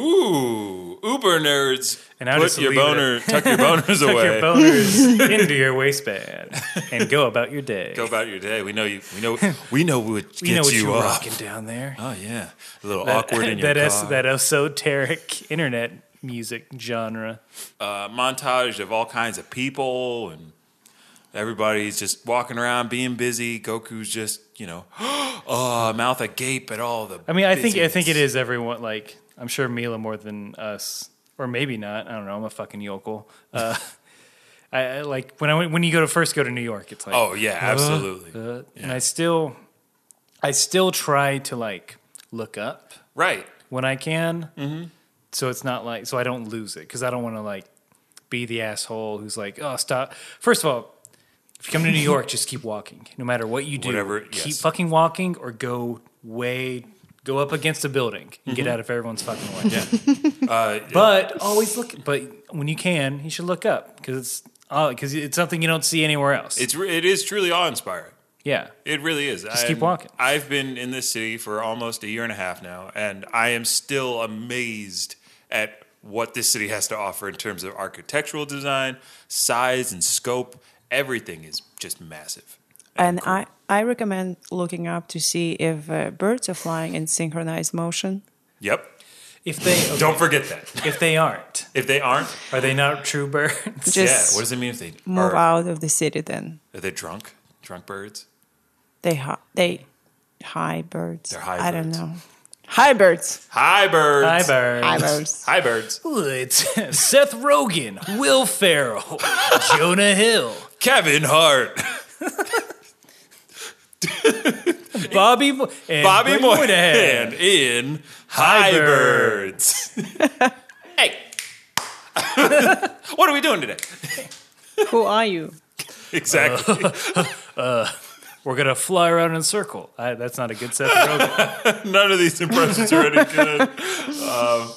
[SPEAKER 1] Ooh, Uber nerds.
[SPEAKER 2] And I'll
[SPEAKER 1] Put
[SPEAKER 2] just
[SPEAKER 1] your
[SPEAKER 2] leave it.
[SPEAKER 1] boner, tuck your boners
[SPEAKER 2] Tuck
[SPEAKER 1] away.
[SPEAKER 2] your boners into your waistband and go about your day.
[SPEAKER 1] Go about your day. We know you. We know. We know what gets
[SPEAKER 2] you know what
[SPEAKER 1] you
[SPEAKER 2] you're
[SPEAKER 1] up.
[SPEAKER 2] rocking down there.
[SPEAKER 1] Oh yeah, a little awkward in your
[SPEAKER 2] that es-
[SPEAKER 1] car.
[SPEAKER 2] that esoteric internet music genre.
[SPEAKER 1] uh, montage of all kinds of people and everybody's just walking around being busy. Goku's just you know, uh, mouth agape at all the.
[SPEAKER 2] I mean, I think I think it is everyone. Like, I'm sure Mila more than us, or maybe not. I don't know. I'm a fucking yokel. Uh, I, I like when I went, when you go to first go to New York, it's like
[SPEAKER 1] Oh yeah, absolutely.
[SPEAKER 2] uh, and I still, I still try to like look up
[SPEAKER 1] Right.
[SPEAKER 2] when I can,
[SPEAKER 1] Mm-hmm.
[SPEAKER 2] so it's not like so I don't lose it because I don't want to like be the asshole who's like, oh stop. First of all, if you come to New York, just keep walking, no matter what you do.
[SPEAKER 1] Whatever,
[SPEAKER 2] keep
[SPEAKER 1] yes.
[SPEAKER 2] fucking walking or go way go up against a building and get out of everyone's fucking way.
[SPEAKER 1] Mm-hmm. Uh,
[SPEAKER 2] But always look. But when you can, you should look up because it's because it's something you don't see anywhere else.
[SPEAKER 1] it's re- it is truly awe inspiring.
[SPEAKER 2] yeah,
[SPEAKER 1] It really is. Just
[SPEAKER 2] keep walking.
[SPEAKER 1] I've been in this city for almost a year and a half now, and I am still amazed at what this city has to offer in terms of architectural design, size, and scope. Everything is just massive.
[SPEAKER 4] And I, I recommend looking up to see if uh, birds are flying in synchronized motion.
[SPEAKER 1] Yep.
[SPEAKER 2] if they
[SPEAKER 1] Don't forget that.
[SPEAKER 2] if they aren't,
[SPEAKER 1] If they aren't,
[SPEAKER 2] are they not true birds?
[SPEAKER 1] yeah.
[SPEAKER 4] Just
[SPEAKER 1] What does it mean if they
[SPEAKER 4] move
[SPEAKER 1] are?
[SPEAKER 4] out of the city then.
[SPEAKER 1] Are they drunk? Drunk birds?
[SPEAKER 4] They hi- they high birds.
[SPEAKER 1] They're high
[SPEAKER 4] I don't
[SPEAKER 1] birds.
[SPEAKER 4] know. High birds.
[SPEAKER 1] Hi birds.
[SPEAKER 2] Hi birds.
[SPEAKER 4] High birds.
[SPEAKER 1] Hi birds.
[SPEAKER 2] It's Seth Rogen, Will Ferrell, Jonah Hill,
[SPEAKER 1] Kevin Hart.
[SPEAKER 2] Bobby Mo- and
[SPEAKER 1] Bobby
[SPEAKER 2] Blake
[SPEAKER 1] Moynihan in High Birds. hey, what are we doing today?
[SPEAKER 4] Who are you?
[SPEAKER 1] Exactly.
[SPEAKER 2] We're gonna fly around in a circle. I, that's not a good Seth Rogen.
[SPEAKER 1] Uh, None of these impressions are any good. Um,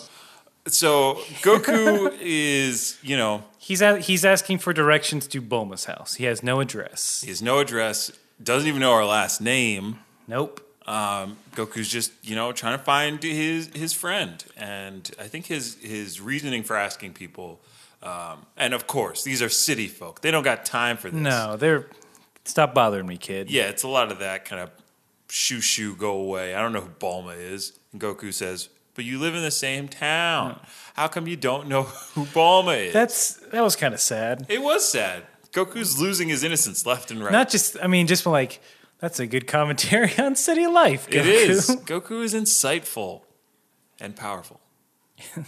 [SPEAKER 1] so Goku is, you know,
[SPEAKER 2] He's a, he's asking for directions to Bulma's house. He has no address.
[SPEAKER 1] he has no address, doesn't even know our last name.
[SPEAKER 2] Nope.
[SPEAKER 1] Um, Goku's just, you know, trying to find his his friend, and I think his his reasoning for asking people. Um, and of course, these are city folk. They don't got time for this.
[SPEAKER 2] No, they're stop bothering me, kid.
[SPEAKER 1] Yeah, it's a lot of that kind of shoo shoo go away. I don't know who Bulma is. And Goku says, But you live in the same town. How come you don't know who Bulma is?
[SPEAKER 2] That's that was kind of sad.
[SPEAKER 1] it was sad. Goku's losing his innocence left and right.
[SPEAKER 2] Not just I mean, just like that's a good commentary on city life.
[SPEAKER 1] it
[SPEAKER 2] Goku.
[SPEAKER 1] is. Goku is insightful and powerful.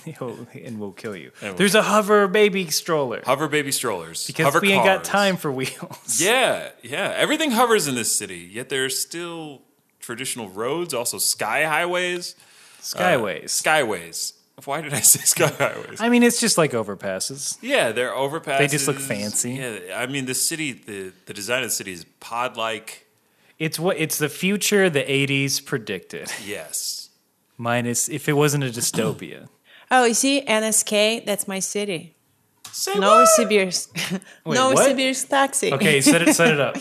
[SPEAKER 2] He'll- and we'll kill you.
[SPEAKER 1] And we'll-
[SPEAKER 2] There's a hover baby stroller
[SPEAKER 1] Hover baby strollers.
[SPEAKER 2] because
[SPEAKER 1] hover
[SPEAKER 2] we ain't got
[SPEAKER 1] cars.
[SPEAKER 2] time for wheels.
[SPEAKER 1] Yeah, yeah. Everything hovers in this city, yet there are still traditional roads, also sky highways. Uh,
[SPEAKER 2] Skyways.
[SPEAKER 1] Skyways. Why did I say sky highways?
[SPEAKER 2] I mean, it's just like overpasses.
[SPEAKER 1] Yeah, they're overpasses.
[SPEAKER 2] They just look fancy.
[SPEAKER 1] Yeah, I mean the city, the the design of the city is pod like.
[SPEAKER 2] It's what it's the future the '80s predicted.
[SPEAKER 1] Yes,
[SPEAKER 2] Minus if it wasn't a dystopia.
[SPEAKER 4] Oh, you see, NSK, that's my city.
[SPEAKER 1] Say what?
[SPEAKER 4] Novosibirsk. Novosibirsk taxi.
[SPEAKER 2] Okay, set it set it up.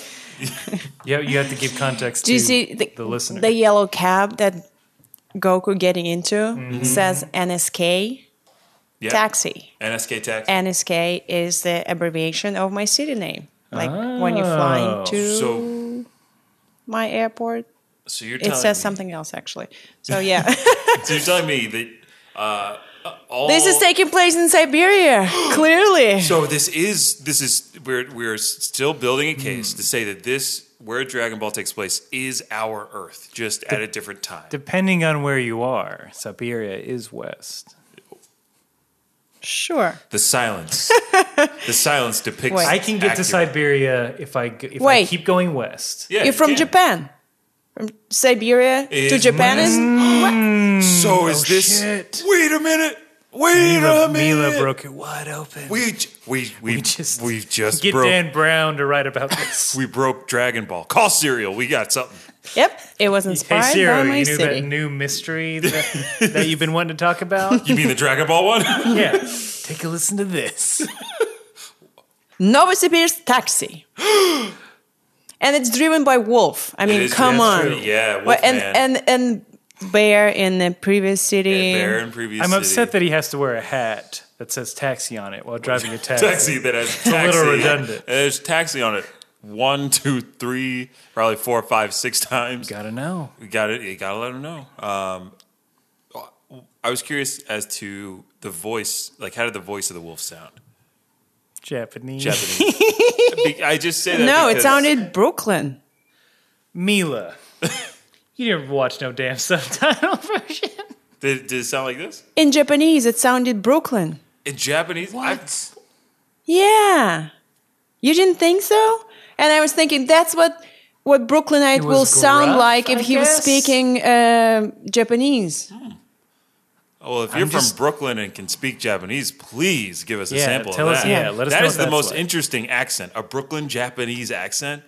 [SPEAKER 2] yeah, you have to give context
[SPEAKER 4] Do you
[SPEAKER 2] to
[SPEAKER 4] see the,
[SPEAKER 2] the listener.
[SPEAKER 4] the yellow cab that Goku getting into says
[SPEAKER 1] Mm-hmm.
[SPEAKER 4] NSK
[SPEAKER 1] Yeah.
[SPEAKER 4] taxi.
[SPEAKER 1] NSK tax.
[SPEAKER 4] NSK is the abbreviation of my city name. Like when you're
[SPEAKER 2] Oh.
[SPEAKER 4] flying to
[SPEAKER 1] so,
[SPEAKER 4] my airport,
[SPEAKER 1] so you're
[SPEAKER 4] it
[SPEAKER 1] telling
[SPEAKER 4] says
[SPEAKER 1] me, Oh.
[SPEAKER 4] something else actually. So yeah.
[SPEAKER 1] So you're telling me that uh, all
[SPEAKER 4] This is taking place in Siberia, clearly.
[SPEAKER 1] So this is this is we're we're still building
[SPEAKER 4] Hmm.
[SPEAKER 1] a case to say that this where Dragon Ball takes place is our Earth, just at a different time.
[SPEAKER 2] Depending on where you are, Siberia is west.
[SPEAKER 4] Sure.
[SPEAKER 1] the silence. the silence depicts.
[SPEAKER 4] Wait.
[SPEAKER 2] I can get to
[SPEAKER 1] accurate-
[SPEAKER 2] Siberia if I g- if I
[SPEAKER 4] Wait.
[SPEAKER 2] keep going west.
[SPEAKER 1] Yeah,
[SPEAKER 4] You're from
[SPEAKER 1] you can.
[SPEAKER 4] Japan. From Siberia to
[SPEAKER 1] Is-
[SPEAKER 4] Japan is
[SPEAKER 1] So is this?
[SPEAKER 2] Oh, shit.
[SPEAKER 1] Wait a minute. Wait a
[SPEAKER 2] Mila,
[SPEAKER 1] minute.
[SPEAKER 2] Mila broke it wide open.
[SPEAKER 1] We j- we we, we
[SPEAKER 2] just-
[SPEAKER 1] just we've just
[SPEAKER 2] Get
[SPEAKER 1] broke
[SPEAKER 2] Dan Brown to write about this.
[SPEAKER 1] we broke Dragon Ball. Call cereal. We got something.
[SPEAKER 4] Yep, it was inspired
[SPEAKER 2] Hey Siri,
[SPEAKER 4] by
[SPEAKER 2] you
[SPEAKER 4] my
[SPEAKER 2] knew
[SPEAKER 4] city.
[SPEAKER 2] that new mystery that, that you've been wanting to talk about?
[SPEAKER 1] You mean the Dragon Ball one?
[SPEAKER 2] yeah. Take a listen to this.
[SPEAKER 4] Novosibirsk taxi. and it's driven by wolf. I mean,
[SPEAKER 1] is-
[SPEAKER 4] come
[SPEAKER 1] that's
[SPEAKER 4] on.
[SPEAKER 1] true. Yeah,
[SPEAKER 4] Well, and,
[SPEAKER 1] Wolfman.
[SPEAKER 4] and and bear in the previous city.
[SPEAKER 1] Bear in previous.
[SPEAKER 2] I'm upset
[SPEAKER 1] city.
[SPEAKER 2] that he has to wear a hat that says taxi on it while driving a taxi.
[SPEAKER 1] taxi that has taxi.
[SPEAKER 2] little redundant.
[SPEAKER 1] There's taxi on it. One, two, three, probably four, five, six times.
[SPEAKER 2] Gotta know.
[SPEAKER 1] We got it. You gotta let them know. Um, I was curious as to the voice. Like, how did the voice of the wolf sound?
[SPEAKER 2] Japanese.
[SPEAKER 1] Japanese. Be- I just say that.
[SPEAKER 4] no, it
[SPEAKER 1] because-
[SPEAKER 4] sounded Brooklyn.
[SPEAKER 2] Mila. you didn't watch no damn subtitle version.
[SPEAKER 1] Did, did it sound like this
[SPEAKER 4] In Japanese, it sounded Brooklyn.
[SPEAKER 1] in Japanese? What?
[SPEAKER 4] Yeah. You didn't think so? And I was thinking that's what what Brooklynite
[SPEAKER 2] He was
[SPEAKER 4] will sound
[SPEAKER 2] gruff,
[SPEAKER 4] like if
[SPEAKER 2] I
[SPEAKER 4] he
[SPEAKER 2] guess.
[SPEAKER 4] was speaking um Japanese.
[SPEAKER 1] Oh, well, if you're
[SPEAKER 2] I'm just-
[SPEAKER 1] from Brooklyn and can speak Japanese, please give us a
[SPEAKER 2] Yeah,
[SPEAKER 1] sample
[SPEAKER 2] tell
[SPEAKER 1] of
[SPEAKER 2] us-
[SPEAKER 1] that.
[SPEAKER 2] yeah, let us
[SPEAKER 1] That
[SPEAKER 2] know
[SPEAKER 1] is
[SPEAKER 2] what
[SPEAKER 1] the
[SPEAKER 2] that's
[SPEAKER 1] most
[SPEAKER 2] like.
[SPEAKER 1] interesting accent, a Brooklyn Japanese accent.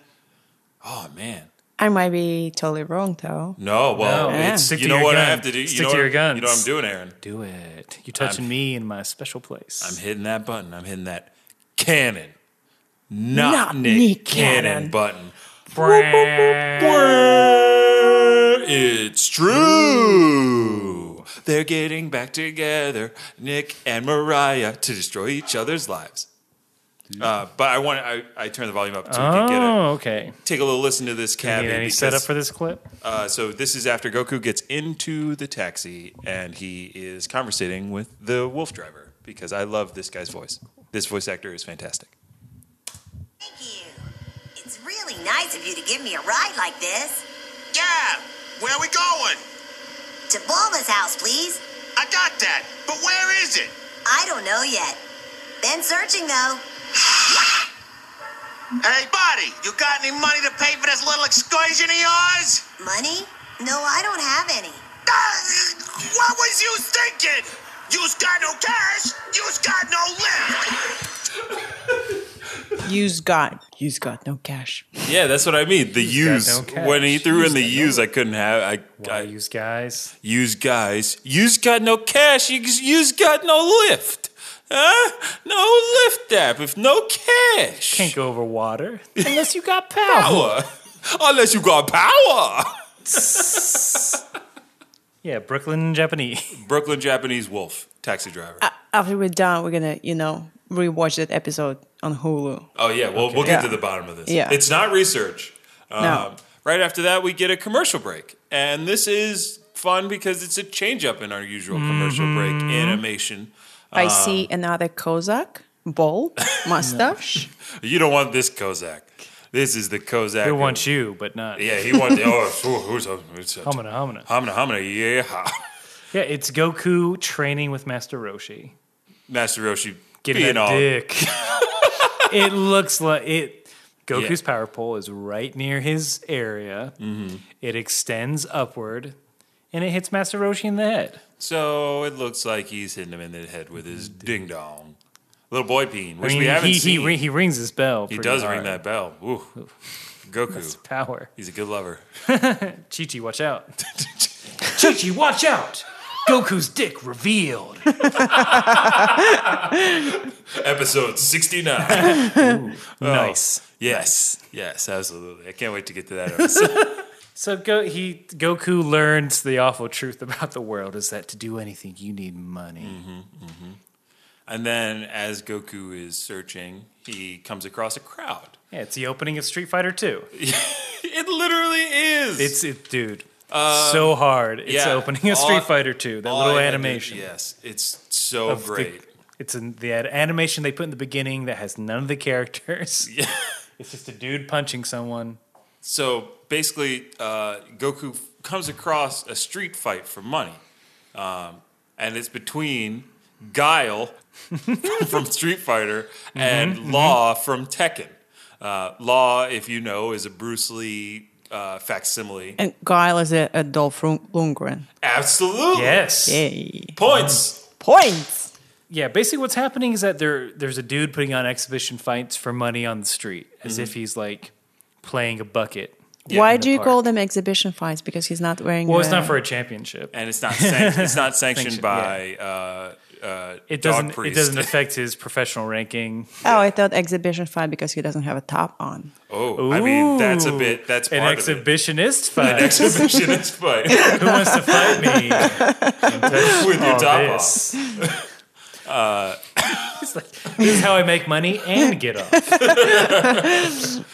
[SPEAKER 1] Oh man,
[SPEAKER 4] I might be totally wrong though.
[SPEAKER 1] no. Well,
[SPEAKER 2] No,
[SPEAKER 1] it's-
[SPEAKER 4] yeah.
[SPEAKER 2] stick
[SPEAKER 1] you
[SPEAKER 2] to
[SPEAKER 1] know
[SPEAKER 2] your
[SPEAKER 1] what I
[SPEAKER 2] gun.
[SPEAKER 1] have to do.
[SPEAKER 2] Stick
[SPEAKER 1] you know
[SPEAKER 2] to
[SPEAKER 1] what,
[SPEAKER 2] your
[SPEAKER 1] You know what I'm
[SPEAKER 2] guns.
[SPEAKER 1] doing, Aaron.
[SPEAKER 2] Do it. You're touching me in my special place.
[SPEAKER 1] I'm hitting that button. I'm hitting that cannon, not,
[SPEAKER 4] Not
[SPEAKER 1] Nick,
[SPEAKER 4] Nick
[SPEAKER 1] cannon,
[SPEAKER 4] Cannon.
[SPEAKER 1] button.
[SPEAKER 2] Brrrr.
[SPEAKER 1] It's true. They're getting back together, Nick and Mariah, to destroy each other's lives. Uh, but I want I, I turn the volume up so we can get it.
[SPEAKER 2] Oh, okay.
[SPEAKER 1] Take a little listen to this
[SPEAKER 2] Need
[SPEAKER 1] cabbie.
[SPEAKER 2] any
[SPEAKER 1] because,
[SPEAKER 2] setup for this clip?
[SPEAKER 1] uh, so this is after Goku gets into the taxi and he is conversating with the wolf driver because I love this guy's voice. This voice actor is fantastic.
[SPEAKER 5] Thank you. It's really nice of you to give me a ride like this.
[SPEAKER 6] Yeah, where are we going?
[SPEAKER 5] To Bulma's house, please.
[SPEAKER 6] I got that, but where is it?
[SPEAKER 5] I don't know yet. Been searching though.
[SPEAKER 6] Hey, buddy, you got any money to pay for this little excursion of yours?
[SPEAKER 5] Money? No, I don't have any.
[SPEAKER 6] Ah, What was you thinking? You's got no cash, you's got no lift.
[SPEAKER 4] You's got you's got no cash.
[SPEAKER 1] Yeah, that's what I mean. The
[SPEAKER 2] He's
[SPEAKER 1] use
[SPEAKER 2] got no
[SPEAKER 1] when
[SPEAKER 2] cash.
[SPEAKER 1] he threw
[SPEAKER 2] He's
[SPEAKER 1] in the
[SPEAKER 2] got
[SPEAKER 1] use, I couldn't have. I,
[SPEAKER 2] Why
[SPEAKER 1] I
[SPEAKER 2] use guys?
[SPEAKER 1] Use guys, use got no cash, use got no lift. Huh? No lift app if no cash.
[SPEAKER 2] Can't go over water unless you got power.
[SPEAKER 1] power. Unless you got power.
[SPEAKER 2] Yeah, Brooklyn Japanese.
[SPEAKER 1] Brooklyn Japanese wolf, taxi driver.
[SPEAKER 4] After we're done, we're gonna, you know, rewatch that episode on Hulu.
[SPEAKER 1] oh, yeah, well, we'll get
[SPEAKER 4] Yeah.
[SPEAKER 1] to the bottom of this.
[SPEAKER 4] Yeah.
[SPEAKER 1] It's not research. Um,
[SPEAKER 4] No.
[SPEAKER 1] Right after that, we get a commercial break. And this is fun because it's a change up in our usual commercial break
[SPEAKER 2] Mm-hmm.
[SPEAKER 1] animation.
[SPEAKER 4] I see another Kozak bald mustache.
[SPEAKER 1] You don't want this Kozak. This is the Kozak.
[SPEAKER 2] They
[SPEAKER 1] of-
[SPEAKER 2] want you, but not.
[SPEAKER 1] Yeah, he wanted. Oh, who- who's a, who's a
[SPEAKER 2] Homina, homina.
[SPEAKER 1] Hamna Hamna, yeah.
[SPEAKER 2] Yeah, it's Goku training with Master Roshi.
[SPEAKER 1] Master Roshi
[SPEAKER 2] Getting
[SPEAKER 1] being
[SPEAKER 2] that
[SPEAKER 1] all.
[SPEAKER 2] dick. it looks like it. Goku's
[SPEAKER 1] Yeah. Mm-hmm.
[SPEAKER 2] power pole is right near his area. It extends upward, and it hits Master Roshi in the head.
[SPEAKER 1] So it looks like he's hitting him in the head with his ding dong. Little boy peen, which
[SPEAKER 2] Mm-hmm. I mean,
[SPEAKER 1] we haven't
[SPEAKER 2] he,
[SPEAKER 1] seen.
[SPEAKER 2] He, ri- he rings his bell.
[SPEAKER 1] He
[SPEAKER 2] pretty
[SPEAKER 1] does ring
[SPEAKER 2] hard.
[SPEAKER 1] that bell. Ooh.
[SPEAKER 2] It's
[SPEAKER 1] Goku.
[SPEAKER 2] power.
[SPEAKER 1] He's a good lover.
[SPEAKER 2] Chi Chi, watch out. Chi Chi, watch out. Goku's dick revealed.
[SPEAKER 1] Oh. Episode 69.
[SPEAKER 2] Nice.
[SPEAKER 1] yes. Yes, absolutely. I can't wait to get to that episode.
[SPEAKER 2] So Go- he Goku learns the awful truth about the world is that to do anything you need money.
[SPEAKER 1] Mm-hmm. and then as Goku is searching, he comes across a crowd.
[SPEAKER 2] Yeah, it's the opening of Street Fighter 2.
[SPEAKER 1] It literally is.
[SPEAKER 2] It's it dude. so hard. It's
[SPEAKER 1] Um, yeah.
[SPEAKER 2] the opening of
[SPEAKER 1] All-
[SPEAKER 2] Street Fighter 2. That
[SPEAKER 1] All
[SPEAKER 2] little
[SPEAKER 1] I had to-
[SPEAKER 2] animation.
[SPEAKER 1] yes. It's so
[SPEAKER 2] of the-
[SPEAKER 1] great.
[SPEAKER 2] it's an, the ad- animation they put in the beginning that has none of the characters. Yeah. It's just a dude punching someone.
[SPEAKER 1] So basically, uh, Goku f- comes across a street fight for money, um, and it's between Guile from Street Fighter
[SPEAKER 2] Mm-hmm,
[SPEAKER 1] and Law from Tekken. Uh, Law, if you know, is a Bruce Lee uh, facsimile.
[SPEAKER 4] and Guile is a, a Dolph Lund- Lundgren.
[SPEAKER 1] Absolutely,
[SPEAKER 2] Yes.
[SPEAKER 4] Yay.
[SPEAKER 1] points.
[SPEAKER 4] Points.
[SPEAKER 2] Yeah, basically what's happening is that there there's a dude putting on exhibition fights for money on the street as if
[SPEAKER 1] Mm-hmm.
[SPEAKER 2] he's like playing a bucket.
[SPEAKER 4] Why
[SPEAKER 2] in
[SPEAKER 4] do
[SPEAKER 2] the
[SPEAKER 4] you
[SPEAKER 2] park.
[SPEAKER 4] call them exhibition fights? Because he's not wearing.
[SPEAKER 2] Well, it's
[SPEAKER 4] uh,
[SPEAKER 2] not for a championship.
[SPEAKER 1] And it's not san- it's not sanctioned by
[SPEAKER 2] Sanctioned,
[SPEAKER 1] uh, uh,
[SPEAKER 2] It
[SPEAKER 1] Dog
[SPEAKER 2] doesn't it
[SPEAKER 1] Priest.
[SPEAKER 2] doesn't affect his professional ranking.
[SPEAKER 4] Oh, I thought exhibition fight because he doesn't have a top on.
[SPEAKER 1] Oh, I mean that's a bit that's
[SPEAKER 2] an
[SPEAKER 1] part of it.
[SPEAKER 2] exhibitionist fight.
[SPEAKER 1] Exhibitionist fight
[SPEAKER 2] Who wants to fight me?
[SPEAKER 1] with your
[SPEAKER 2] Oh,
[SPEAKER 1] top off.
[SPEAKER 2] this. It's like, this is how I make money and get off.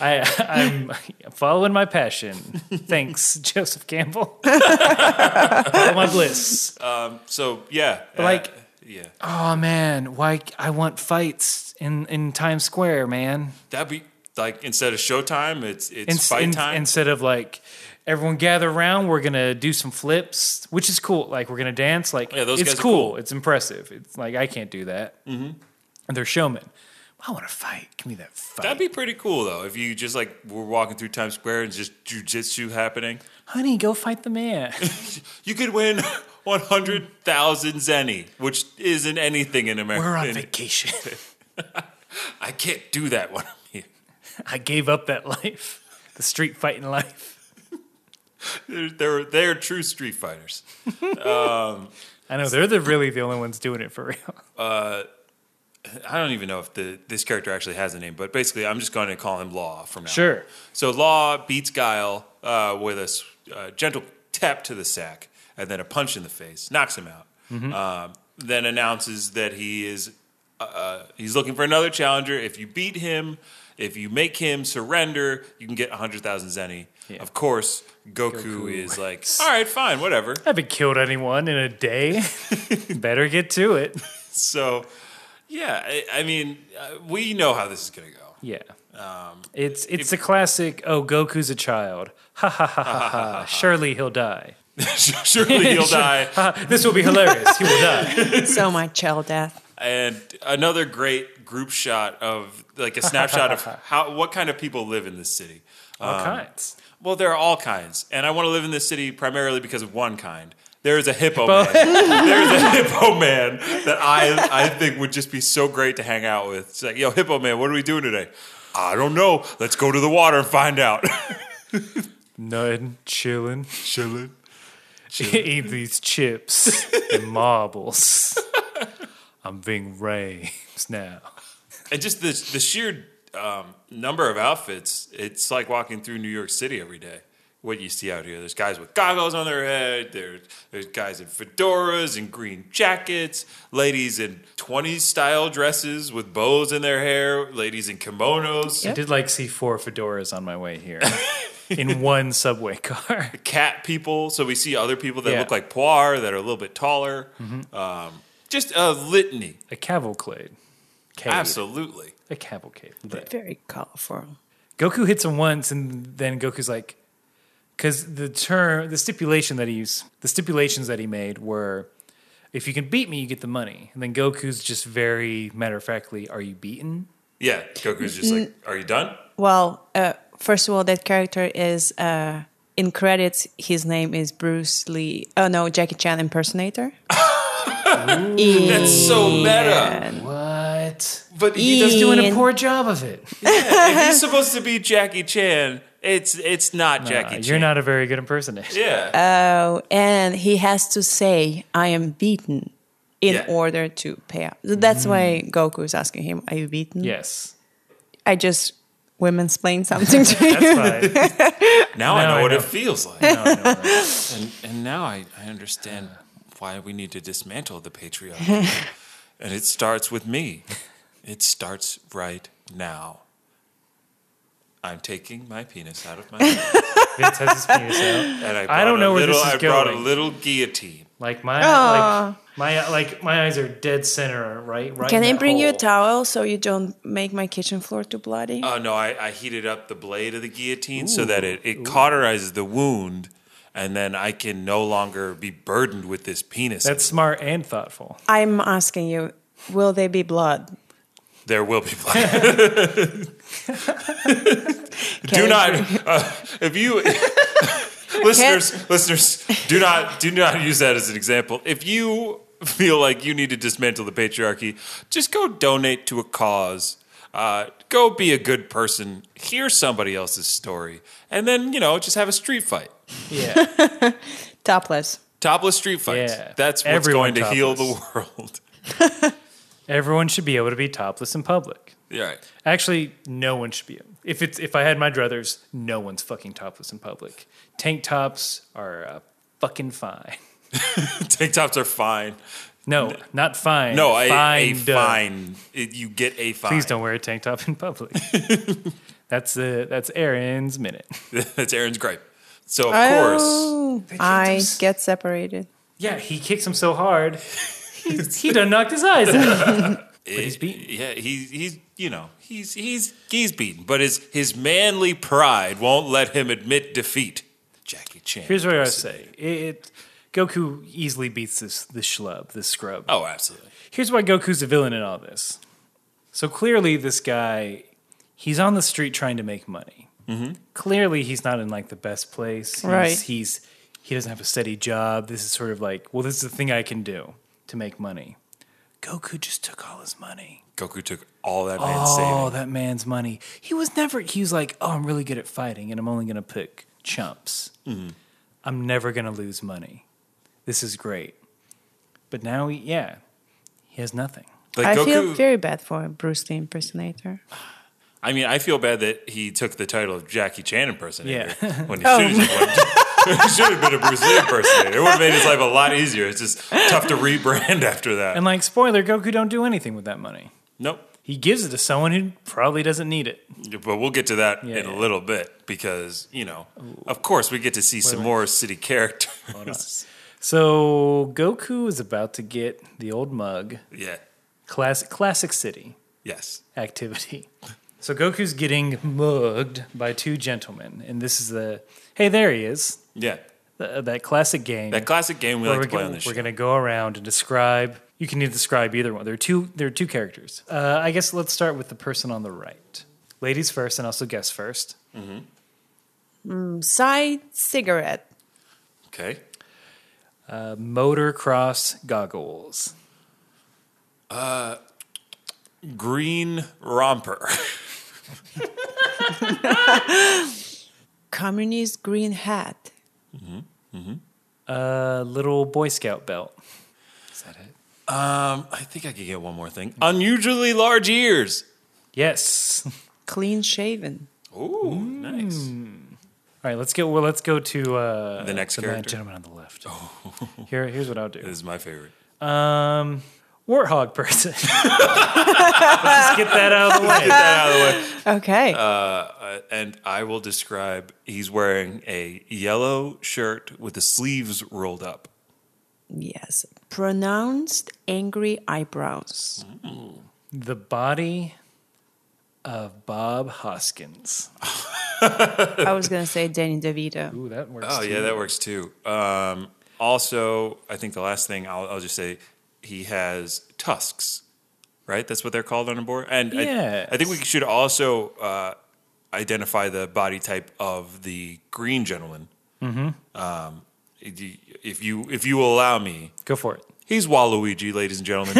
[SPEAKER 2] I, I'm following my passion. Thanks, Joseph Campbell. Follow my bliss.
[SPEAKER 1] So yeah, uh,
[SPEAKER 2] like-
[SPEAKER 1] yeah,
[SPEAKER 2] Oh man, why I want fights in, in Times Square, man.
[SPEAKER 1] that'd be like instead of showtime, it's it's
[SPEAKER 2] In-
[SPEAKER 1] fight
[SPEAKER 2] in-
[SPEAKER 1] time.
[SPEAKER 2] instead of like everyone gather around we're gonna do some flips which is cool like we're gonna dance like
[SPEAKER 1] Yeah, those
[SPEAKER 2] it's
[SPEAKER 1] guys are
[SPEAKER 2] cool. it's impressive it's like i can't do that mm-hmm. and they're showmen I want to fight. Give me that fight.
[SPEAKER 1] That'd be pretty cool though if you just like were walking through Times Square and just jujitsu happening.
[SPEAKER 2] Honey, go fight the man.
[SPEAKER 1] You could win one hundred thousand zenny, which isn't anything in America.
[SPEAKER 2] We're on vacation.
[SPEAKER 1] I can't do that when I'm here.
[SPEAKER 2] I gave up that life, the street fighting life.
[SPEAKER 1] They're, they're, they're true street fighters.
[SPEAKER 2] I know they're the really the only ones doing it for real.
[SPEAKER 1] I don't even know if the this character actually has a name, but basically, I'm just going to call him Law from now. on.
[SPEAKER 2] Sure.
[SPEAKER 1] So Law beats Guile uh, with a s- uh, gentle tap to the sack and then a punch in the face, knocks him out. Um, then announces that he is uh, he's looking for another challenger. If you beat him, if you make him surrender, you can get 100,000 zenny.
[SPEAKER 2] Yeah.
[SPEAKER 1] Of course, Goku, is like, all right, fine, whatever.
[SPEAKER 2] I haven't killed anyone in a day. Better get to it.
[SPEAKER 1] So, yeah, I, I mean, uh, we know how this is going to go.
[SPEAKER 2] Yeah. Um, it's it's the classic. Oh, Goku's a child. Ha ha ha ha ha. Surely he'll die.
[SPEAKER 1] Surely he'll die.
[SPEAKER 2] Ha, this will be hilarious. He will die.
[SPEAKER 4] so much child death.
[SPEAKER 1] and another great group shot of like a snapshot of how what kind of people live in this city. Uh,
[SPEAKER 2] All kinds.
[SPEAKER 1] Well, there are all kinds, and I want to live in this city primarily because of one kind. There is a hippo man. There is a hippo man that I I think would just be so great to hang out with. It's like, yo, hippo man, what are we doing today? I don't know. Let's go to the water and find out.
[SPEAKER 2] Nothing. Chilling.
[SPEAKER 1] Chilling.
[SPEAKER 2] Eat these chips and marbles. I'm being raised now.
[SPEAKER 1] And just the the sheer um, number of outfits, it's like walking through New York City every day. What you see out here, there's guys with goggles on their head. There's there's guys in fedoras and green jackets, ladies in 20s style dresses with bows in their hair, ladies in kimonos.
[SPEAKER 2] I did like see four fedoras on my way here in one subway car.
[SPEAKER 1] cat people. So we see other people that
[SPEAKER 2] Yeah.
[SPEAKER 1] look like Poir that are a little bit taller. Um, just a litany,
[SPEAKER 2] A cavalcade. Cade.
[SPEAKER 1] absolutely.
[SPEAKER 2] A cavalcade.
[SPEAKER 4] Very colorful.
[SPEAKER 2] Goku hits him once, and then Goku's like, because the term, the stipulation that he used, the stipulations that he made were, if you can beat me, you get the money. And then Goku's just very matter of factly, are you beaten?
[SPEAKER 1] Yeah, Goku's just like, "Are you done?"
[SPEAKER 4] Well, uh, first of all, that character is uh, in credits. His name is Bruce Lee. Oh no, Jackie Chan impersonator.
[SPEAKER 1] That's so meta.
[SPEAKER 2] What?
[SPEAKER 1] But he
[SPEAKER 2] He's
[SPEAKER 1] does
[SPEAKER 2] doing a
[SPEAKER 4] And-
[SPEAKER 2] poor job of it.
[SPEAKER 1] he's supposed to be Jackie Chan. It's it's not Jackie
[SPEAKER 2] Uh,
[SPEAKER 1] Chan.
[SPEAKER 2] you're not a very good impersonator.
[SPEAKER 1] Yeah.
[SPEAKER 4] and he has to say "I am beaten" in
[SPEAKER 1] Yeah. Mm.
[SPEAKER 4] order to pay up. That's why Goku is asking him, "Are you beaten?"
[SPEAKER 2] Yes.
[SPEAKER 4] I just women explain something to you.
[SPEAKER 2] That's fine.
[SPEAKER 1] now I know
[SPEAKER 2] I
[SPEAKER 1] what
[SPEAKER 2] know.
[SPEAKER 1] it feels like. and, and now I, I understand
[SPEAKER 2] Uh.
[SPEAKER 1] why we need to dismantle the patriarchy. and it starts with me. It starts right now. I'm taking my penis out of my mouth,
[SPEAKER 2] Vince has his penis out.
[SPEAKER 1] and I,
[SPEAKER 2] don't
[SPEAKER 1] brought a
[SPEAKER 2] know where this
[SPEAKER 1] little-
[SPEAKER 2] is
[SPEAKER 1] I brought a
[SPEAKER 2] going.
[SPEAKER 1] little guillotine.
[SPEAKER 2] Like my, like my, like my eyes are dead center, right? Right.
[SPEAKER 4] Oh. Can
[SPEAKER 2] in
[SPEAKER 4] I
[SPEAKER 2] that
[SPEAKER 4] bring you a
[SPEAKER 2] hole.
[SPEAKER 4] towel so you don't make my kitchen floor too bloody?
[SPEAKER 1] Oh no, I, I heated up the blade of the guillotine so that it, it cauterizes the wound, and then I can no longer be burdened with this penis.
[SPEAKER 2] That's smart and thoughtful.
[SPEAKER 4] I'm asking you, will there be blood?
[SPEAKER 1] there will be blood.
[SPEAKER 4] Can
[SPEAKER 1] do
[SPEAKER 4] I
[SPEAKER 1] not,
[SPEAKER 4] bring-
[SPEAKER 1] uh, if you listeners, listeners, do not do not use that as an example. If you feel like you need to dismantle the patriarchy, just go donate to a cause. Uh, go be a good person. Hear somebody else's story, and then you know just have a street fight.
[SPEAKER 2] Yeah.
[SPEAKER 4] Topless.
[SPEAKER 1] Topless street fights.
[SPEAKER 2] Yeah.
[SPEAKER 1] That's what's
[SPEAKER 2] Everyone
[SPEAKER 1] going to heal the
[SPEAKER 2] topless.
[SPEAKER 1] world.
[SPEAKER 2] Everyone should be able to be topless in public.
[SPEAKER 1] Yeah, right.
[SPEAKER 2] Actually, no one should be. If it's if I had my druthers, no one's fucking topless in public. Tank tops are uh, fucking fine.
[SPEAKER 1] Tank tops are fine.
[SPEAKER 2] No, not fine.
[SPEAKER 1] No, I a,
[SPEAKER 2] Fine, duh.
[SPEAKER 1] fine. It- you get a fine.
[SPEAKER 2] uh, Please don't wear a tank top in public. that's uh, that's Aaron's minute.
[SPEAKER 1] That's Aaron's gripe. So of course,
[SPEAKER 4] Oh, I
[SPEAKER 2] just-
[SPEAKER 4] get separated.
[SPEAKER 2] Yeah, he kicks him so hard, he, he done knocked his eyes out. but he's beaten.
[SPEAKER 1] yeah, he's he's you know he's he's he's beaten, but his his manly pride won't let him admit defeat. Jackie Chan.
[SPEAKER 2] Here's what I say: it, it Goku easily beats this this schlub, this scrub.
[SPEAKER 1] Oh, absolutely.
[SPEAKER 2] Here's why Goku's the villain in all this. So clearly, this guy, he's on the street trying to make money. Clearly, he's not in like the best place. He's,
[SPEAKER 4] Right.
[SPEAKER 2] He's he doesn't have a steady job. This is sort of like, well, this is the thing I can do to make money. Goku just took all his money.
[SPEAKER 1] Goku took all that man's
[SPEAKER 2] Oh,
[SPEAKER 1] savings.
[SPEAKER 2] that man's money. He was never, he was like, oh, I'm really good at fighting and I'm only going to pick chumps. I'm never going to lose money. This is great. But now, he, yeah, he has nothing.
[SPEAKER 1] Like
[SPEAKER 4] I feel
[SPEAKER 1] Goku,
[SPEAKER 4] very bad for Bruce Lee impersonator.
[SPEAKER 1] I mean, I feel bad that he took the title of Jackie Chan impersonator when he
[SPEAKER 4] Oh.
[SPEAKER 1] should have just went. should have been a Bruce Lee impersonator. It would have made his life a lot easier. It's just tough to rebrand after that.
[SPEAKER 2] And like, spoiler, Goku don't do anything with that money.
[SPEAKER 1] nope.
[SPEAKER 2] He gives it to someone who probably doesn't need it.
[SPEAKER 1] But we'll get to that
[SPEAKER 2] Yeah,
[SPEAKER 1] in
[SPEAKER 2] yeah.
[SPEAKER 1] a little bit because, you know, of course we get to see some more city characters.
[SPEAKER 2] So Goku is about to get the old mug.
[SPEAKER 1] yeah.
[SPEAKER 2] Classic, classic city.
[SPEAKER 1] Yes.
[SPEAKER 2] activity. So Goku's getting mugged by two gentlemen, and this is the hey, there he is,
[SPEAKER 1] Yeah.
[SPEAKER 2] th- that classic game.
[SPEAKER 1] That classic game we
[SPEAKER 2] where
[SPEAKER 1] like to
[SPEAKER 2] we're,
[SPEAKER 1] play
[SPEAKER 2] go-
[SPEAKER 1] on this
[SPEAKER 2] we're
[SPEAKER 1] show.
[SPEAKER 2] gonna go around and describe. You can either describe either one. There are two. There are two characters. Uh, I guess let's start with the person on the right. Ladies first, and also guess first.
[SPEAKER 4] Um, Side cigarette.
[SPEAKER 1] Okay.
[SPEAKER 2] Uh, motocross goggles.
[SPEAKER 1] Green romper.
[SPEAKER 4] Communist green hat.
[SPEAKER 2] Uh, little Boy Scout belt. Is that it?
[SPEAKER 1] Um, I think I could get one more thing. Unusually large ears.
[SPEAKER 2] Yes.
[SPEAKER 4] Clean shaven.
[SPEAKER 1] Ooh, nice.
[SPEAKER 2] Hmm. All right, let's go. Well, let's go to uh,
[SPEAKER 1] The next
[SPEAKER 2] man-
[SPEAKER 1] character.
[SPEAKER 2] gentleman on the left. Here, here's what I'll do.
[SPEAKER 1] This is my favorite.
[SPEAKER 2] Um, warthog person. Let's just get that out of the way.
[SPEAKER 1] Out of the way.
[SPEAKER 4] Okay.
[SPEAKER 1] Uh, and I will describe he's wearing a yellow shirt with the sleeves rolled up.
[SPEAKER 4] yes. Pronounced angry eyebrows.
[SPEAKER 2] The body of Bob Hoskins.
[SPEAKER 4] I was gonna say Danny DeVito.
[SPEAKER 2] Ooh, that works.
[SPEAKER 1] Oh, yeah, that works too. Um, also, I think the last thing I'll, I'll just say he has tusks, right? That's what they're called on a board. And
[SPEAKER 2] Yes.
[SPEAKER 1] I, I think we should also uh, identify the body type of the green gentleman. Mm-hmm. Um, if you if you will allow me,
[SPEAKER 2] Go for it.
[SPEAKER 1] he's Waluigi, ladies and gentlemen.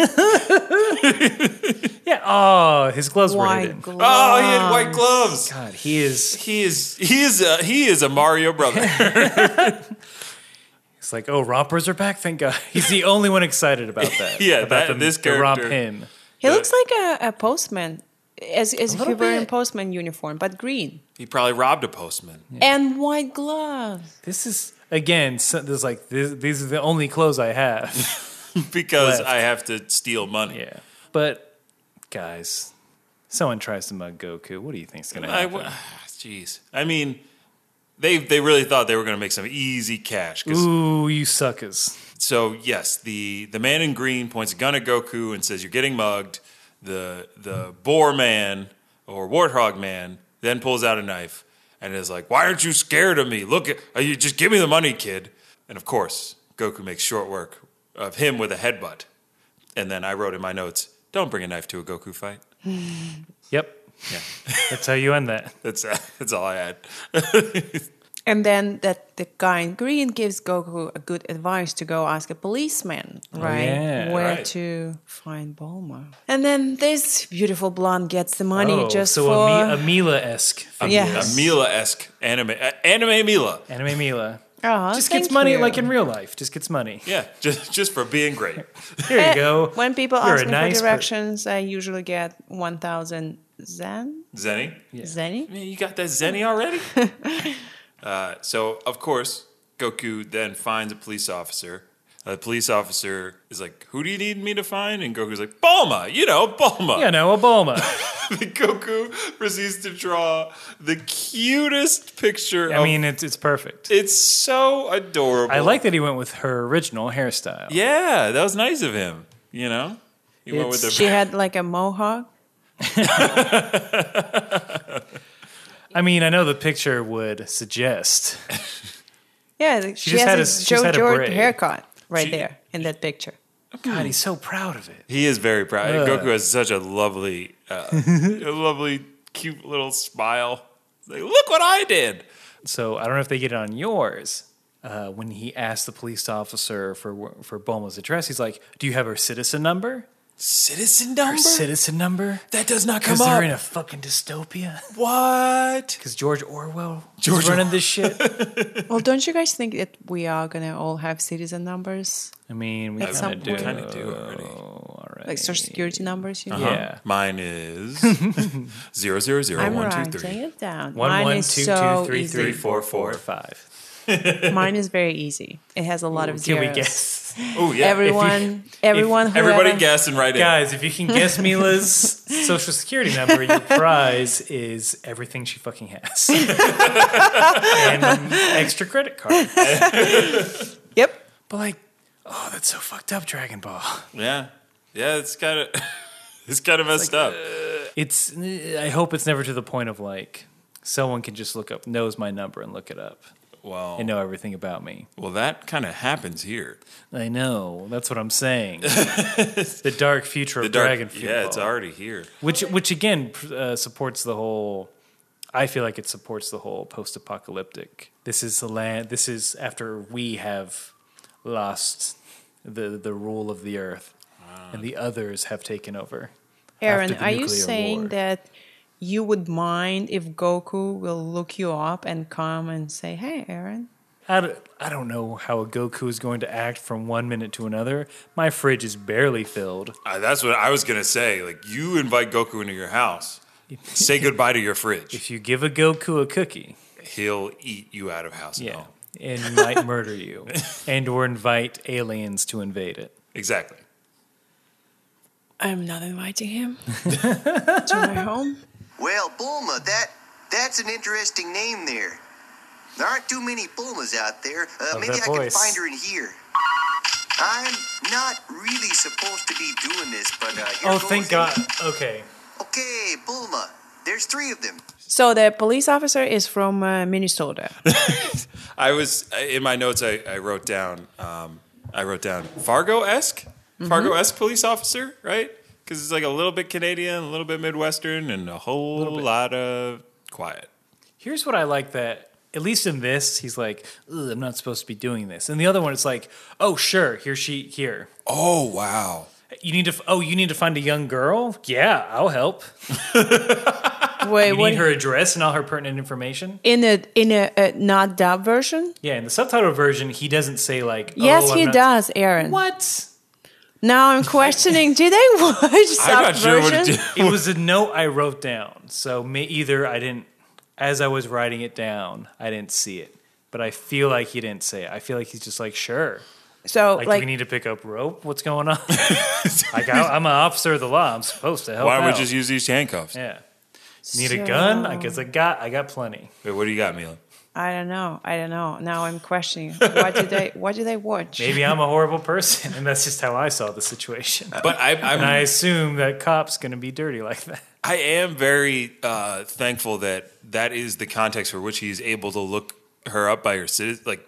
[SPEAKER 2] Yeah. Oh, his gloves were
[SPEAKER 4] White
[SPEAKER 2] hidden.
[SPEAKER 4] glove.
[SPEAKER 1] Oh, he had white gloves.
[SPEAKER 2] God, he is.
[SPEAKER 1] He is he is a, he is a Mario brother.
[SPEAKER 2] It's like, oh, rompers are back. Thank God. He's the only one excited about that.
[SPEAKER 1] Yeah,
[SPEAKER 2] about
[SPEAKER 1] that-
[SPEAKER 2] them-
[SPEAKER 1] this
[SPEAKER 2] the romp
[SPEAKER 1] character-
[SPEAKER 2] him.
[SPEAKER 4] He looks like a, a postman, as, as if he
[SPEAKER 2] little
[SPEAKER 4] were in
[SPEAKER 2] bit.
[SPEAKER 4] postman uniform, but green
[SPEAKER 1] he probably robbed a postman.
[SPEAKER 4] and white gloves.
[SPEAKER 2] This is again. So, there's like this, these are the only clothes I have.
[SPEAKER 1] because
[SPEAKER 2] Left.
[SPEAKER 1] I have to steal money.
[SPEAKER 2] yeah, but guys, someone tries to mug Goku. What do you think's gonna
[SPEAKER 1] I
[SPEAKER 2] happen?
[SPEAKER 1] w- jeez. I mean, they they really thought they were going to make some easy cash. 'cause-
[SPEAKER 2] Ooh, you suckers.
[SPEAKER 1] so yes, the the man in green points a gun at Goku and says, "You're getting mugged." The the boar man or warthog man then pulls out a knife and is like, "Why aren't you scared of me? Look, at, are you just give me the money, kid." And of course, Goku makes short work of him with a headbutt. And then I wrote in my notes, "Don't bring a knife to a Goku fight."
[SPEAKER 2] Yep.
[SPEAKER 1] Yeah,
[SPEAKER 2] That's how you end that.
[SPEAKER 1] that's that's all I had.
[SPEAKER 4] And then that the guy in green gives Goku a good advice to go ask a policeman, right,
[SPEAKER 2] Oh, yeah,
[SPEAKER 4] where
[SPEAKER 1] right.
[SPEAKER 4] to find Bulma. And then this beautiful blonde gets the money
[SPEAKER 2] Oh,
[SPEAKER 4] just
[SPEAKER 2] so
[SPEAKER 4] for
[SPEAKER 2] a, Mi- a Mila esque.
[SPEAKER 4] yes,
[SPEAKER 1] a Mila esque anime, a- anime Mila.
[SPEAKER 2] Anime Mila.
[SPEAKER 4] Aw,
[SPEAKER 2] Just
[SPEAKER 4] Oh, thank
[SPEAKER 2] gets money
[SPEAKER 4] you.
[SPEAKER 2] like in real life. Just gets money.
[SPEAKER 1] Yeah, just just for being great.
[SPEAKER 2] Here you go.
[SPEAKER 4] Eh, When people
[SPEAKER 2] You're
[SPEAKER 4] ask
[SPEAKER 2] a
[SPEAKER 4] me
[SPEAKER 2] nice
[SPEAKER 4] for
[SPEAKER 2] per-
[SPEAKER 4] directions, I usually get one thousand zen,
[SPEAKER 1] Zenny,
[SPEAKER 4] zenny.
[SPEAKER 1] man, you got that Zenny already. uh, so of course, Goku then finds a police officer. The police officer is like, "Who do you need me to find?" And Goku's like, "Bulma, you know, Bulma."
[SPEAKER 2] you know, a Bulma.
[SPEAKER 1] Goku proceeds to draw the cutest picture.
[SPEAKER 2] I
[SPEAKER 1] of-
[SPEAKER 2] mean, it's, it's perfect.
[SPEAKER 1] it's so adorable.
[SPEAKER 2] I like that he went with her original hairstyle.
[SPEAKER 1] Yeah, that was nice of him. You know, he went with the
[SPEAKER 4] She had like a mohawk.
[SPEAKER 2] I mean, I know the picture would suggest.
[SPEAKER 4] Yeah, like she,
[SPEAKER 2] just
[SPEAKER 4] has
[SPEAKER 2] had
[SPEAKER 4] a,
[SPEAKER 2] a- she's
[SPEAKER 4] Joe
[SPEAKER 2] had a
[SPEAKER 4] Jordan
[SPEAKER 2] braid.
[SPEAKER 4] haircut right
[SPEAKER 1] She-
[SPEAKER 4] there in that picture.
[SPEAKER 2] God, he's so proud of it.
[SPEAKER 1] He is very proud.
[SPEAKER 2] Ugh.
[SPEAKER 1] Goku has such a lovely, uh, a lovely, cute little smile. It's Like, look what I did.
[SPEAKER 2] So I don't know if they get it on yours. Uh, when he asked the police officer for for Bulma's address, he's like, "Do you have her citizen number?
[SPEAKER 1] Citizen number?
[SPEAKER 2] Her citizen number?
[SPEAKER 1] that does not come
[SPEAKER 2] Because they're
[SPEAKER 1] up.
[SPEAKER 2] in a fucking dystopia.
[SPEAKER 1] what?
[SPEAKER 2] Because George Orwell
[SPEAKER 1] George
[SPEAKER 2] is running this shit.
[SPEAKER 4] Well, don't you guys think that we are gonna all have citizen numbers,
[SPEAKER 2] I mean, we
[SPEAKER 4] At
[SPEAKER 2] kind
[SPEAKER 4] some
[SPEAKER 2] of do.
[SPEAKER 4] point.
[SPEAKER 1] Kind of do already.
[SPEAKER 2] Oh.
[SPEAKER 4] like social security numbers? You know?
[SPEAKER 2] Yeah.
[SPEAKER 1] Mine is zero zero zero
[SPEAKER 4] I'm
[SPEAKER 1] one two
[SPEAKER 4] right. Take
[SPEAKER 1] three.
[SPEAKER 4] it down.
[SPEAKER 2] One,
[SPEAKER 4] mine
[SPEAKER 2] one,
[SPEAKER 4] is
[SPEAKER 2] two, two,
[SPEAKER 4] so
[SPEAKER 2] three,
[SPEAKER 4] easy.
[SPEAKER 2] three,
[SPEAKER 1] four, four.
[SPEAKER 2] four, four, five.
[SPEAKER 4] Mine is very easy. It has a lot of
[SPEAKER 2] Can
[SPEAKER 4] zeros.
[SPEAKER 2] we guess?
[SPEAKER 1] Oh yeah.
[SPEAKER 4] Everyone, everyone, whoever,
[SPEAKER 1] Everybody guess and write it.
[SPEAKER 2] Guys, if you can guess Mila's social security number, your prize is everything she fucking has. and an extra credit card.
[SPEAKER 4] Yep.
[SPEAKER 2] But like, oh, that's so fucked up, Dragon Ball.
[SPEAKER 1] Yeah. Yeah, it's kind of it's kind of messed up.
[SPEAKER 2] It's I hope it's never to the point of like someone can just look up knows my number and look it up
[SPEAKER 1] well,
[SPEAKER 2] and uh, know everything about me.
[SPEAKER 1] well, that kind of happens here.
[SPEAKER 2] I know. That's what I'm saying. the dark future
[SPEAKER 1] The
[SPEAKER 2] of
[SPEAKER 1] dark,
[SPEAKER 2] Dragon Fuel.
[SPEAKER 1] yeah, it's already here.
[SPEAKER 2] which which again pr- uh, supports the whole i feel like it supports the whole post-apocalyptic this is the land this is after we have lost the the rule of the earth and the others have taken over
[SPEAKER 4] Aaron,
[SPEAKER 2] after the
[SPEAKER 4] are you
[SPEAKER 2] nuclear
[SPEAKER 4] saying
[SPEAKER 2] war.
[SPEAKER 4] that you would mind if Goku will look you up and come and say, "Hey, Aaron"?
[SPEAKER 2] I don't, I don't know how a goku is going to act from one minute to another my fridge is barely filled
[SPEAKER 1] Uh, that's what I was gonna say. Like, you invite Goku into your house, say goodbye to your fridge.
[SPEAKER 2] if you give a goku a cookie
[SPEAKER 1] He'll eat you out of house.
[SPEAKER 2] yeah
[SPEAKER 1] now.
[SPEAKER 2] and might murder you and or invite aliens to invade it
[SPEAKER 1] exactly.
[SPEAKER 4] I'm not inviting him to my home.
[SPEAKER 6] Well, Bulma, that that's an interesting name there. There aren't too many Bulmas out there. Uh,
[SPEAKER 2] Love
[SPEAKER 6] maybe
[SPEAKER 2] Oh, that
[SPEAKER 6] I can
[SPEAKER 2] voice.
[SPEAKER 6] find her in here. I'm not really supposed to be doing this, but uh, here
[SPEAKER 2] oh
[SPEAKER 6] goes.
[SPEAKER 2] thank god okay
[SPEAKER 6] Okay, Bulma. There's three of them.
[SPEAKER 4] So the police officer is from uh, Minnesota.
[SPEAKER 1] I was I- in my notes. I, I wrote down. Um, I wrote down Fargo esque,
[SPEAKER 4] Mm-hmm.
[SPEAKER 1] Fargo esque police officer, right? Because it's like a little bit Canadian, a little bit Midwestern, and a whole lot of quiet.
[SPEAKER 2] Here's what I like that at least in this, he's like, Ugh, I'm not supposed to be doing this. And the other one, it's like, oh sure, here she here.
[SPEAKER 1] Oh wow!
[SPEAKER 2] You need to f- oh you need to find a young girl. Yeah, I'll help.
[SPEAKER 4] Wait,
[SPEAKER 2] You
[SPEAKER 4] what?
[SPEAKER 2] need her address and all her pertinent information.
[SPEAKER 4] in a in a, a not dub version?
[SPEAKER 2] Yeah, in the subtitle version, he doesn't say like. "Oh,
[SPEAKER 4] yes,
[SPEAKER 2] I'm
[SPEAKER 4] he
[SPEAKER 2] not-"
[SPEAKER 4] does, Aaron.
[SPEAKER 2] What?
[SPEAKER 4] Now I'm questioning. did I watch
[SPEAKER 1] I'm
[SPEAKER 4] sub
[SPEAKER 1] not sure what
[SPEAKER 4] version?
[SPEAKER 1] to do.
[SPEAKER 2] It was a note I wrote down. So may- either I didn't, as I was writing it down, I didn't see it. But I feel like he didn't say it. I feel like he's just like, sure.
[SPEAKER 4] so
[SPEAKER 2] Like,
[SPEAKER 4] like,
[SPEAKER 2] do we need to pick up rope? What's going on? like, I, I'm an officer of the law. I'm supposed to help
[SPEAKER 1] Why don't we
[SPEAKER 2] out.
[SPEAKER 1] just use these handcuffs?
[SPEAKER 2] yeah. Need a gun? I guess I got. I got plenty.
[SPEAKER 1] Wait, what do you got, Mila?
[SPEAKER 4] I don't know. I don't know. Now I'm questioning. What did I? What did I watch?
[SPEAKER 2] Maybe I'm a horrible person, and that's just how I saw the situation.
[SPEAKER 1] But I,
[SPEAKER 2] And I
[SPEAKER 1] I'm,
[SPEAKER 2] assume that cops going to be dirty like that.
[SPEAKER 1] I am very uh, thankful that that is the context for which he's able to look her up by her citizen, like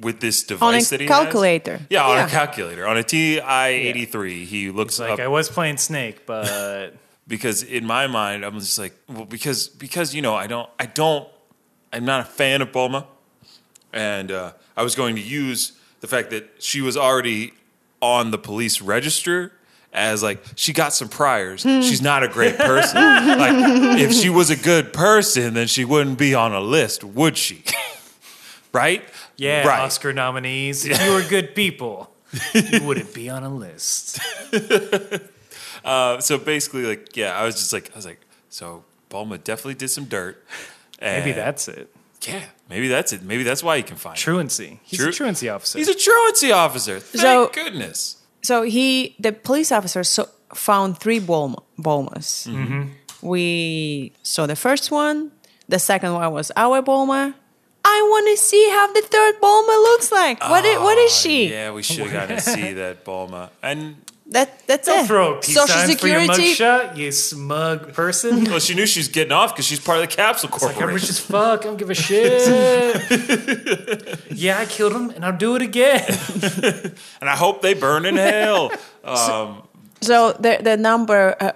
[SPEAKER 1] with this
[SPEAKER 4] on a
[SPEAKER 1] device that he has.
[SPEAKER 4] calculator.
[SPEAKER 1] Yeah, on a calculator, on a TI eighty three, he looks
[SPEAKER 2] It's like
[SPEAKER 1] up
[SPEAKER 2] I was playing Snake, but
[SPEAKER 1] because in my mind I'm just like well because because you know I don't I don't I'm not a fan of Bulma and uh, I was going to use the fact that she was already on the police register as like she got some priors
[SPEAKER 2] Hmm.
[SPEAKER 1] she's not a great person like if she was a good person then she wouldn't be on a list would she right
[SPEAKER 2] yeah,
[SPEAKER 1] right
[SPEAKER 2] Oscar nominees. If you were good people, you wouldn't be on a list.
[SPEAKER 1] Uh, so basically like yeah I was just like I was like so Bulma definitely did some dirt and
[SPEAKER 2] Maybe that's it.
[SPEAKER 1] Yeah, maybe that's it. Maybe that's why he can find. Him.
[SPEAKER 2] Truancy. He's
[SPEAKER 1] Tru-
[SPEAKER 2] a truancy officer.
[SPEAKER 1] He's a truancy officer. Thank
[SPEAKER 4] So-
[SPEAKER 1] goodness.
[SPEAKER 4] So he, the police officer, so, found three Bulma, Bulmas.
[SPEAKER 2] Mm-hmm.
[SPEAKER 4] We saw the first one. The second one was our Bulma. I want to see how the
[SPEAKER 2] Oh,
[SPEAKER 4] third Bulma looks like. What i- what is she?
[SPEAKER 1] Yeah, we should have gotten to see that Bulma. And
[SPEAKER 4] That that's
[SPEAKER 2] Don't
[SPEAKER 4] it.
[SPEAKER 2] throw a peace
[SPEAKER 4] Social
[SPEAKER 2] sign for your
[SPEAKER 4] security.
[SPEAKER 2] mugshot, you smug person.
[SPEAKER 1] Well, she knew she's getting off because she's part of the capsule
[SPEAKER 2] Like, I'm rich
[SPEAKER 1] corporation.
[SPEAKER 2] as fuck. I don't give a shit. yeah, I killed him, and I'll do it again.
[SPEAKER 1] and I hope they burn in hell.
[SPEAKER 4] so the the number uh,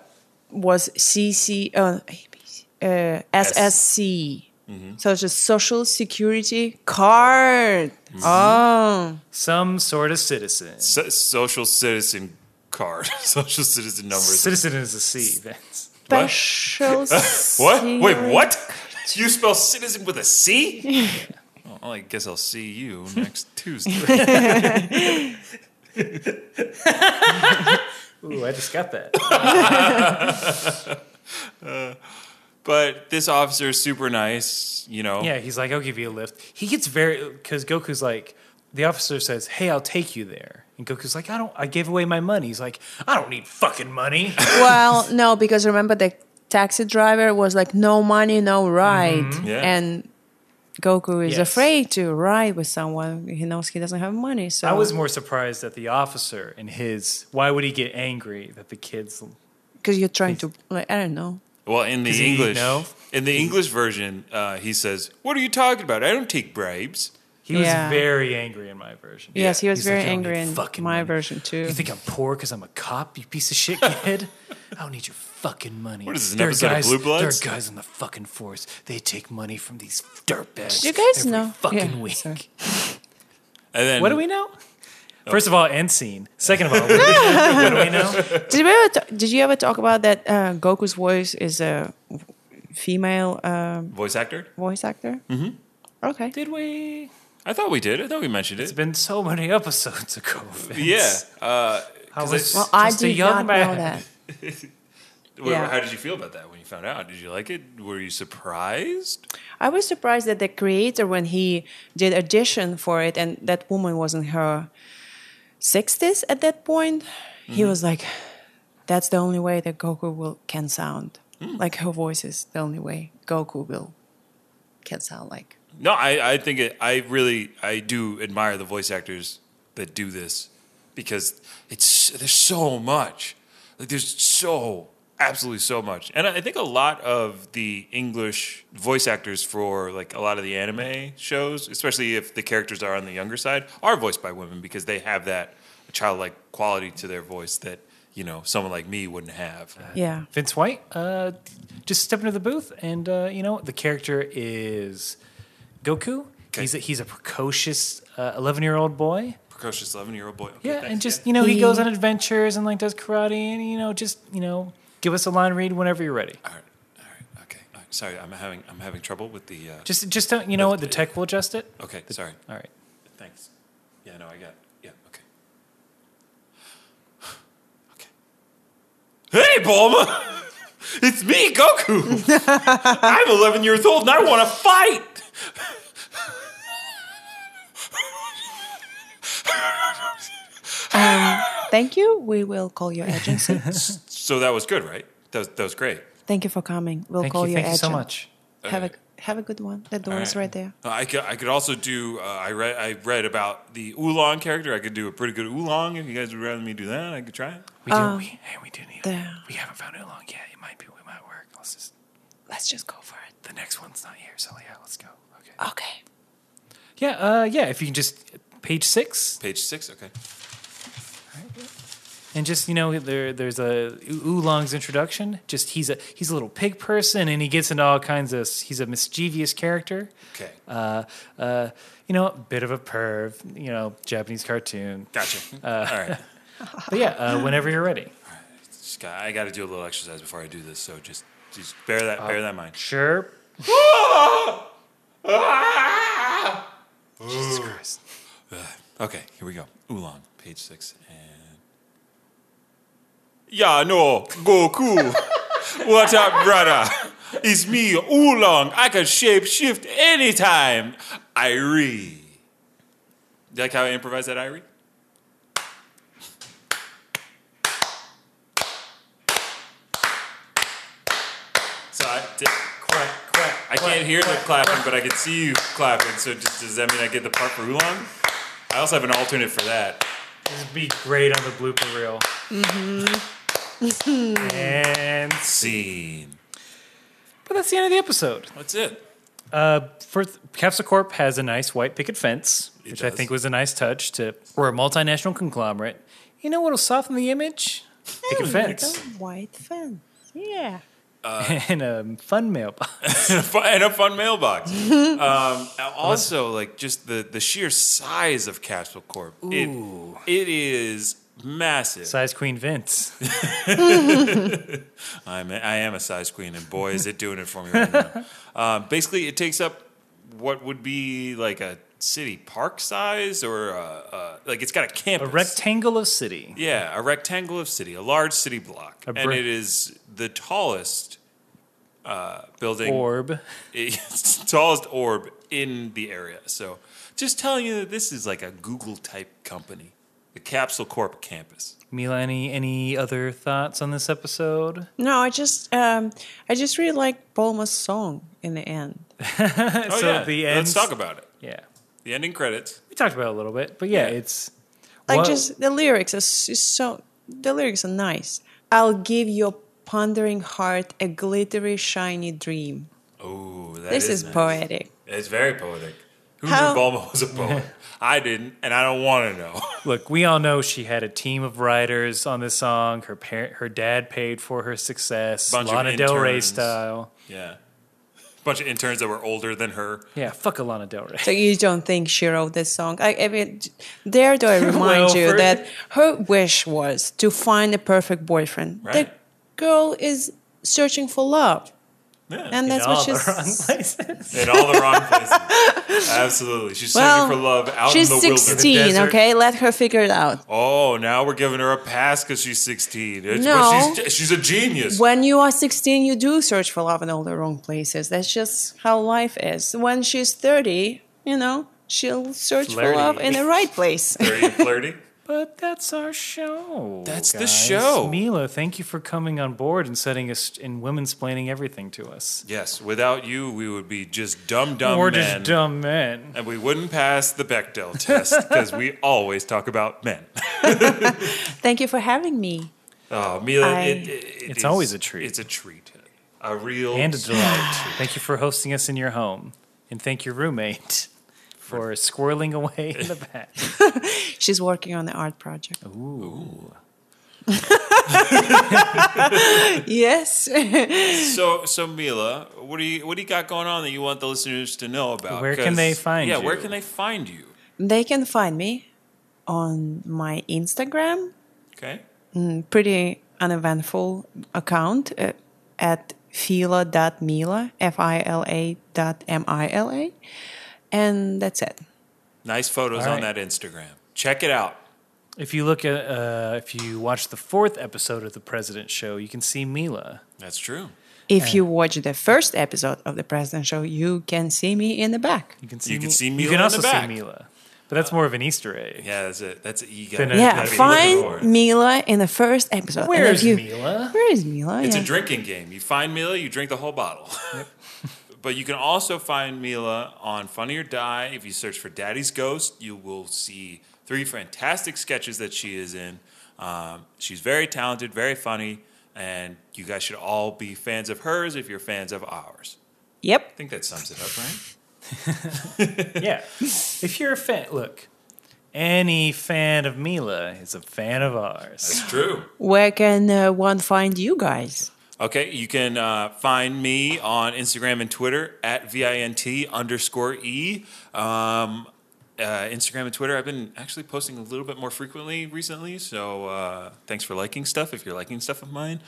[SPEAKER 4] was CC uh, ABC, uh, SSC. Mm-hmm. So it's just social security card. Oh,
[SPEAKER 2] Some sort of citizen.
[SPEAKER 1] So- social citizen card, social citizen number.
[SPEAKER 2] Citizen is a C, Vince.
[SPEAKER 1] What?
[SPEAKER 4] special.
[SPEAKER 1] What? Wait,
[SPEAKER 4] security-
[SPEAKER 1] what? You spell citizen with a C? well, I guess I'll see you next Tuesday.
[SPEAKER 2] Ooh, I just got that.
[SPEAKER 1] but this officer is super nice, you know.
[SPEAKER 2] Yeah, he's like, I'll give you a lift. He gets very because Goku's like, the officer says, Hey, I'll take you there. And Goku's like, I don't I gave away my money. He's like, I don't need fucking money.
[SPEAKER 4] Well, no, because remember the taxi driver was like, "No money, no ride,"
[SPEAKER 1] Yeah.
[SPEAKER 4] and Goku is
[SPEAKER 2] Yes.
[SPEAKER 4] afraid to ride with someone. He knows he doesn't have money. So
[SPEAKER 2] I was more surprised at the officer and his why would he get angry that the kids
[SPEAKER 4] because you're trying to, like, I don't know.
[SPEAKER 1] Well, in the
[SPEAKER 2] Does he
[SPEAKER 1] English,
[SPEAKER 2] know?
[SPEAKER 1] in the English version, uh, he says, "What are you talking about? I don't take bribes."
[SPEAKER 2] he was
[SPEAKER 4] Yeah.
[SPEAKER 2] very angry in my version.
[SPEAKER 4] Yes, he was
[SPEAKER 2] He's
[SPEAKER 4] very
[SPEAKER 2] like, "I don't
[SPEAKER 4] angry
[SPEAKER 2] need
[SPEAKER 4] in
[SPEAKER 2] fucking
[SPEAKER 4] my
[SPEAKER 2] money.
[SPEAKER 4] version too.
[SPEAKER 2] You think I'm poor because I'm a cop, you piece of shit kid? I don't need your fucking money.
[SPEAKER 1] What is this, an
[SPEAKER 2] There are
[SPEAKER 1] episode of
[SPEAKER 2] guys,
[SPEAKER 1] Blue Bloods?
[SPEAKER 2] There are guys in the fucking force. They take money from these dirtbags.
[SPEAKER 4] Do you guys
[SPEAKER 2] every
[SPEAKER 4] know?
[SPEAKER 2] Fucking
[SPEAKER 4] Yeah,
[SPEAKER 2] week.
[SPEAKER 4] sorry.
[SPEAKER 1] And then
[SPEAKER 2] What do we know? Oh. First of all, end scene. Second of all, what do we know? What do we know?
[SPEAKER 4] Did we ever? T- did you ever talk about that? Uh, Goku's voice is a female um
[SPEAKER 1] voice actor?
[SPEAKER 4] voice actor. Mm-hmm. Okay.
[SPEAKER 2] Did we?
[SPEAKER 1] I thought we did. I thought we mentioned
[SPEAKER 2] It's
[SPEAKER 1] it.
[SPEAKER 2] been so many episodes ago. Vince.
[SPEAKER 1] Yeah. Uh,
[SPEAKER 2] I
[SPEAKER 1] 'cause I-
[SPEAKER 2] was
[SPEAKER 4] Well, I
[SPEAKER 2] just a
[SPEAKER 4] did
[SPEAKER 2] young
[SPEAKER 4] not
[SPEAKER 2] man.
[SPEAKER 4] know that.
[SPEAKER 1] wait,
[SPEAKER 4] yeah.
[SPEAKER 1] How did you feel about that when you found out? Did you like it? Were you surprised?
[SPEAKER 4] I was surprised that the creator, when he did audition for it, and that woman was in her 60s at that point, he
[SPEAKER 2] Mm-hmm.
[SPEAKER 4] was like, "That's the only way that Goku will can sound.
[SPEAKER 2] Mm.
[SPEAKER 4] Like her voice is the only way Goku will can sound like."
[SPEAKER 1] No, I, I think it, I really I do admire the voice actors that do this because it's there's so much like there's so absolutely so much, and I I think a lot of the English voice actors for like a lot of the anime shows, especially if the characters are on the younger side, are voiced by women because they have that childlike quality to their voice that you know someone like me wouldn't have.
[SPEAKER 4] Yeah,
[SPEAKER 2] Vince White, uh, just step into the booth, and uh, you know the character is Goku. He's a, he's a precocious eleven year old boy.
[SPEAKER 1] Precocious eleven year old boy. Okay,
[SPEAKER 2] Yeah,
[SPEAKER 1] thanks,
[SPEAKER 2] and just
[SPEAKER 1] yeah.
[SPEAKER 2] you know he goes
[SPEAKER 4] He-
[SPEAKER 2] on adventures and like does karate, and you know just you know give us a line read whenever you're ready.
[SPEAKER 1] all right, all right, okay. All right, sorry, I'm having I'm having trouble with the. Uh,
[SPEAKER 2] Just just don't you know what the tech will adjust it.
[SPEAKER 1] Okay, sorry.
[SPEAKER 2] All right.
[SPEAKER 1] Thanks. Yeah, no, I got. Yeah, okay. okay. Hey, Bulma! It's me, Goku. I'm 11 years old and I want to fight.
[SPEAKER 4] thank you. We will call your agency.
[SPEAKER 1] So that was good, right? That was, that was great.
[SPEAKER 4] thank you for coming. We'll
[SPEAKER 2] Thank
[SPEAKER 4] call
[SPEAKER 2] you.
[SPEAKER 4] your
[SPEAKER 2] Thank you
[SPEAKER 4] agent.
[SPEAKER 2] so much.
[SPEAKER 4] Have a have a good one. The door is
[SPEAKER 1] All
[SPEAKER 4] right there.
[SPEAKER 1] Uh, I could, I could also do. Uh, I read I read about the oolong character. I could do a pretty good oolong if you guys would rather me do that. I could try it.
[SPEAKER 2] We do. we, hey, we do need.
[SPEAKER 4] there.
[SPEAKER 2] We haven't found Oolong yet. It might be. It might work. Let's just.
[SPEAKER 4] Let's just go for it.
[SPEAKER 2] The next one's not here, so yeah, let's go. Okay.
[SPEAKER 4] Okay.
[SPEAKER 2] Yeah. Uh. Yeah. If you can just page six
[SPEAKER 1] Page six. Okay.
[SPEAKER 2] and just you know there there's a O- Oolong's introduction. Just he's a he's a little pig person and he gets into all kinds of. He's a mischievous character.
[SPEAKER 1] Okay.
[SPEAKER 2] Uh. Uh. You know, bit of a perv. You know, Japanese cartoon.
[SPEAKER 1] Gotcha. All right.
[SPEAKER 2] But yeah. Uh, whenever you're ready.
[SPEAKER 1] Just got, I got to do a little exercise before I do this. So just just bear that bear that in mind.
[SPEAKER 2] Sure.
[SPEAKER 1] Okay, here we go. Oolong, page six, and yeah, no, Goku, what up, brother? It's me, Oolong. I can shape shift anytime. Irie. You like how I improvised that, Irie? So I did quack quack. I can't hear the clapping, but I can see you clapping. So just, does that mean I get the part for Oolong? I also have an alternate for that.
[SPEAKER 2] This would be great on the blooper reel. and
[SPEAKER 1] Scene.
[SPEAKER 2] but that's the end of the episode.
[SPEAKER 1] That's it.
[SPEAKER 2] For Capsa Corp has a nice white picket fence, which I
[SPEAKER 1] does.
[SPEAKER 2] think was a nice touch. To we're a multinational conglomerate. You know what'll soften the image? Picket fence
[SPEAKER 4] White fence. Yeah.
[SPEAKER 2] and a fun mailbox.
[SPEAKER 1] Fu- and a fun mailbox. um, also, like just the the sheer size of Capsule Corp. It, it is massive.
[SPEAKER 2] Size Queen Vince.
[SPEAKER 1] I'm a, I am a size queen, and boy, is it doing it for me right now. Um, basically, it takes up what would be like a city park size, or a, a, like it's got a
[SPEAKER 2] A
[SPEAKER 1] campus.
[SPEAKER 2] rectangle of city.
[SPEAKER 1] Yeah, a rectangle of city, a large city block,
[SPEAKER 2] A
[SPEAKER 1] and
[SPEAKER 2] brick-
[SPEAKER 1] it is the tallest uh, building,
[SPEAKER 2] Orb.
[SPEAKER 1] it's the tallest orb in the area. So, just telling you that this is like a Google type company, the Capsule Corp campus.
[SPEAKER 2] Mila, any, any other thoughts on this episode?
[SPEAKER 4] No, I just um, I just really like Bulma's song in the end.
[SPEAKER 1] Oh
[SPEAKER 2] So
[SPEAKER 1] yeah,
[SPEAKER 2] the
[SPEAKER 1] let's
[SPEAKER 2] ends-
[SPEAKER 1] talk about it.
[SPEAKER 2] Yeah.
[SPEAKER 1] The ending credits.
[SPEAKER 2] We talked about it a little bit, but yeah,
[SPEAKER 1] Yeah.
[SPEAKER 2] it's.
[SPEAKER 4] Like
[SPEAKER 2] Whoa.
[SPEAKER 4] just the lyrics are s- is so the lyrics are nice. I'll give your pondering heart a glittery shiny dream.
[SPEAKER 1] Oh, that
[SPEAKER 4] This is
[SPEAKER 1] nice.
[SPEAKER 4] poetic.
[SPEAKER 1] It's very poetic. Who
[SPEAKER 4] How-
[SPEAKER 1] knew Bulma was a poet? I didn't, and I don't want to know.
[SPEAKER 2] Look, we all know she had a team of writers on this song. Her parent, her dad paid for her success,
[SPEAKER 1] Bunch of
[SPEAKER 2] Lana Del Rey
[SPEAKER 1] interns.
[SPEAKER 2] style.
[SPEAKER 1] yeah, bunch of interns that were older than her.
[SPEAKER 2] Yeah, fuck a Lana Del Rey.
[SPEAKER 4] So you don't think she wrote this song? I, I mean, there do I remind you
[SPEAKER 2] Wilfred.
[SPEAKER 4] that her wish was to find a perfect boyfriend. The
[SPEAKER 1] Right.
[SPEAKER 4] girl is searching for love,
[SPEAKER 1] Yeah.
[SPEAKER 4] and that's
[SPEAKER 2] In all
[SPEAKER 4] what
[SPEAKER 2] the
[SPEAKER 4] she's
[SPEAKER 2] wrong places.
[SPEAKER 1] in all the wrong places. Absolutely, she's
[SPEAKER 4] Well,
[SPEAKER 1] searching for love out
[SPEAKER 4] She's
[SPEAKER 1] in the wilderness.
[SPEAKER 4] 16,
[SPEAKER 2] desert.
[SPEAKER 4] okay? Let her figure it out.
[SPEAKER 1] Oh, now we're giving her a pass because she's sixteen. It's-
[SPEAKER 4] No.
[SPEAKER 1] but she's, she's a genius.
[SPEAKER 4] When you are 16, you do search for love in all the wrong places. That's just how life is. When she's 30, you know, she'll search for love
[SPEAKER 2] Flirty.
[SPEAKER 4] in the right place.
[SPEAKER 1] Very flirty.
[SPEAKER 2] But that's our show.
[SPEAKER 1] That's the
[SPEAKER 2] guys.
[SPEAKER 1] show.
[SPEAKER 2] Mila, thank you for coming on board and setting us and women's planning everything to us.
[SPEAKER 1] Yes, without you, we would be just dumb, dumb
[SPEAKER 2] We're
[SPEAKER 1] men,
[SPEAKER 2] just dumb men.
[SPEAKER 1] and we wouldn't pass the Bechdel test because we always talk about men.
[SPEAKER 4] Thank you for having me.
[SPEAKER 1] Oh, Mila,
[SPEAKER 4] I-
[SPEAKER 1] it, it- it
[SPEAKER 2] It's
[SPEAKER 1] is-
[SPEAKER 2] always a treat.
[SPEAKER 1] It's a treat. A real
[SPEAKER 2] and a delight. thank you for hosting us in your home, and thank your roommate for squirreling away in the back.
[SPEAKER 4] She's working on the art project. Ooh. yes.
[SPEAKER 1] So, so Mila, what do you what do you got going on that you want the listeners to know about?
[SPEAKER 2] Where can
[SPEAKER 1] 'Cause-
[SPEAKER 2] they find
[SPEAKER 1] Yeah, where
[SPEAKER 2] you?
[SPEAKER 1] can they find you?
[SPEAKER 4] They can find me on my Instagram,
[SPEAKER 1] Okay.
[SPEAKER 4] pretty uneventful account uh, at fila.mila, F I L A dot M I L A. And that's it.
[SPEAKER 1] Nice photos
[SPEAKER 2] All
[SPEAKER 1] on
[SPEAKER 2] right.
[SPEAKER 1] that Instagram. Check it out.
[SPEAKER 2] If you look at, uh, if you watch the fourth episode of the President Show, you can see Mila.
[SPEAKER 1] That's true.
[SPEAKER 4] If you watch the first episode of The President Show, you can see me in the back.
[SPEAKER 2] You can see.
[SPEAKER 1] You can
[SPEAKER 2] Mi-
[SPEAKER 1] see
[SPEAKER 2] You
[SPEAKER 1] Mila
[SPEAKER 2] can
[SPEAKER 1] in
[SPEAKER 2] also
[SPEAKER 1] the back.
[SPEAKER 2] see Mila, but that's more of an Easter egg.
[SPEAKER 1] Yeah, that's it. That's it. You
[SPEAKER 2] Then
[SPEAKER 1] got
[SPEAKER 2] it-
[SPEAKER 4] Yeah,
[SPEAKER 2] Gotta be
[SPEAKER 4] find Mila in the first episode. And
[SPEAKER 2] Where's
[SPEAKER 4] if you-
[SPEAKER 2] Mila?
[SPEAKER 4] Where is Mila?
[SPEAKER 1] It's
[SPEAKER 4] Yeah.
[SPEAKER 1] a drinking game. You find Mila, you drink the whole bottle. but you can also find Mila on Funny or Die. If you search for Daddy's Ghost, you will see three fantastic sketches that she is in. Um, she's very talented, very funny, and you guys should all be fans of hers if you're fans of ours.
[SPEAKER 4] Yep.
[SPEAKER 1] I think that sums it up, right?
[SPEAKER 2] Yeah. If you're a fan, look. Any fan of Mila is a fan of ours.
[SPEAKER 1] It's true.
[SPEAKER 4] Where can uh, one find you guys?
[SPEAKER 1] Okay, you can uh, find me on Instagram and Twitter at vint underscore e. Um, uh, Instagram and Twitter, I've been actually posting a little bit more frequently recently. So uh, thanks for liking stuff if you're liking stuff of mine.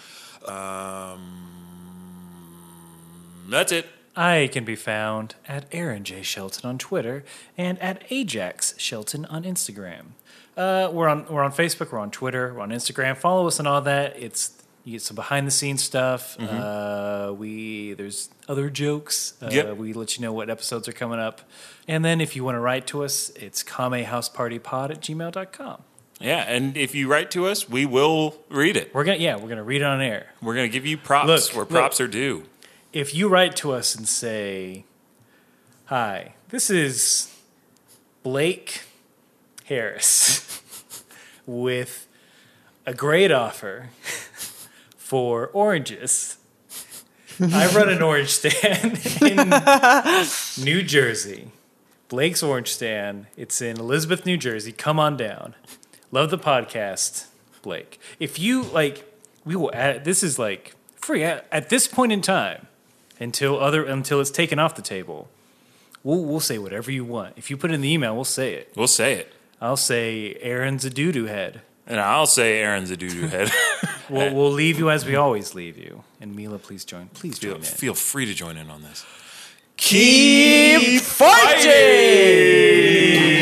[SPEAKER 1] Um, that's it.
[SPEAKER 2] I can be found at Aaron J. Shelton on Twitter and at Ajax Shelton on Instagram. Uh, we're on we're on Facebook, we're on Twitter, we're on Instagram. Follow us on all that. It's you get some behind the scenes stuff. Uh, we there's other jokes. Uh,
[SPEAKER 1] Yep.
[SPEAKER 2] We let you know what episodes are coming up. And then if you want to write to us, it's kamehousepartypod at gmail.com.
[SPEAKER 1] Yeah, and if you write to us, we will read it.
[SPEAKER 2] We're gonna yeah, we're gonna read it on air.
[SPEAKER 1] We're going to give you props
[SPEAKER 2] Look,
[SPEAKER 1] where
[SPEAKER 2] look.
[SPEAKER 1] props are due.
[SPEAKER 2] if you write to us and say, "Hi, this is Blake Harris. with a great offer for oranges. I run an orange stand in New Jersey. Blake's Orange Stand. It's in Elizabeth, New Jersey. Come on down. Love the podcast, Blake. If you like, we will add. This is like free at, at this point in time until other until it's taken off the table. We'll, we'll say whatever you want. If you put it in the email, we'll say it.
[SPEAKER 1] We'll say it.
[SPEAKER 2] I'll say Aaron's a doo doo head.
[SPEAKER 1] And I'll say Aaron's a doo doo head. Uh,
[SPEAKER 2] We'll, we'll leave you as we always leave you. And Mila, please join. Please join
[SPEAKER 1] feel,
[SPEAKER 2] in.
[SPEAKER 1] feel free to join in on this.
[SPEAKER 2] Keep fighting!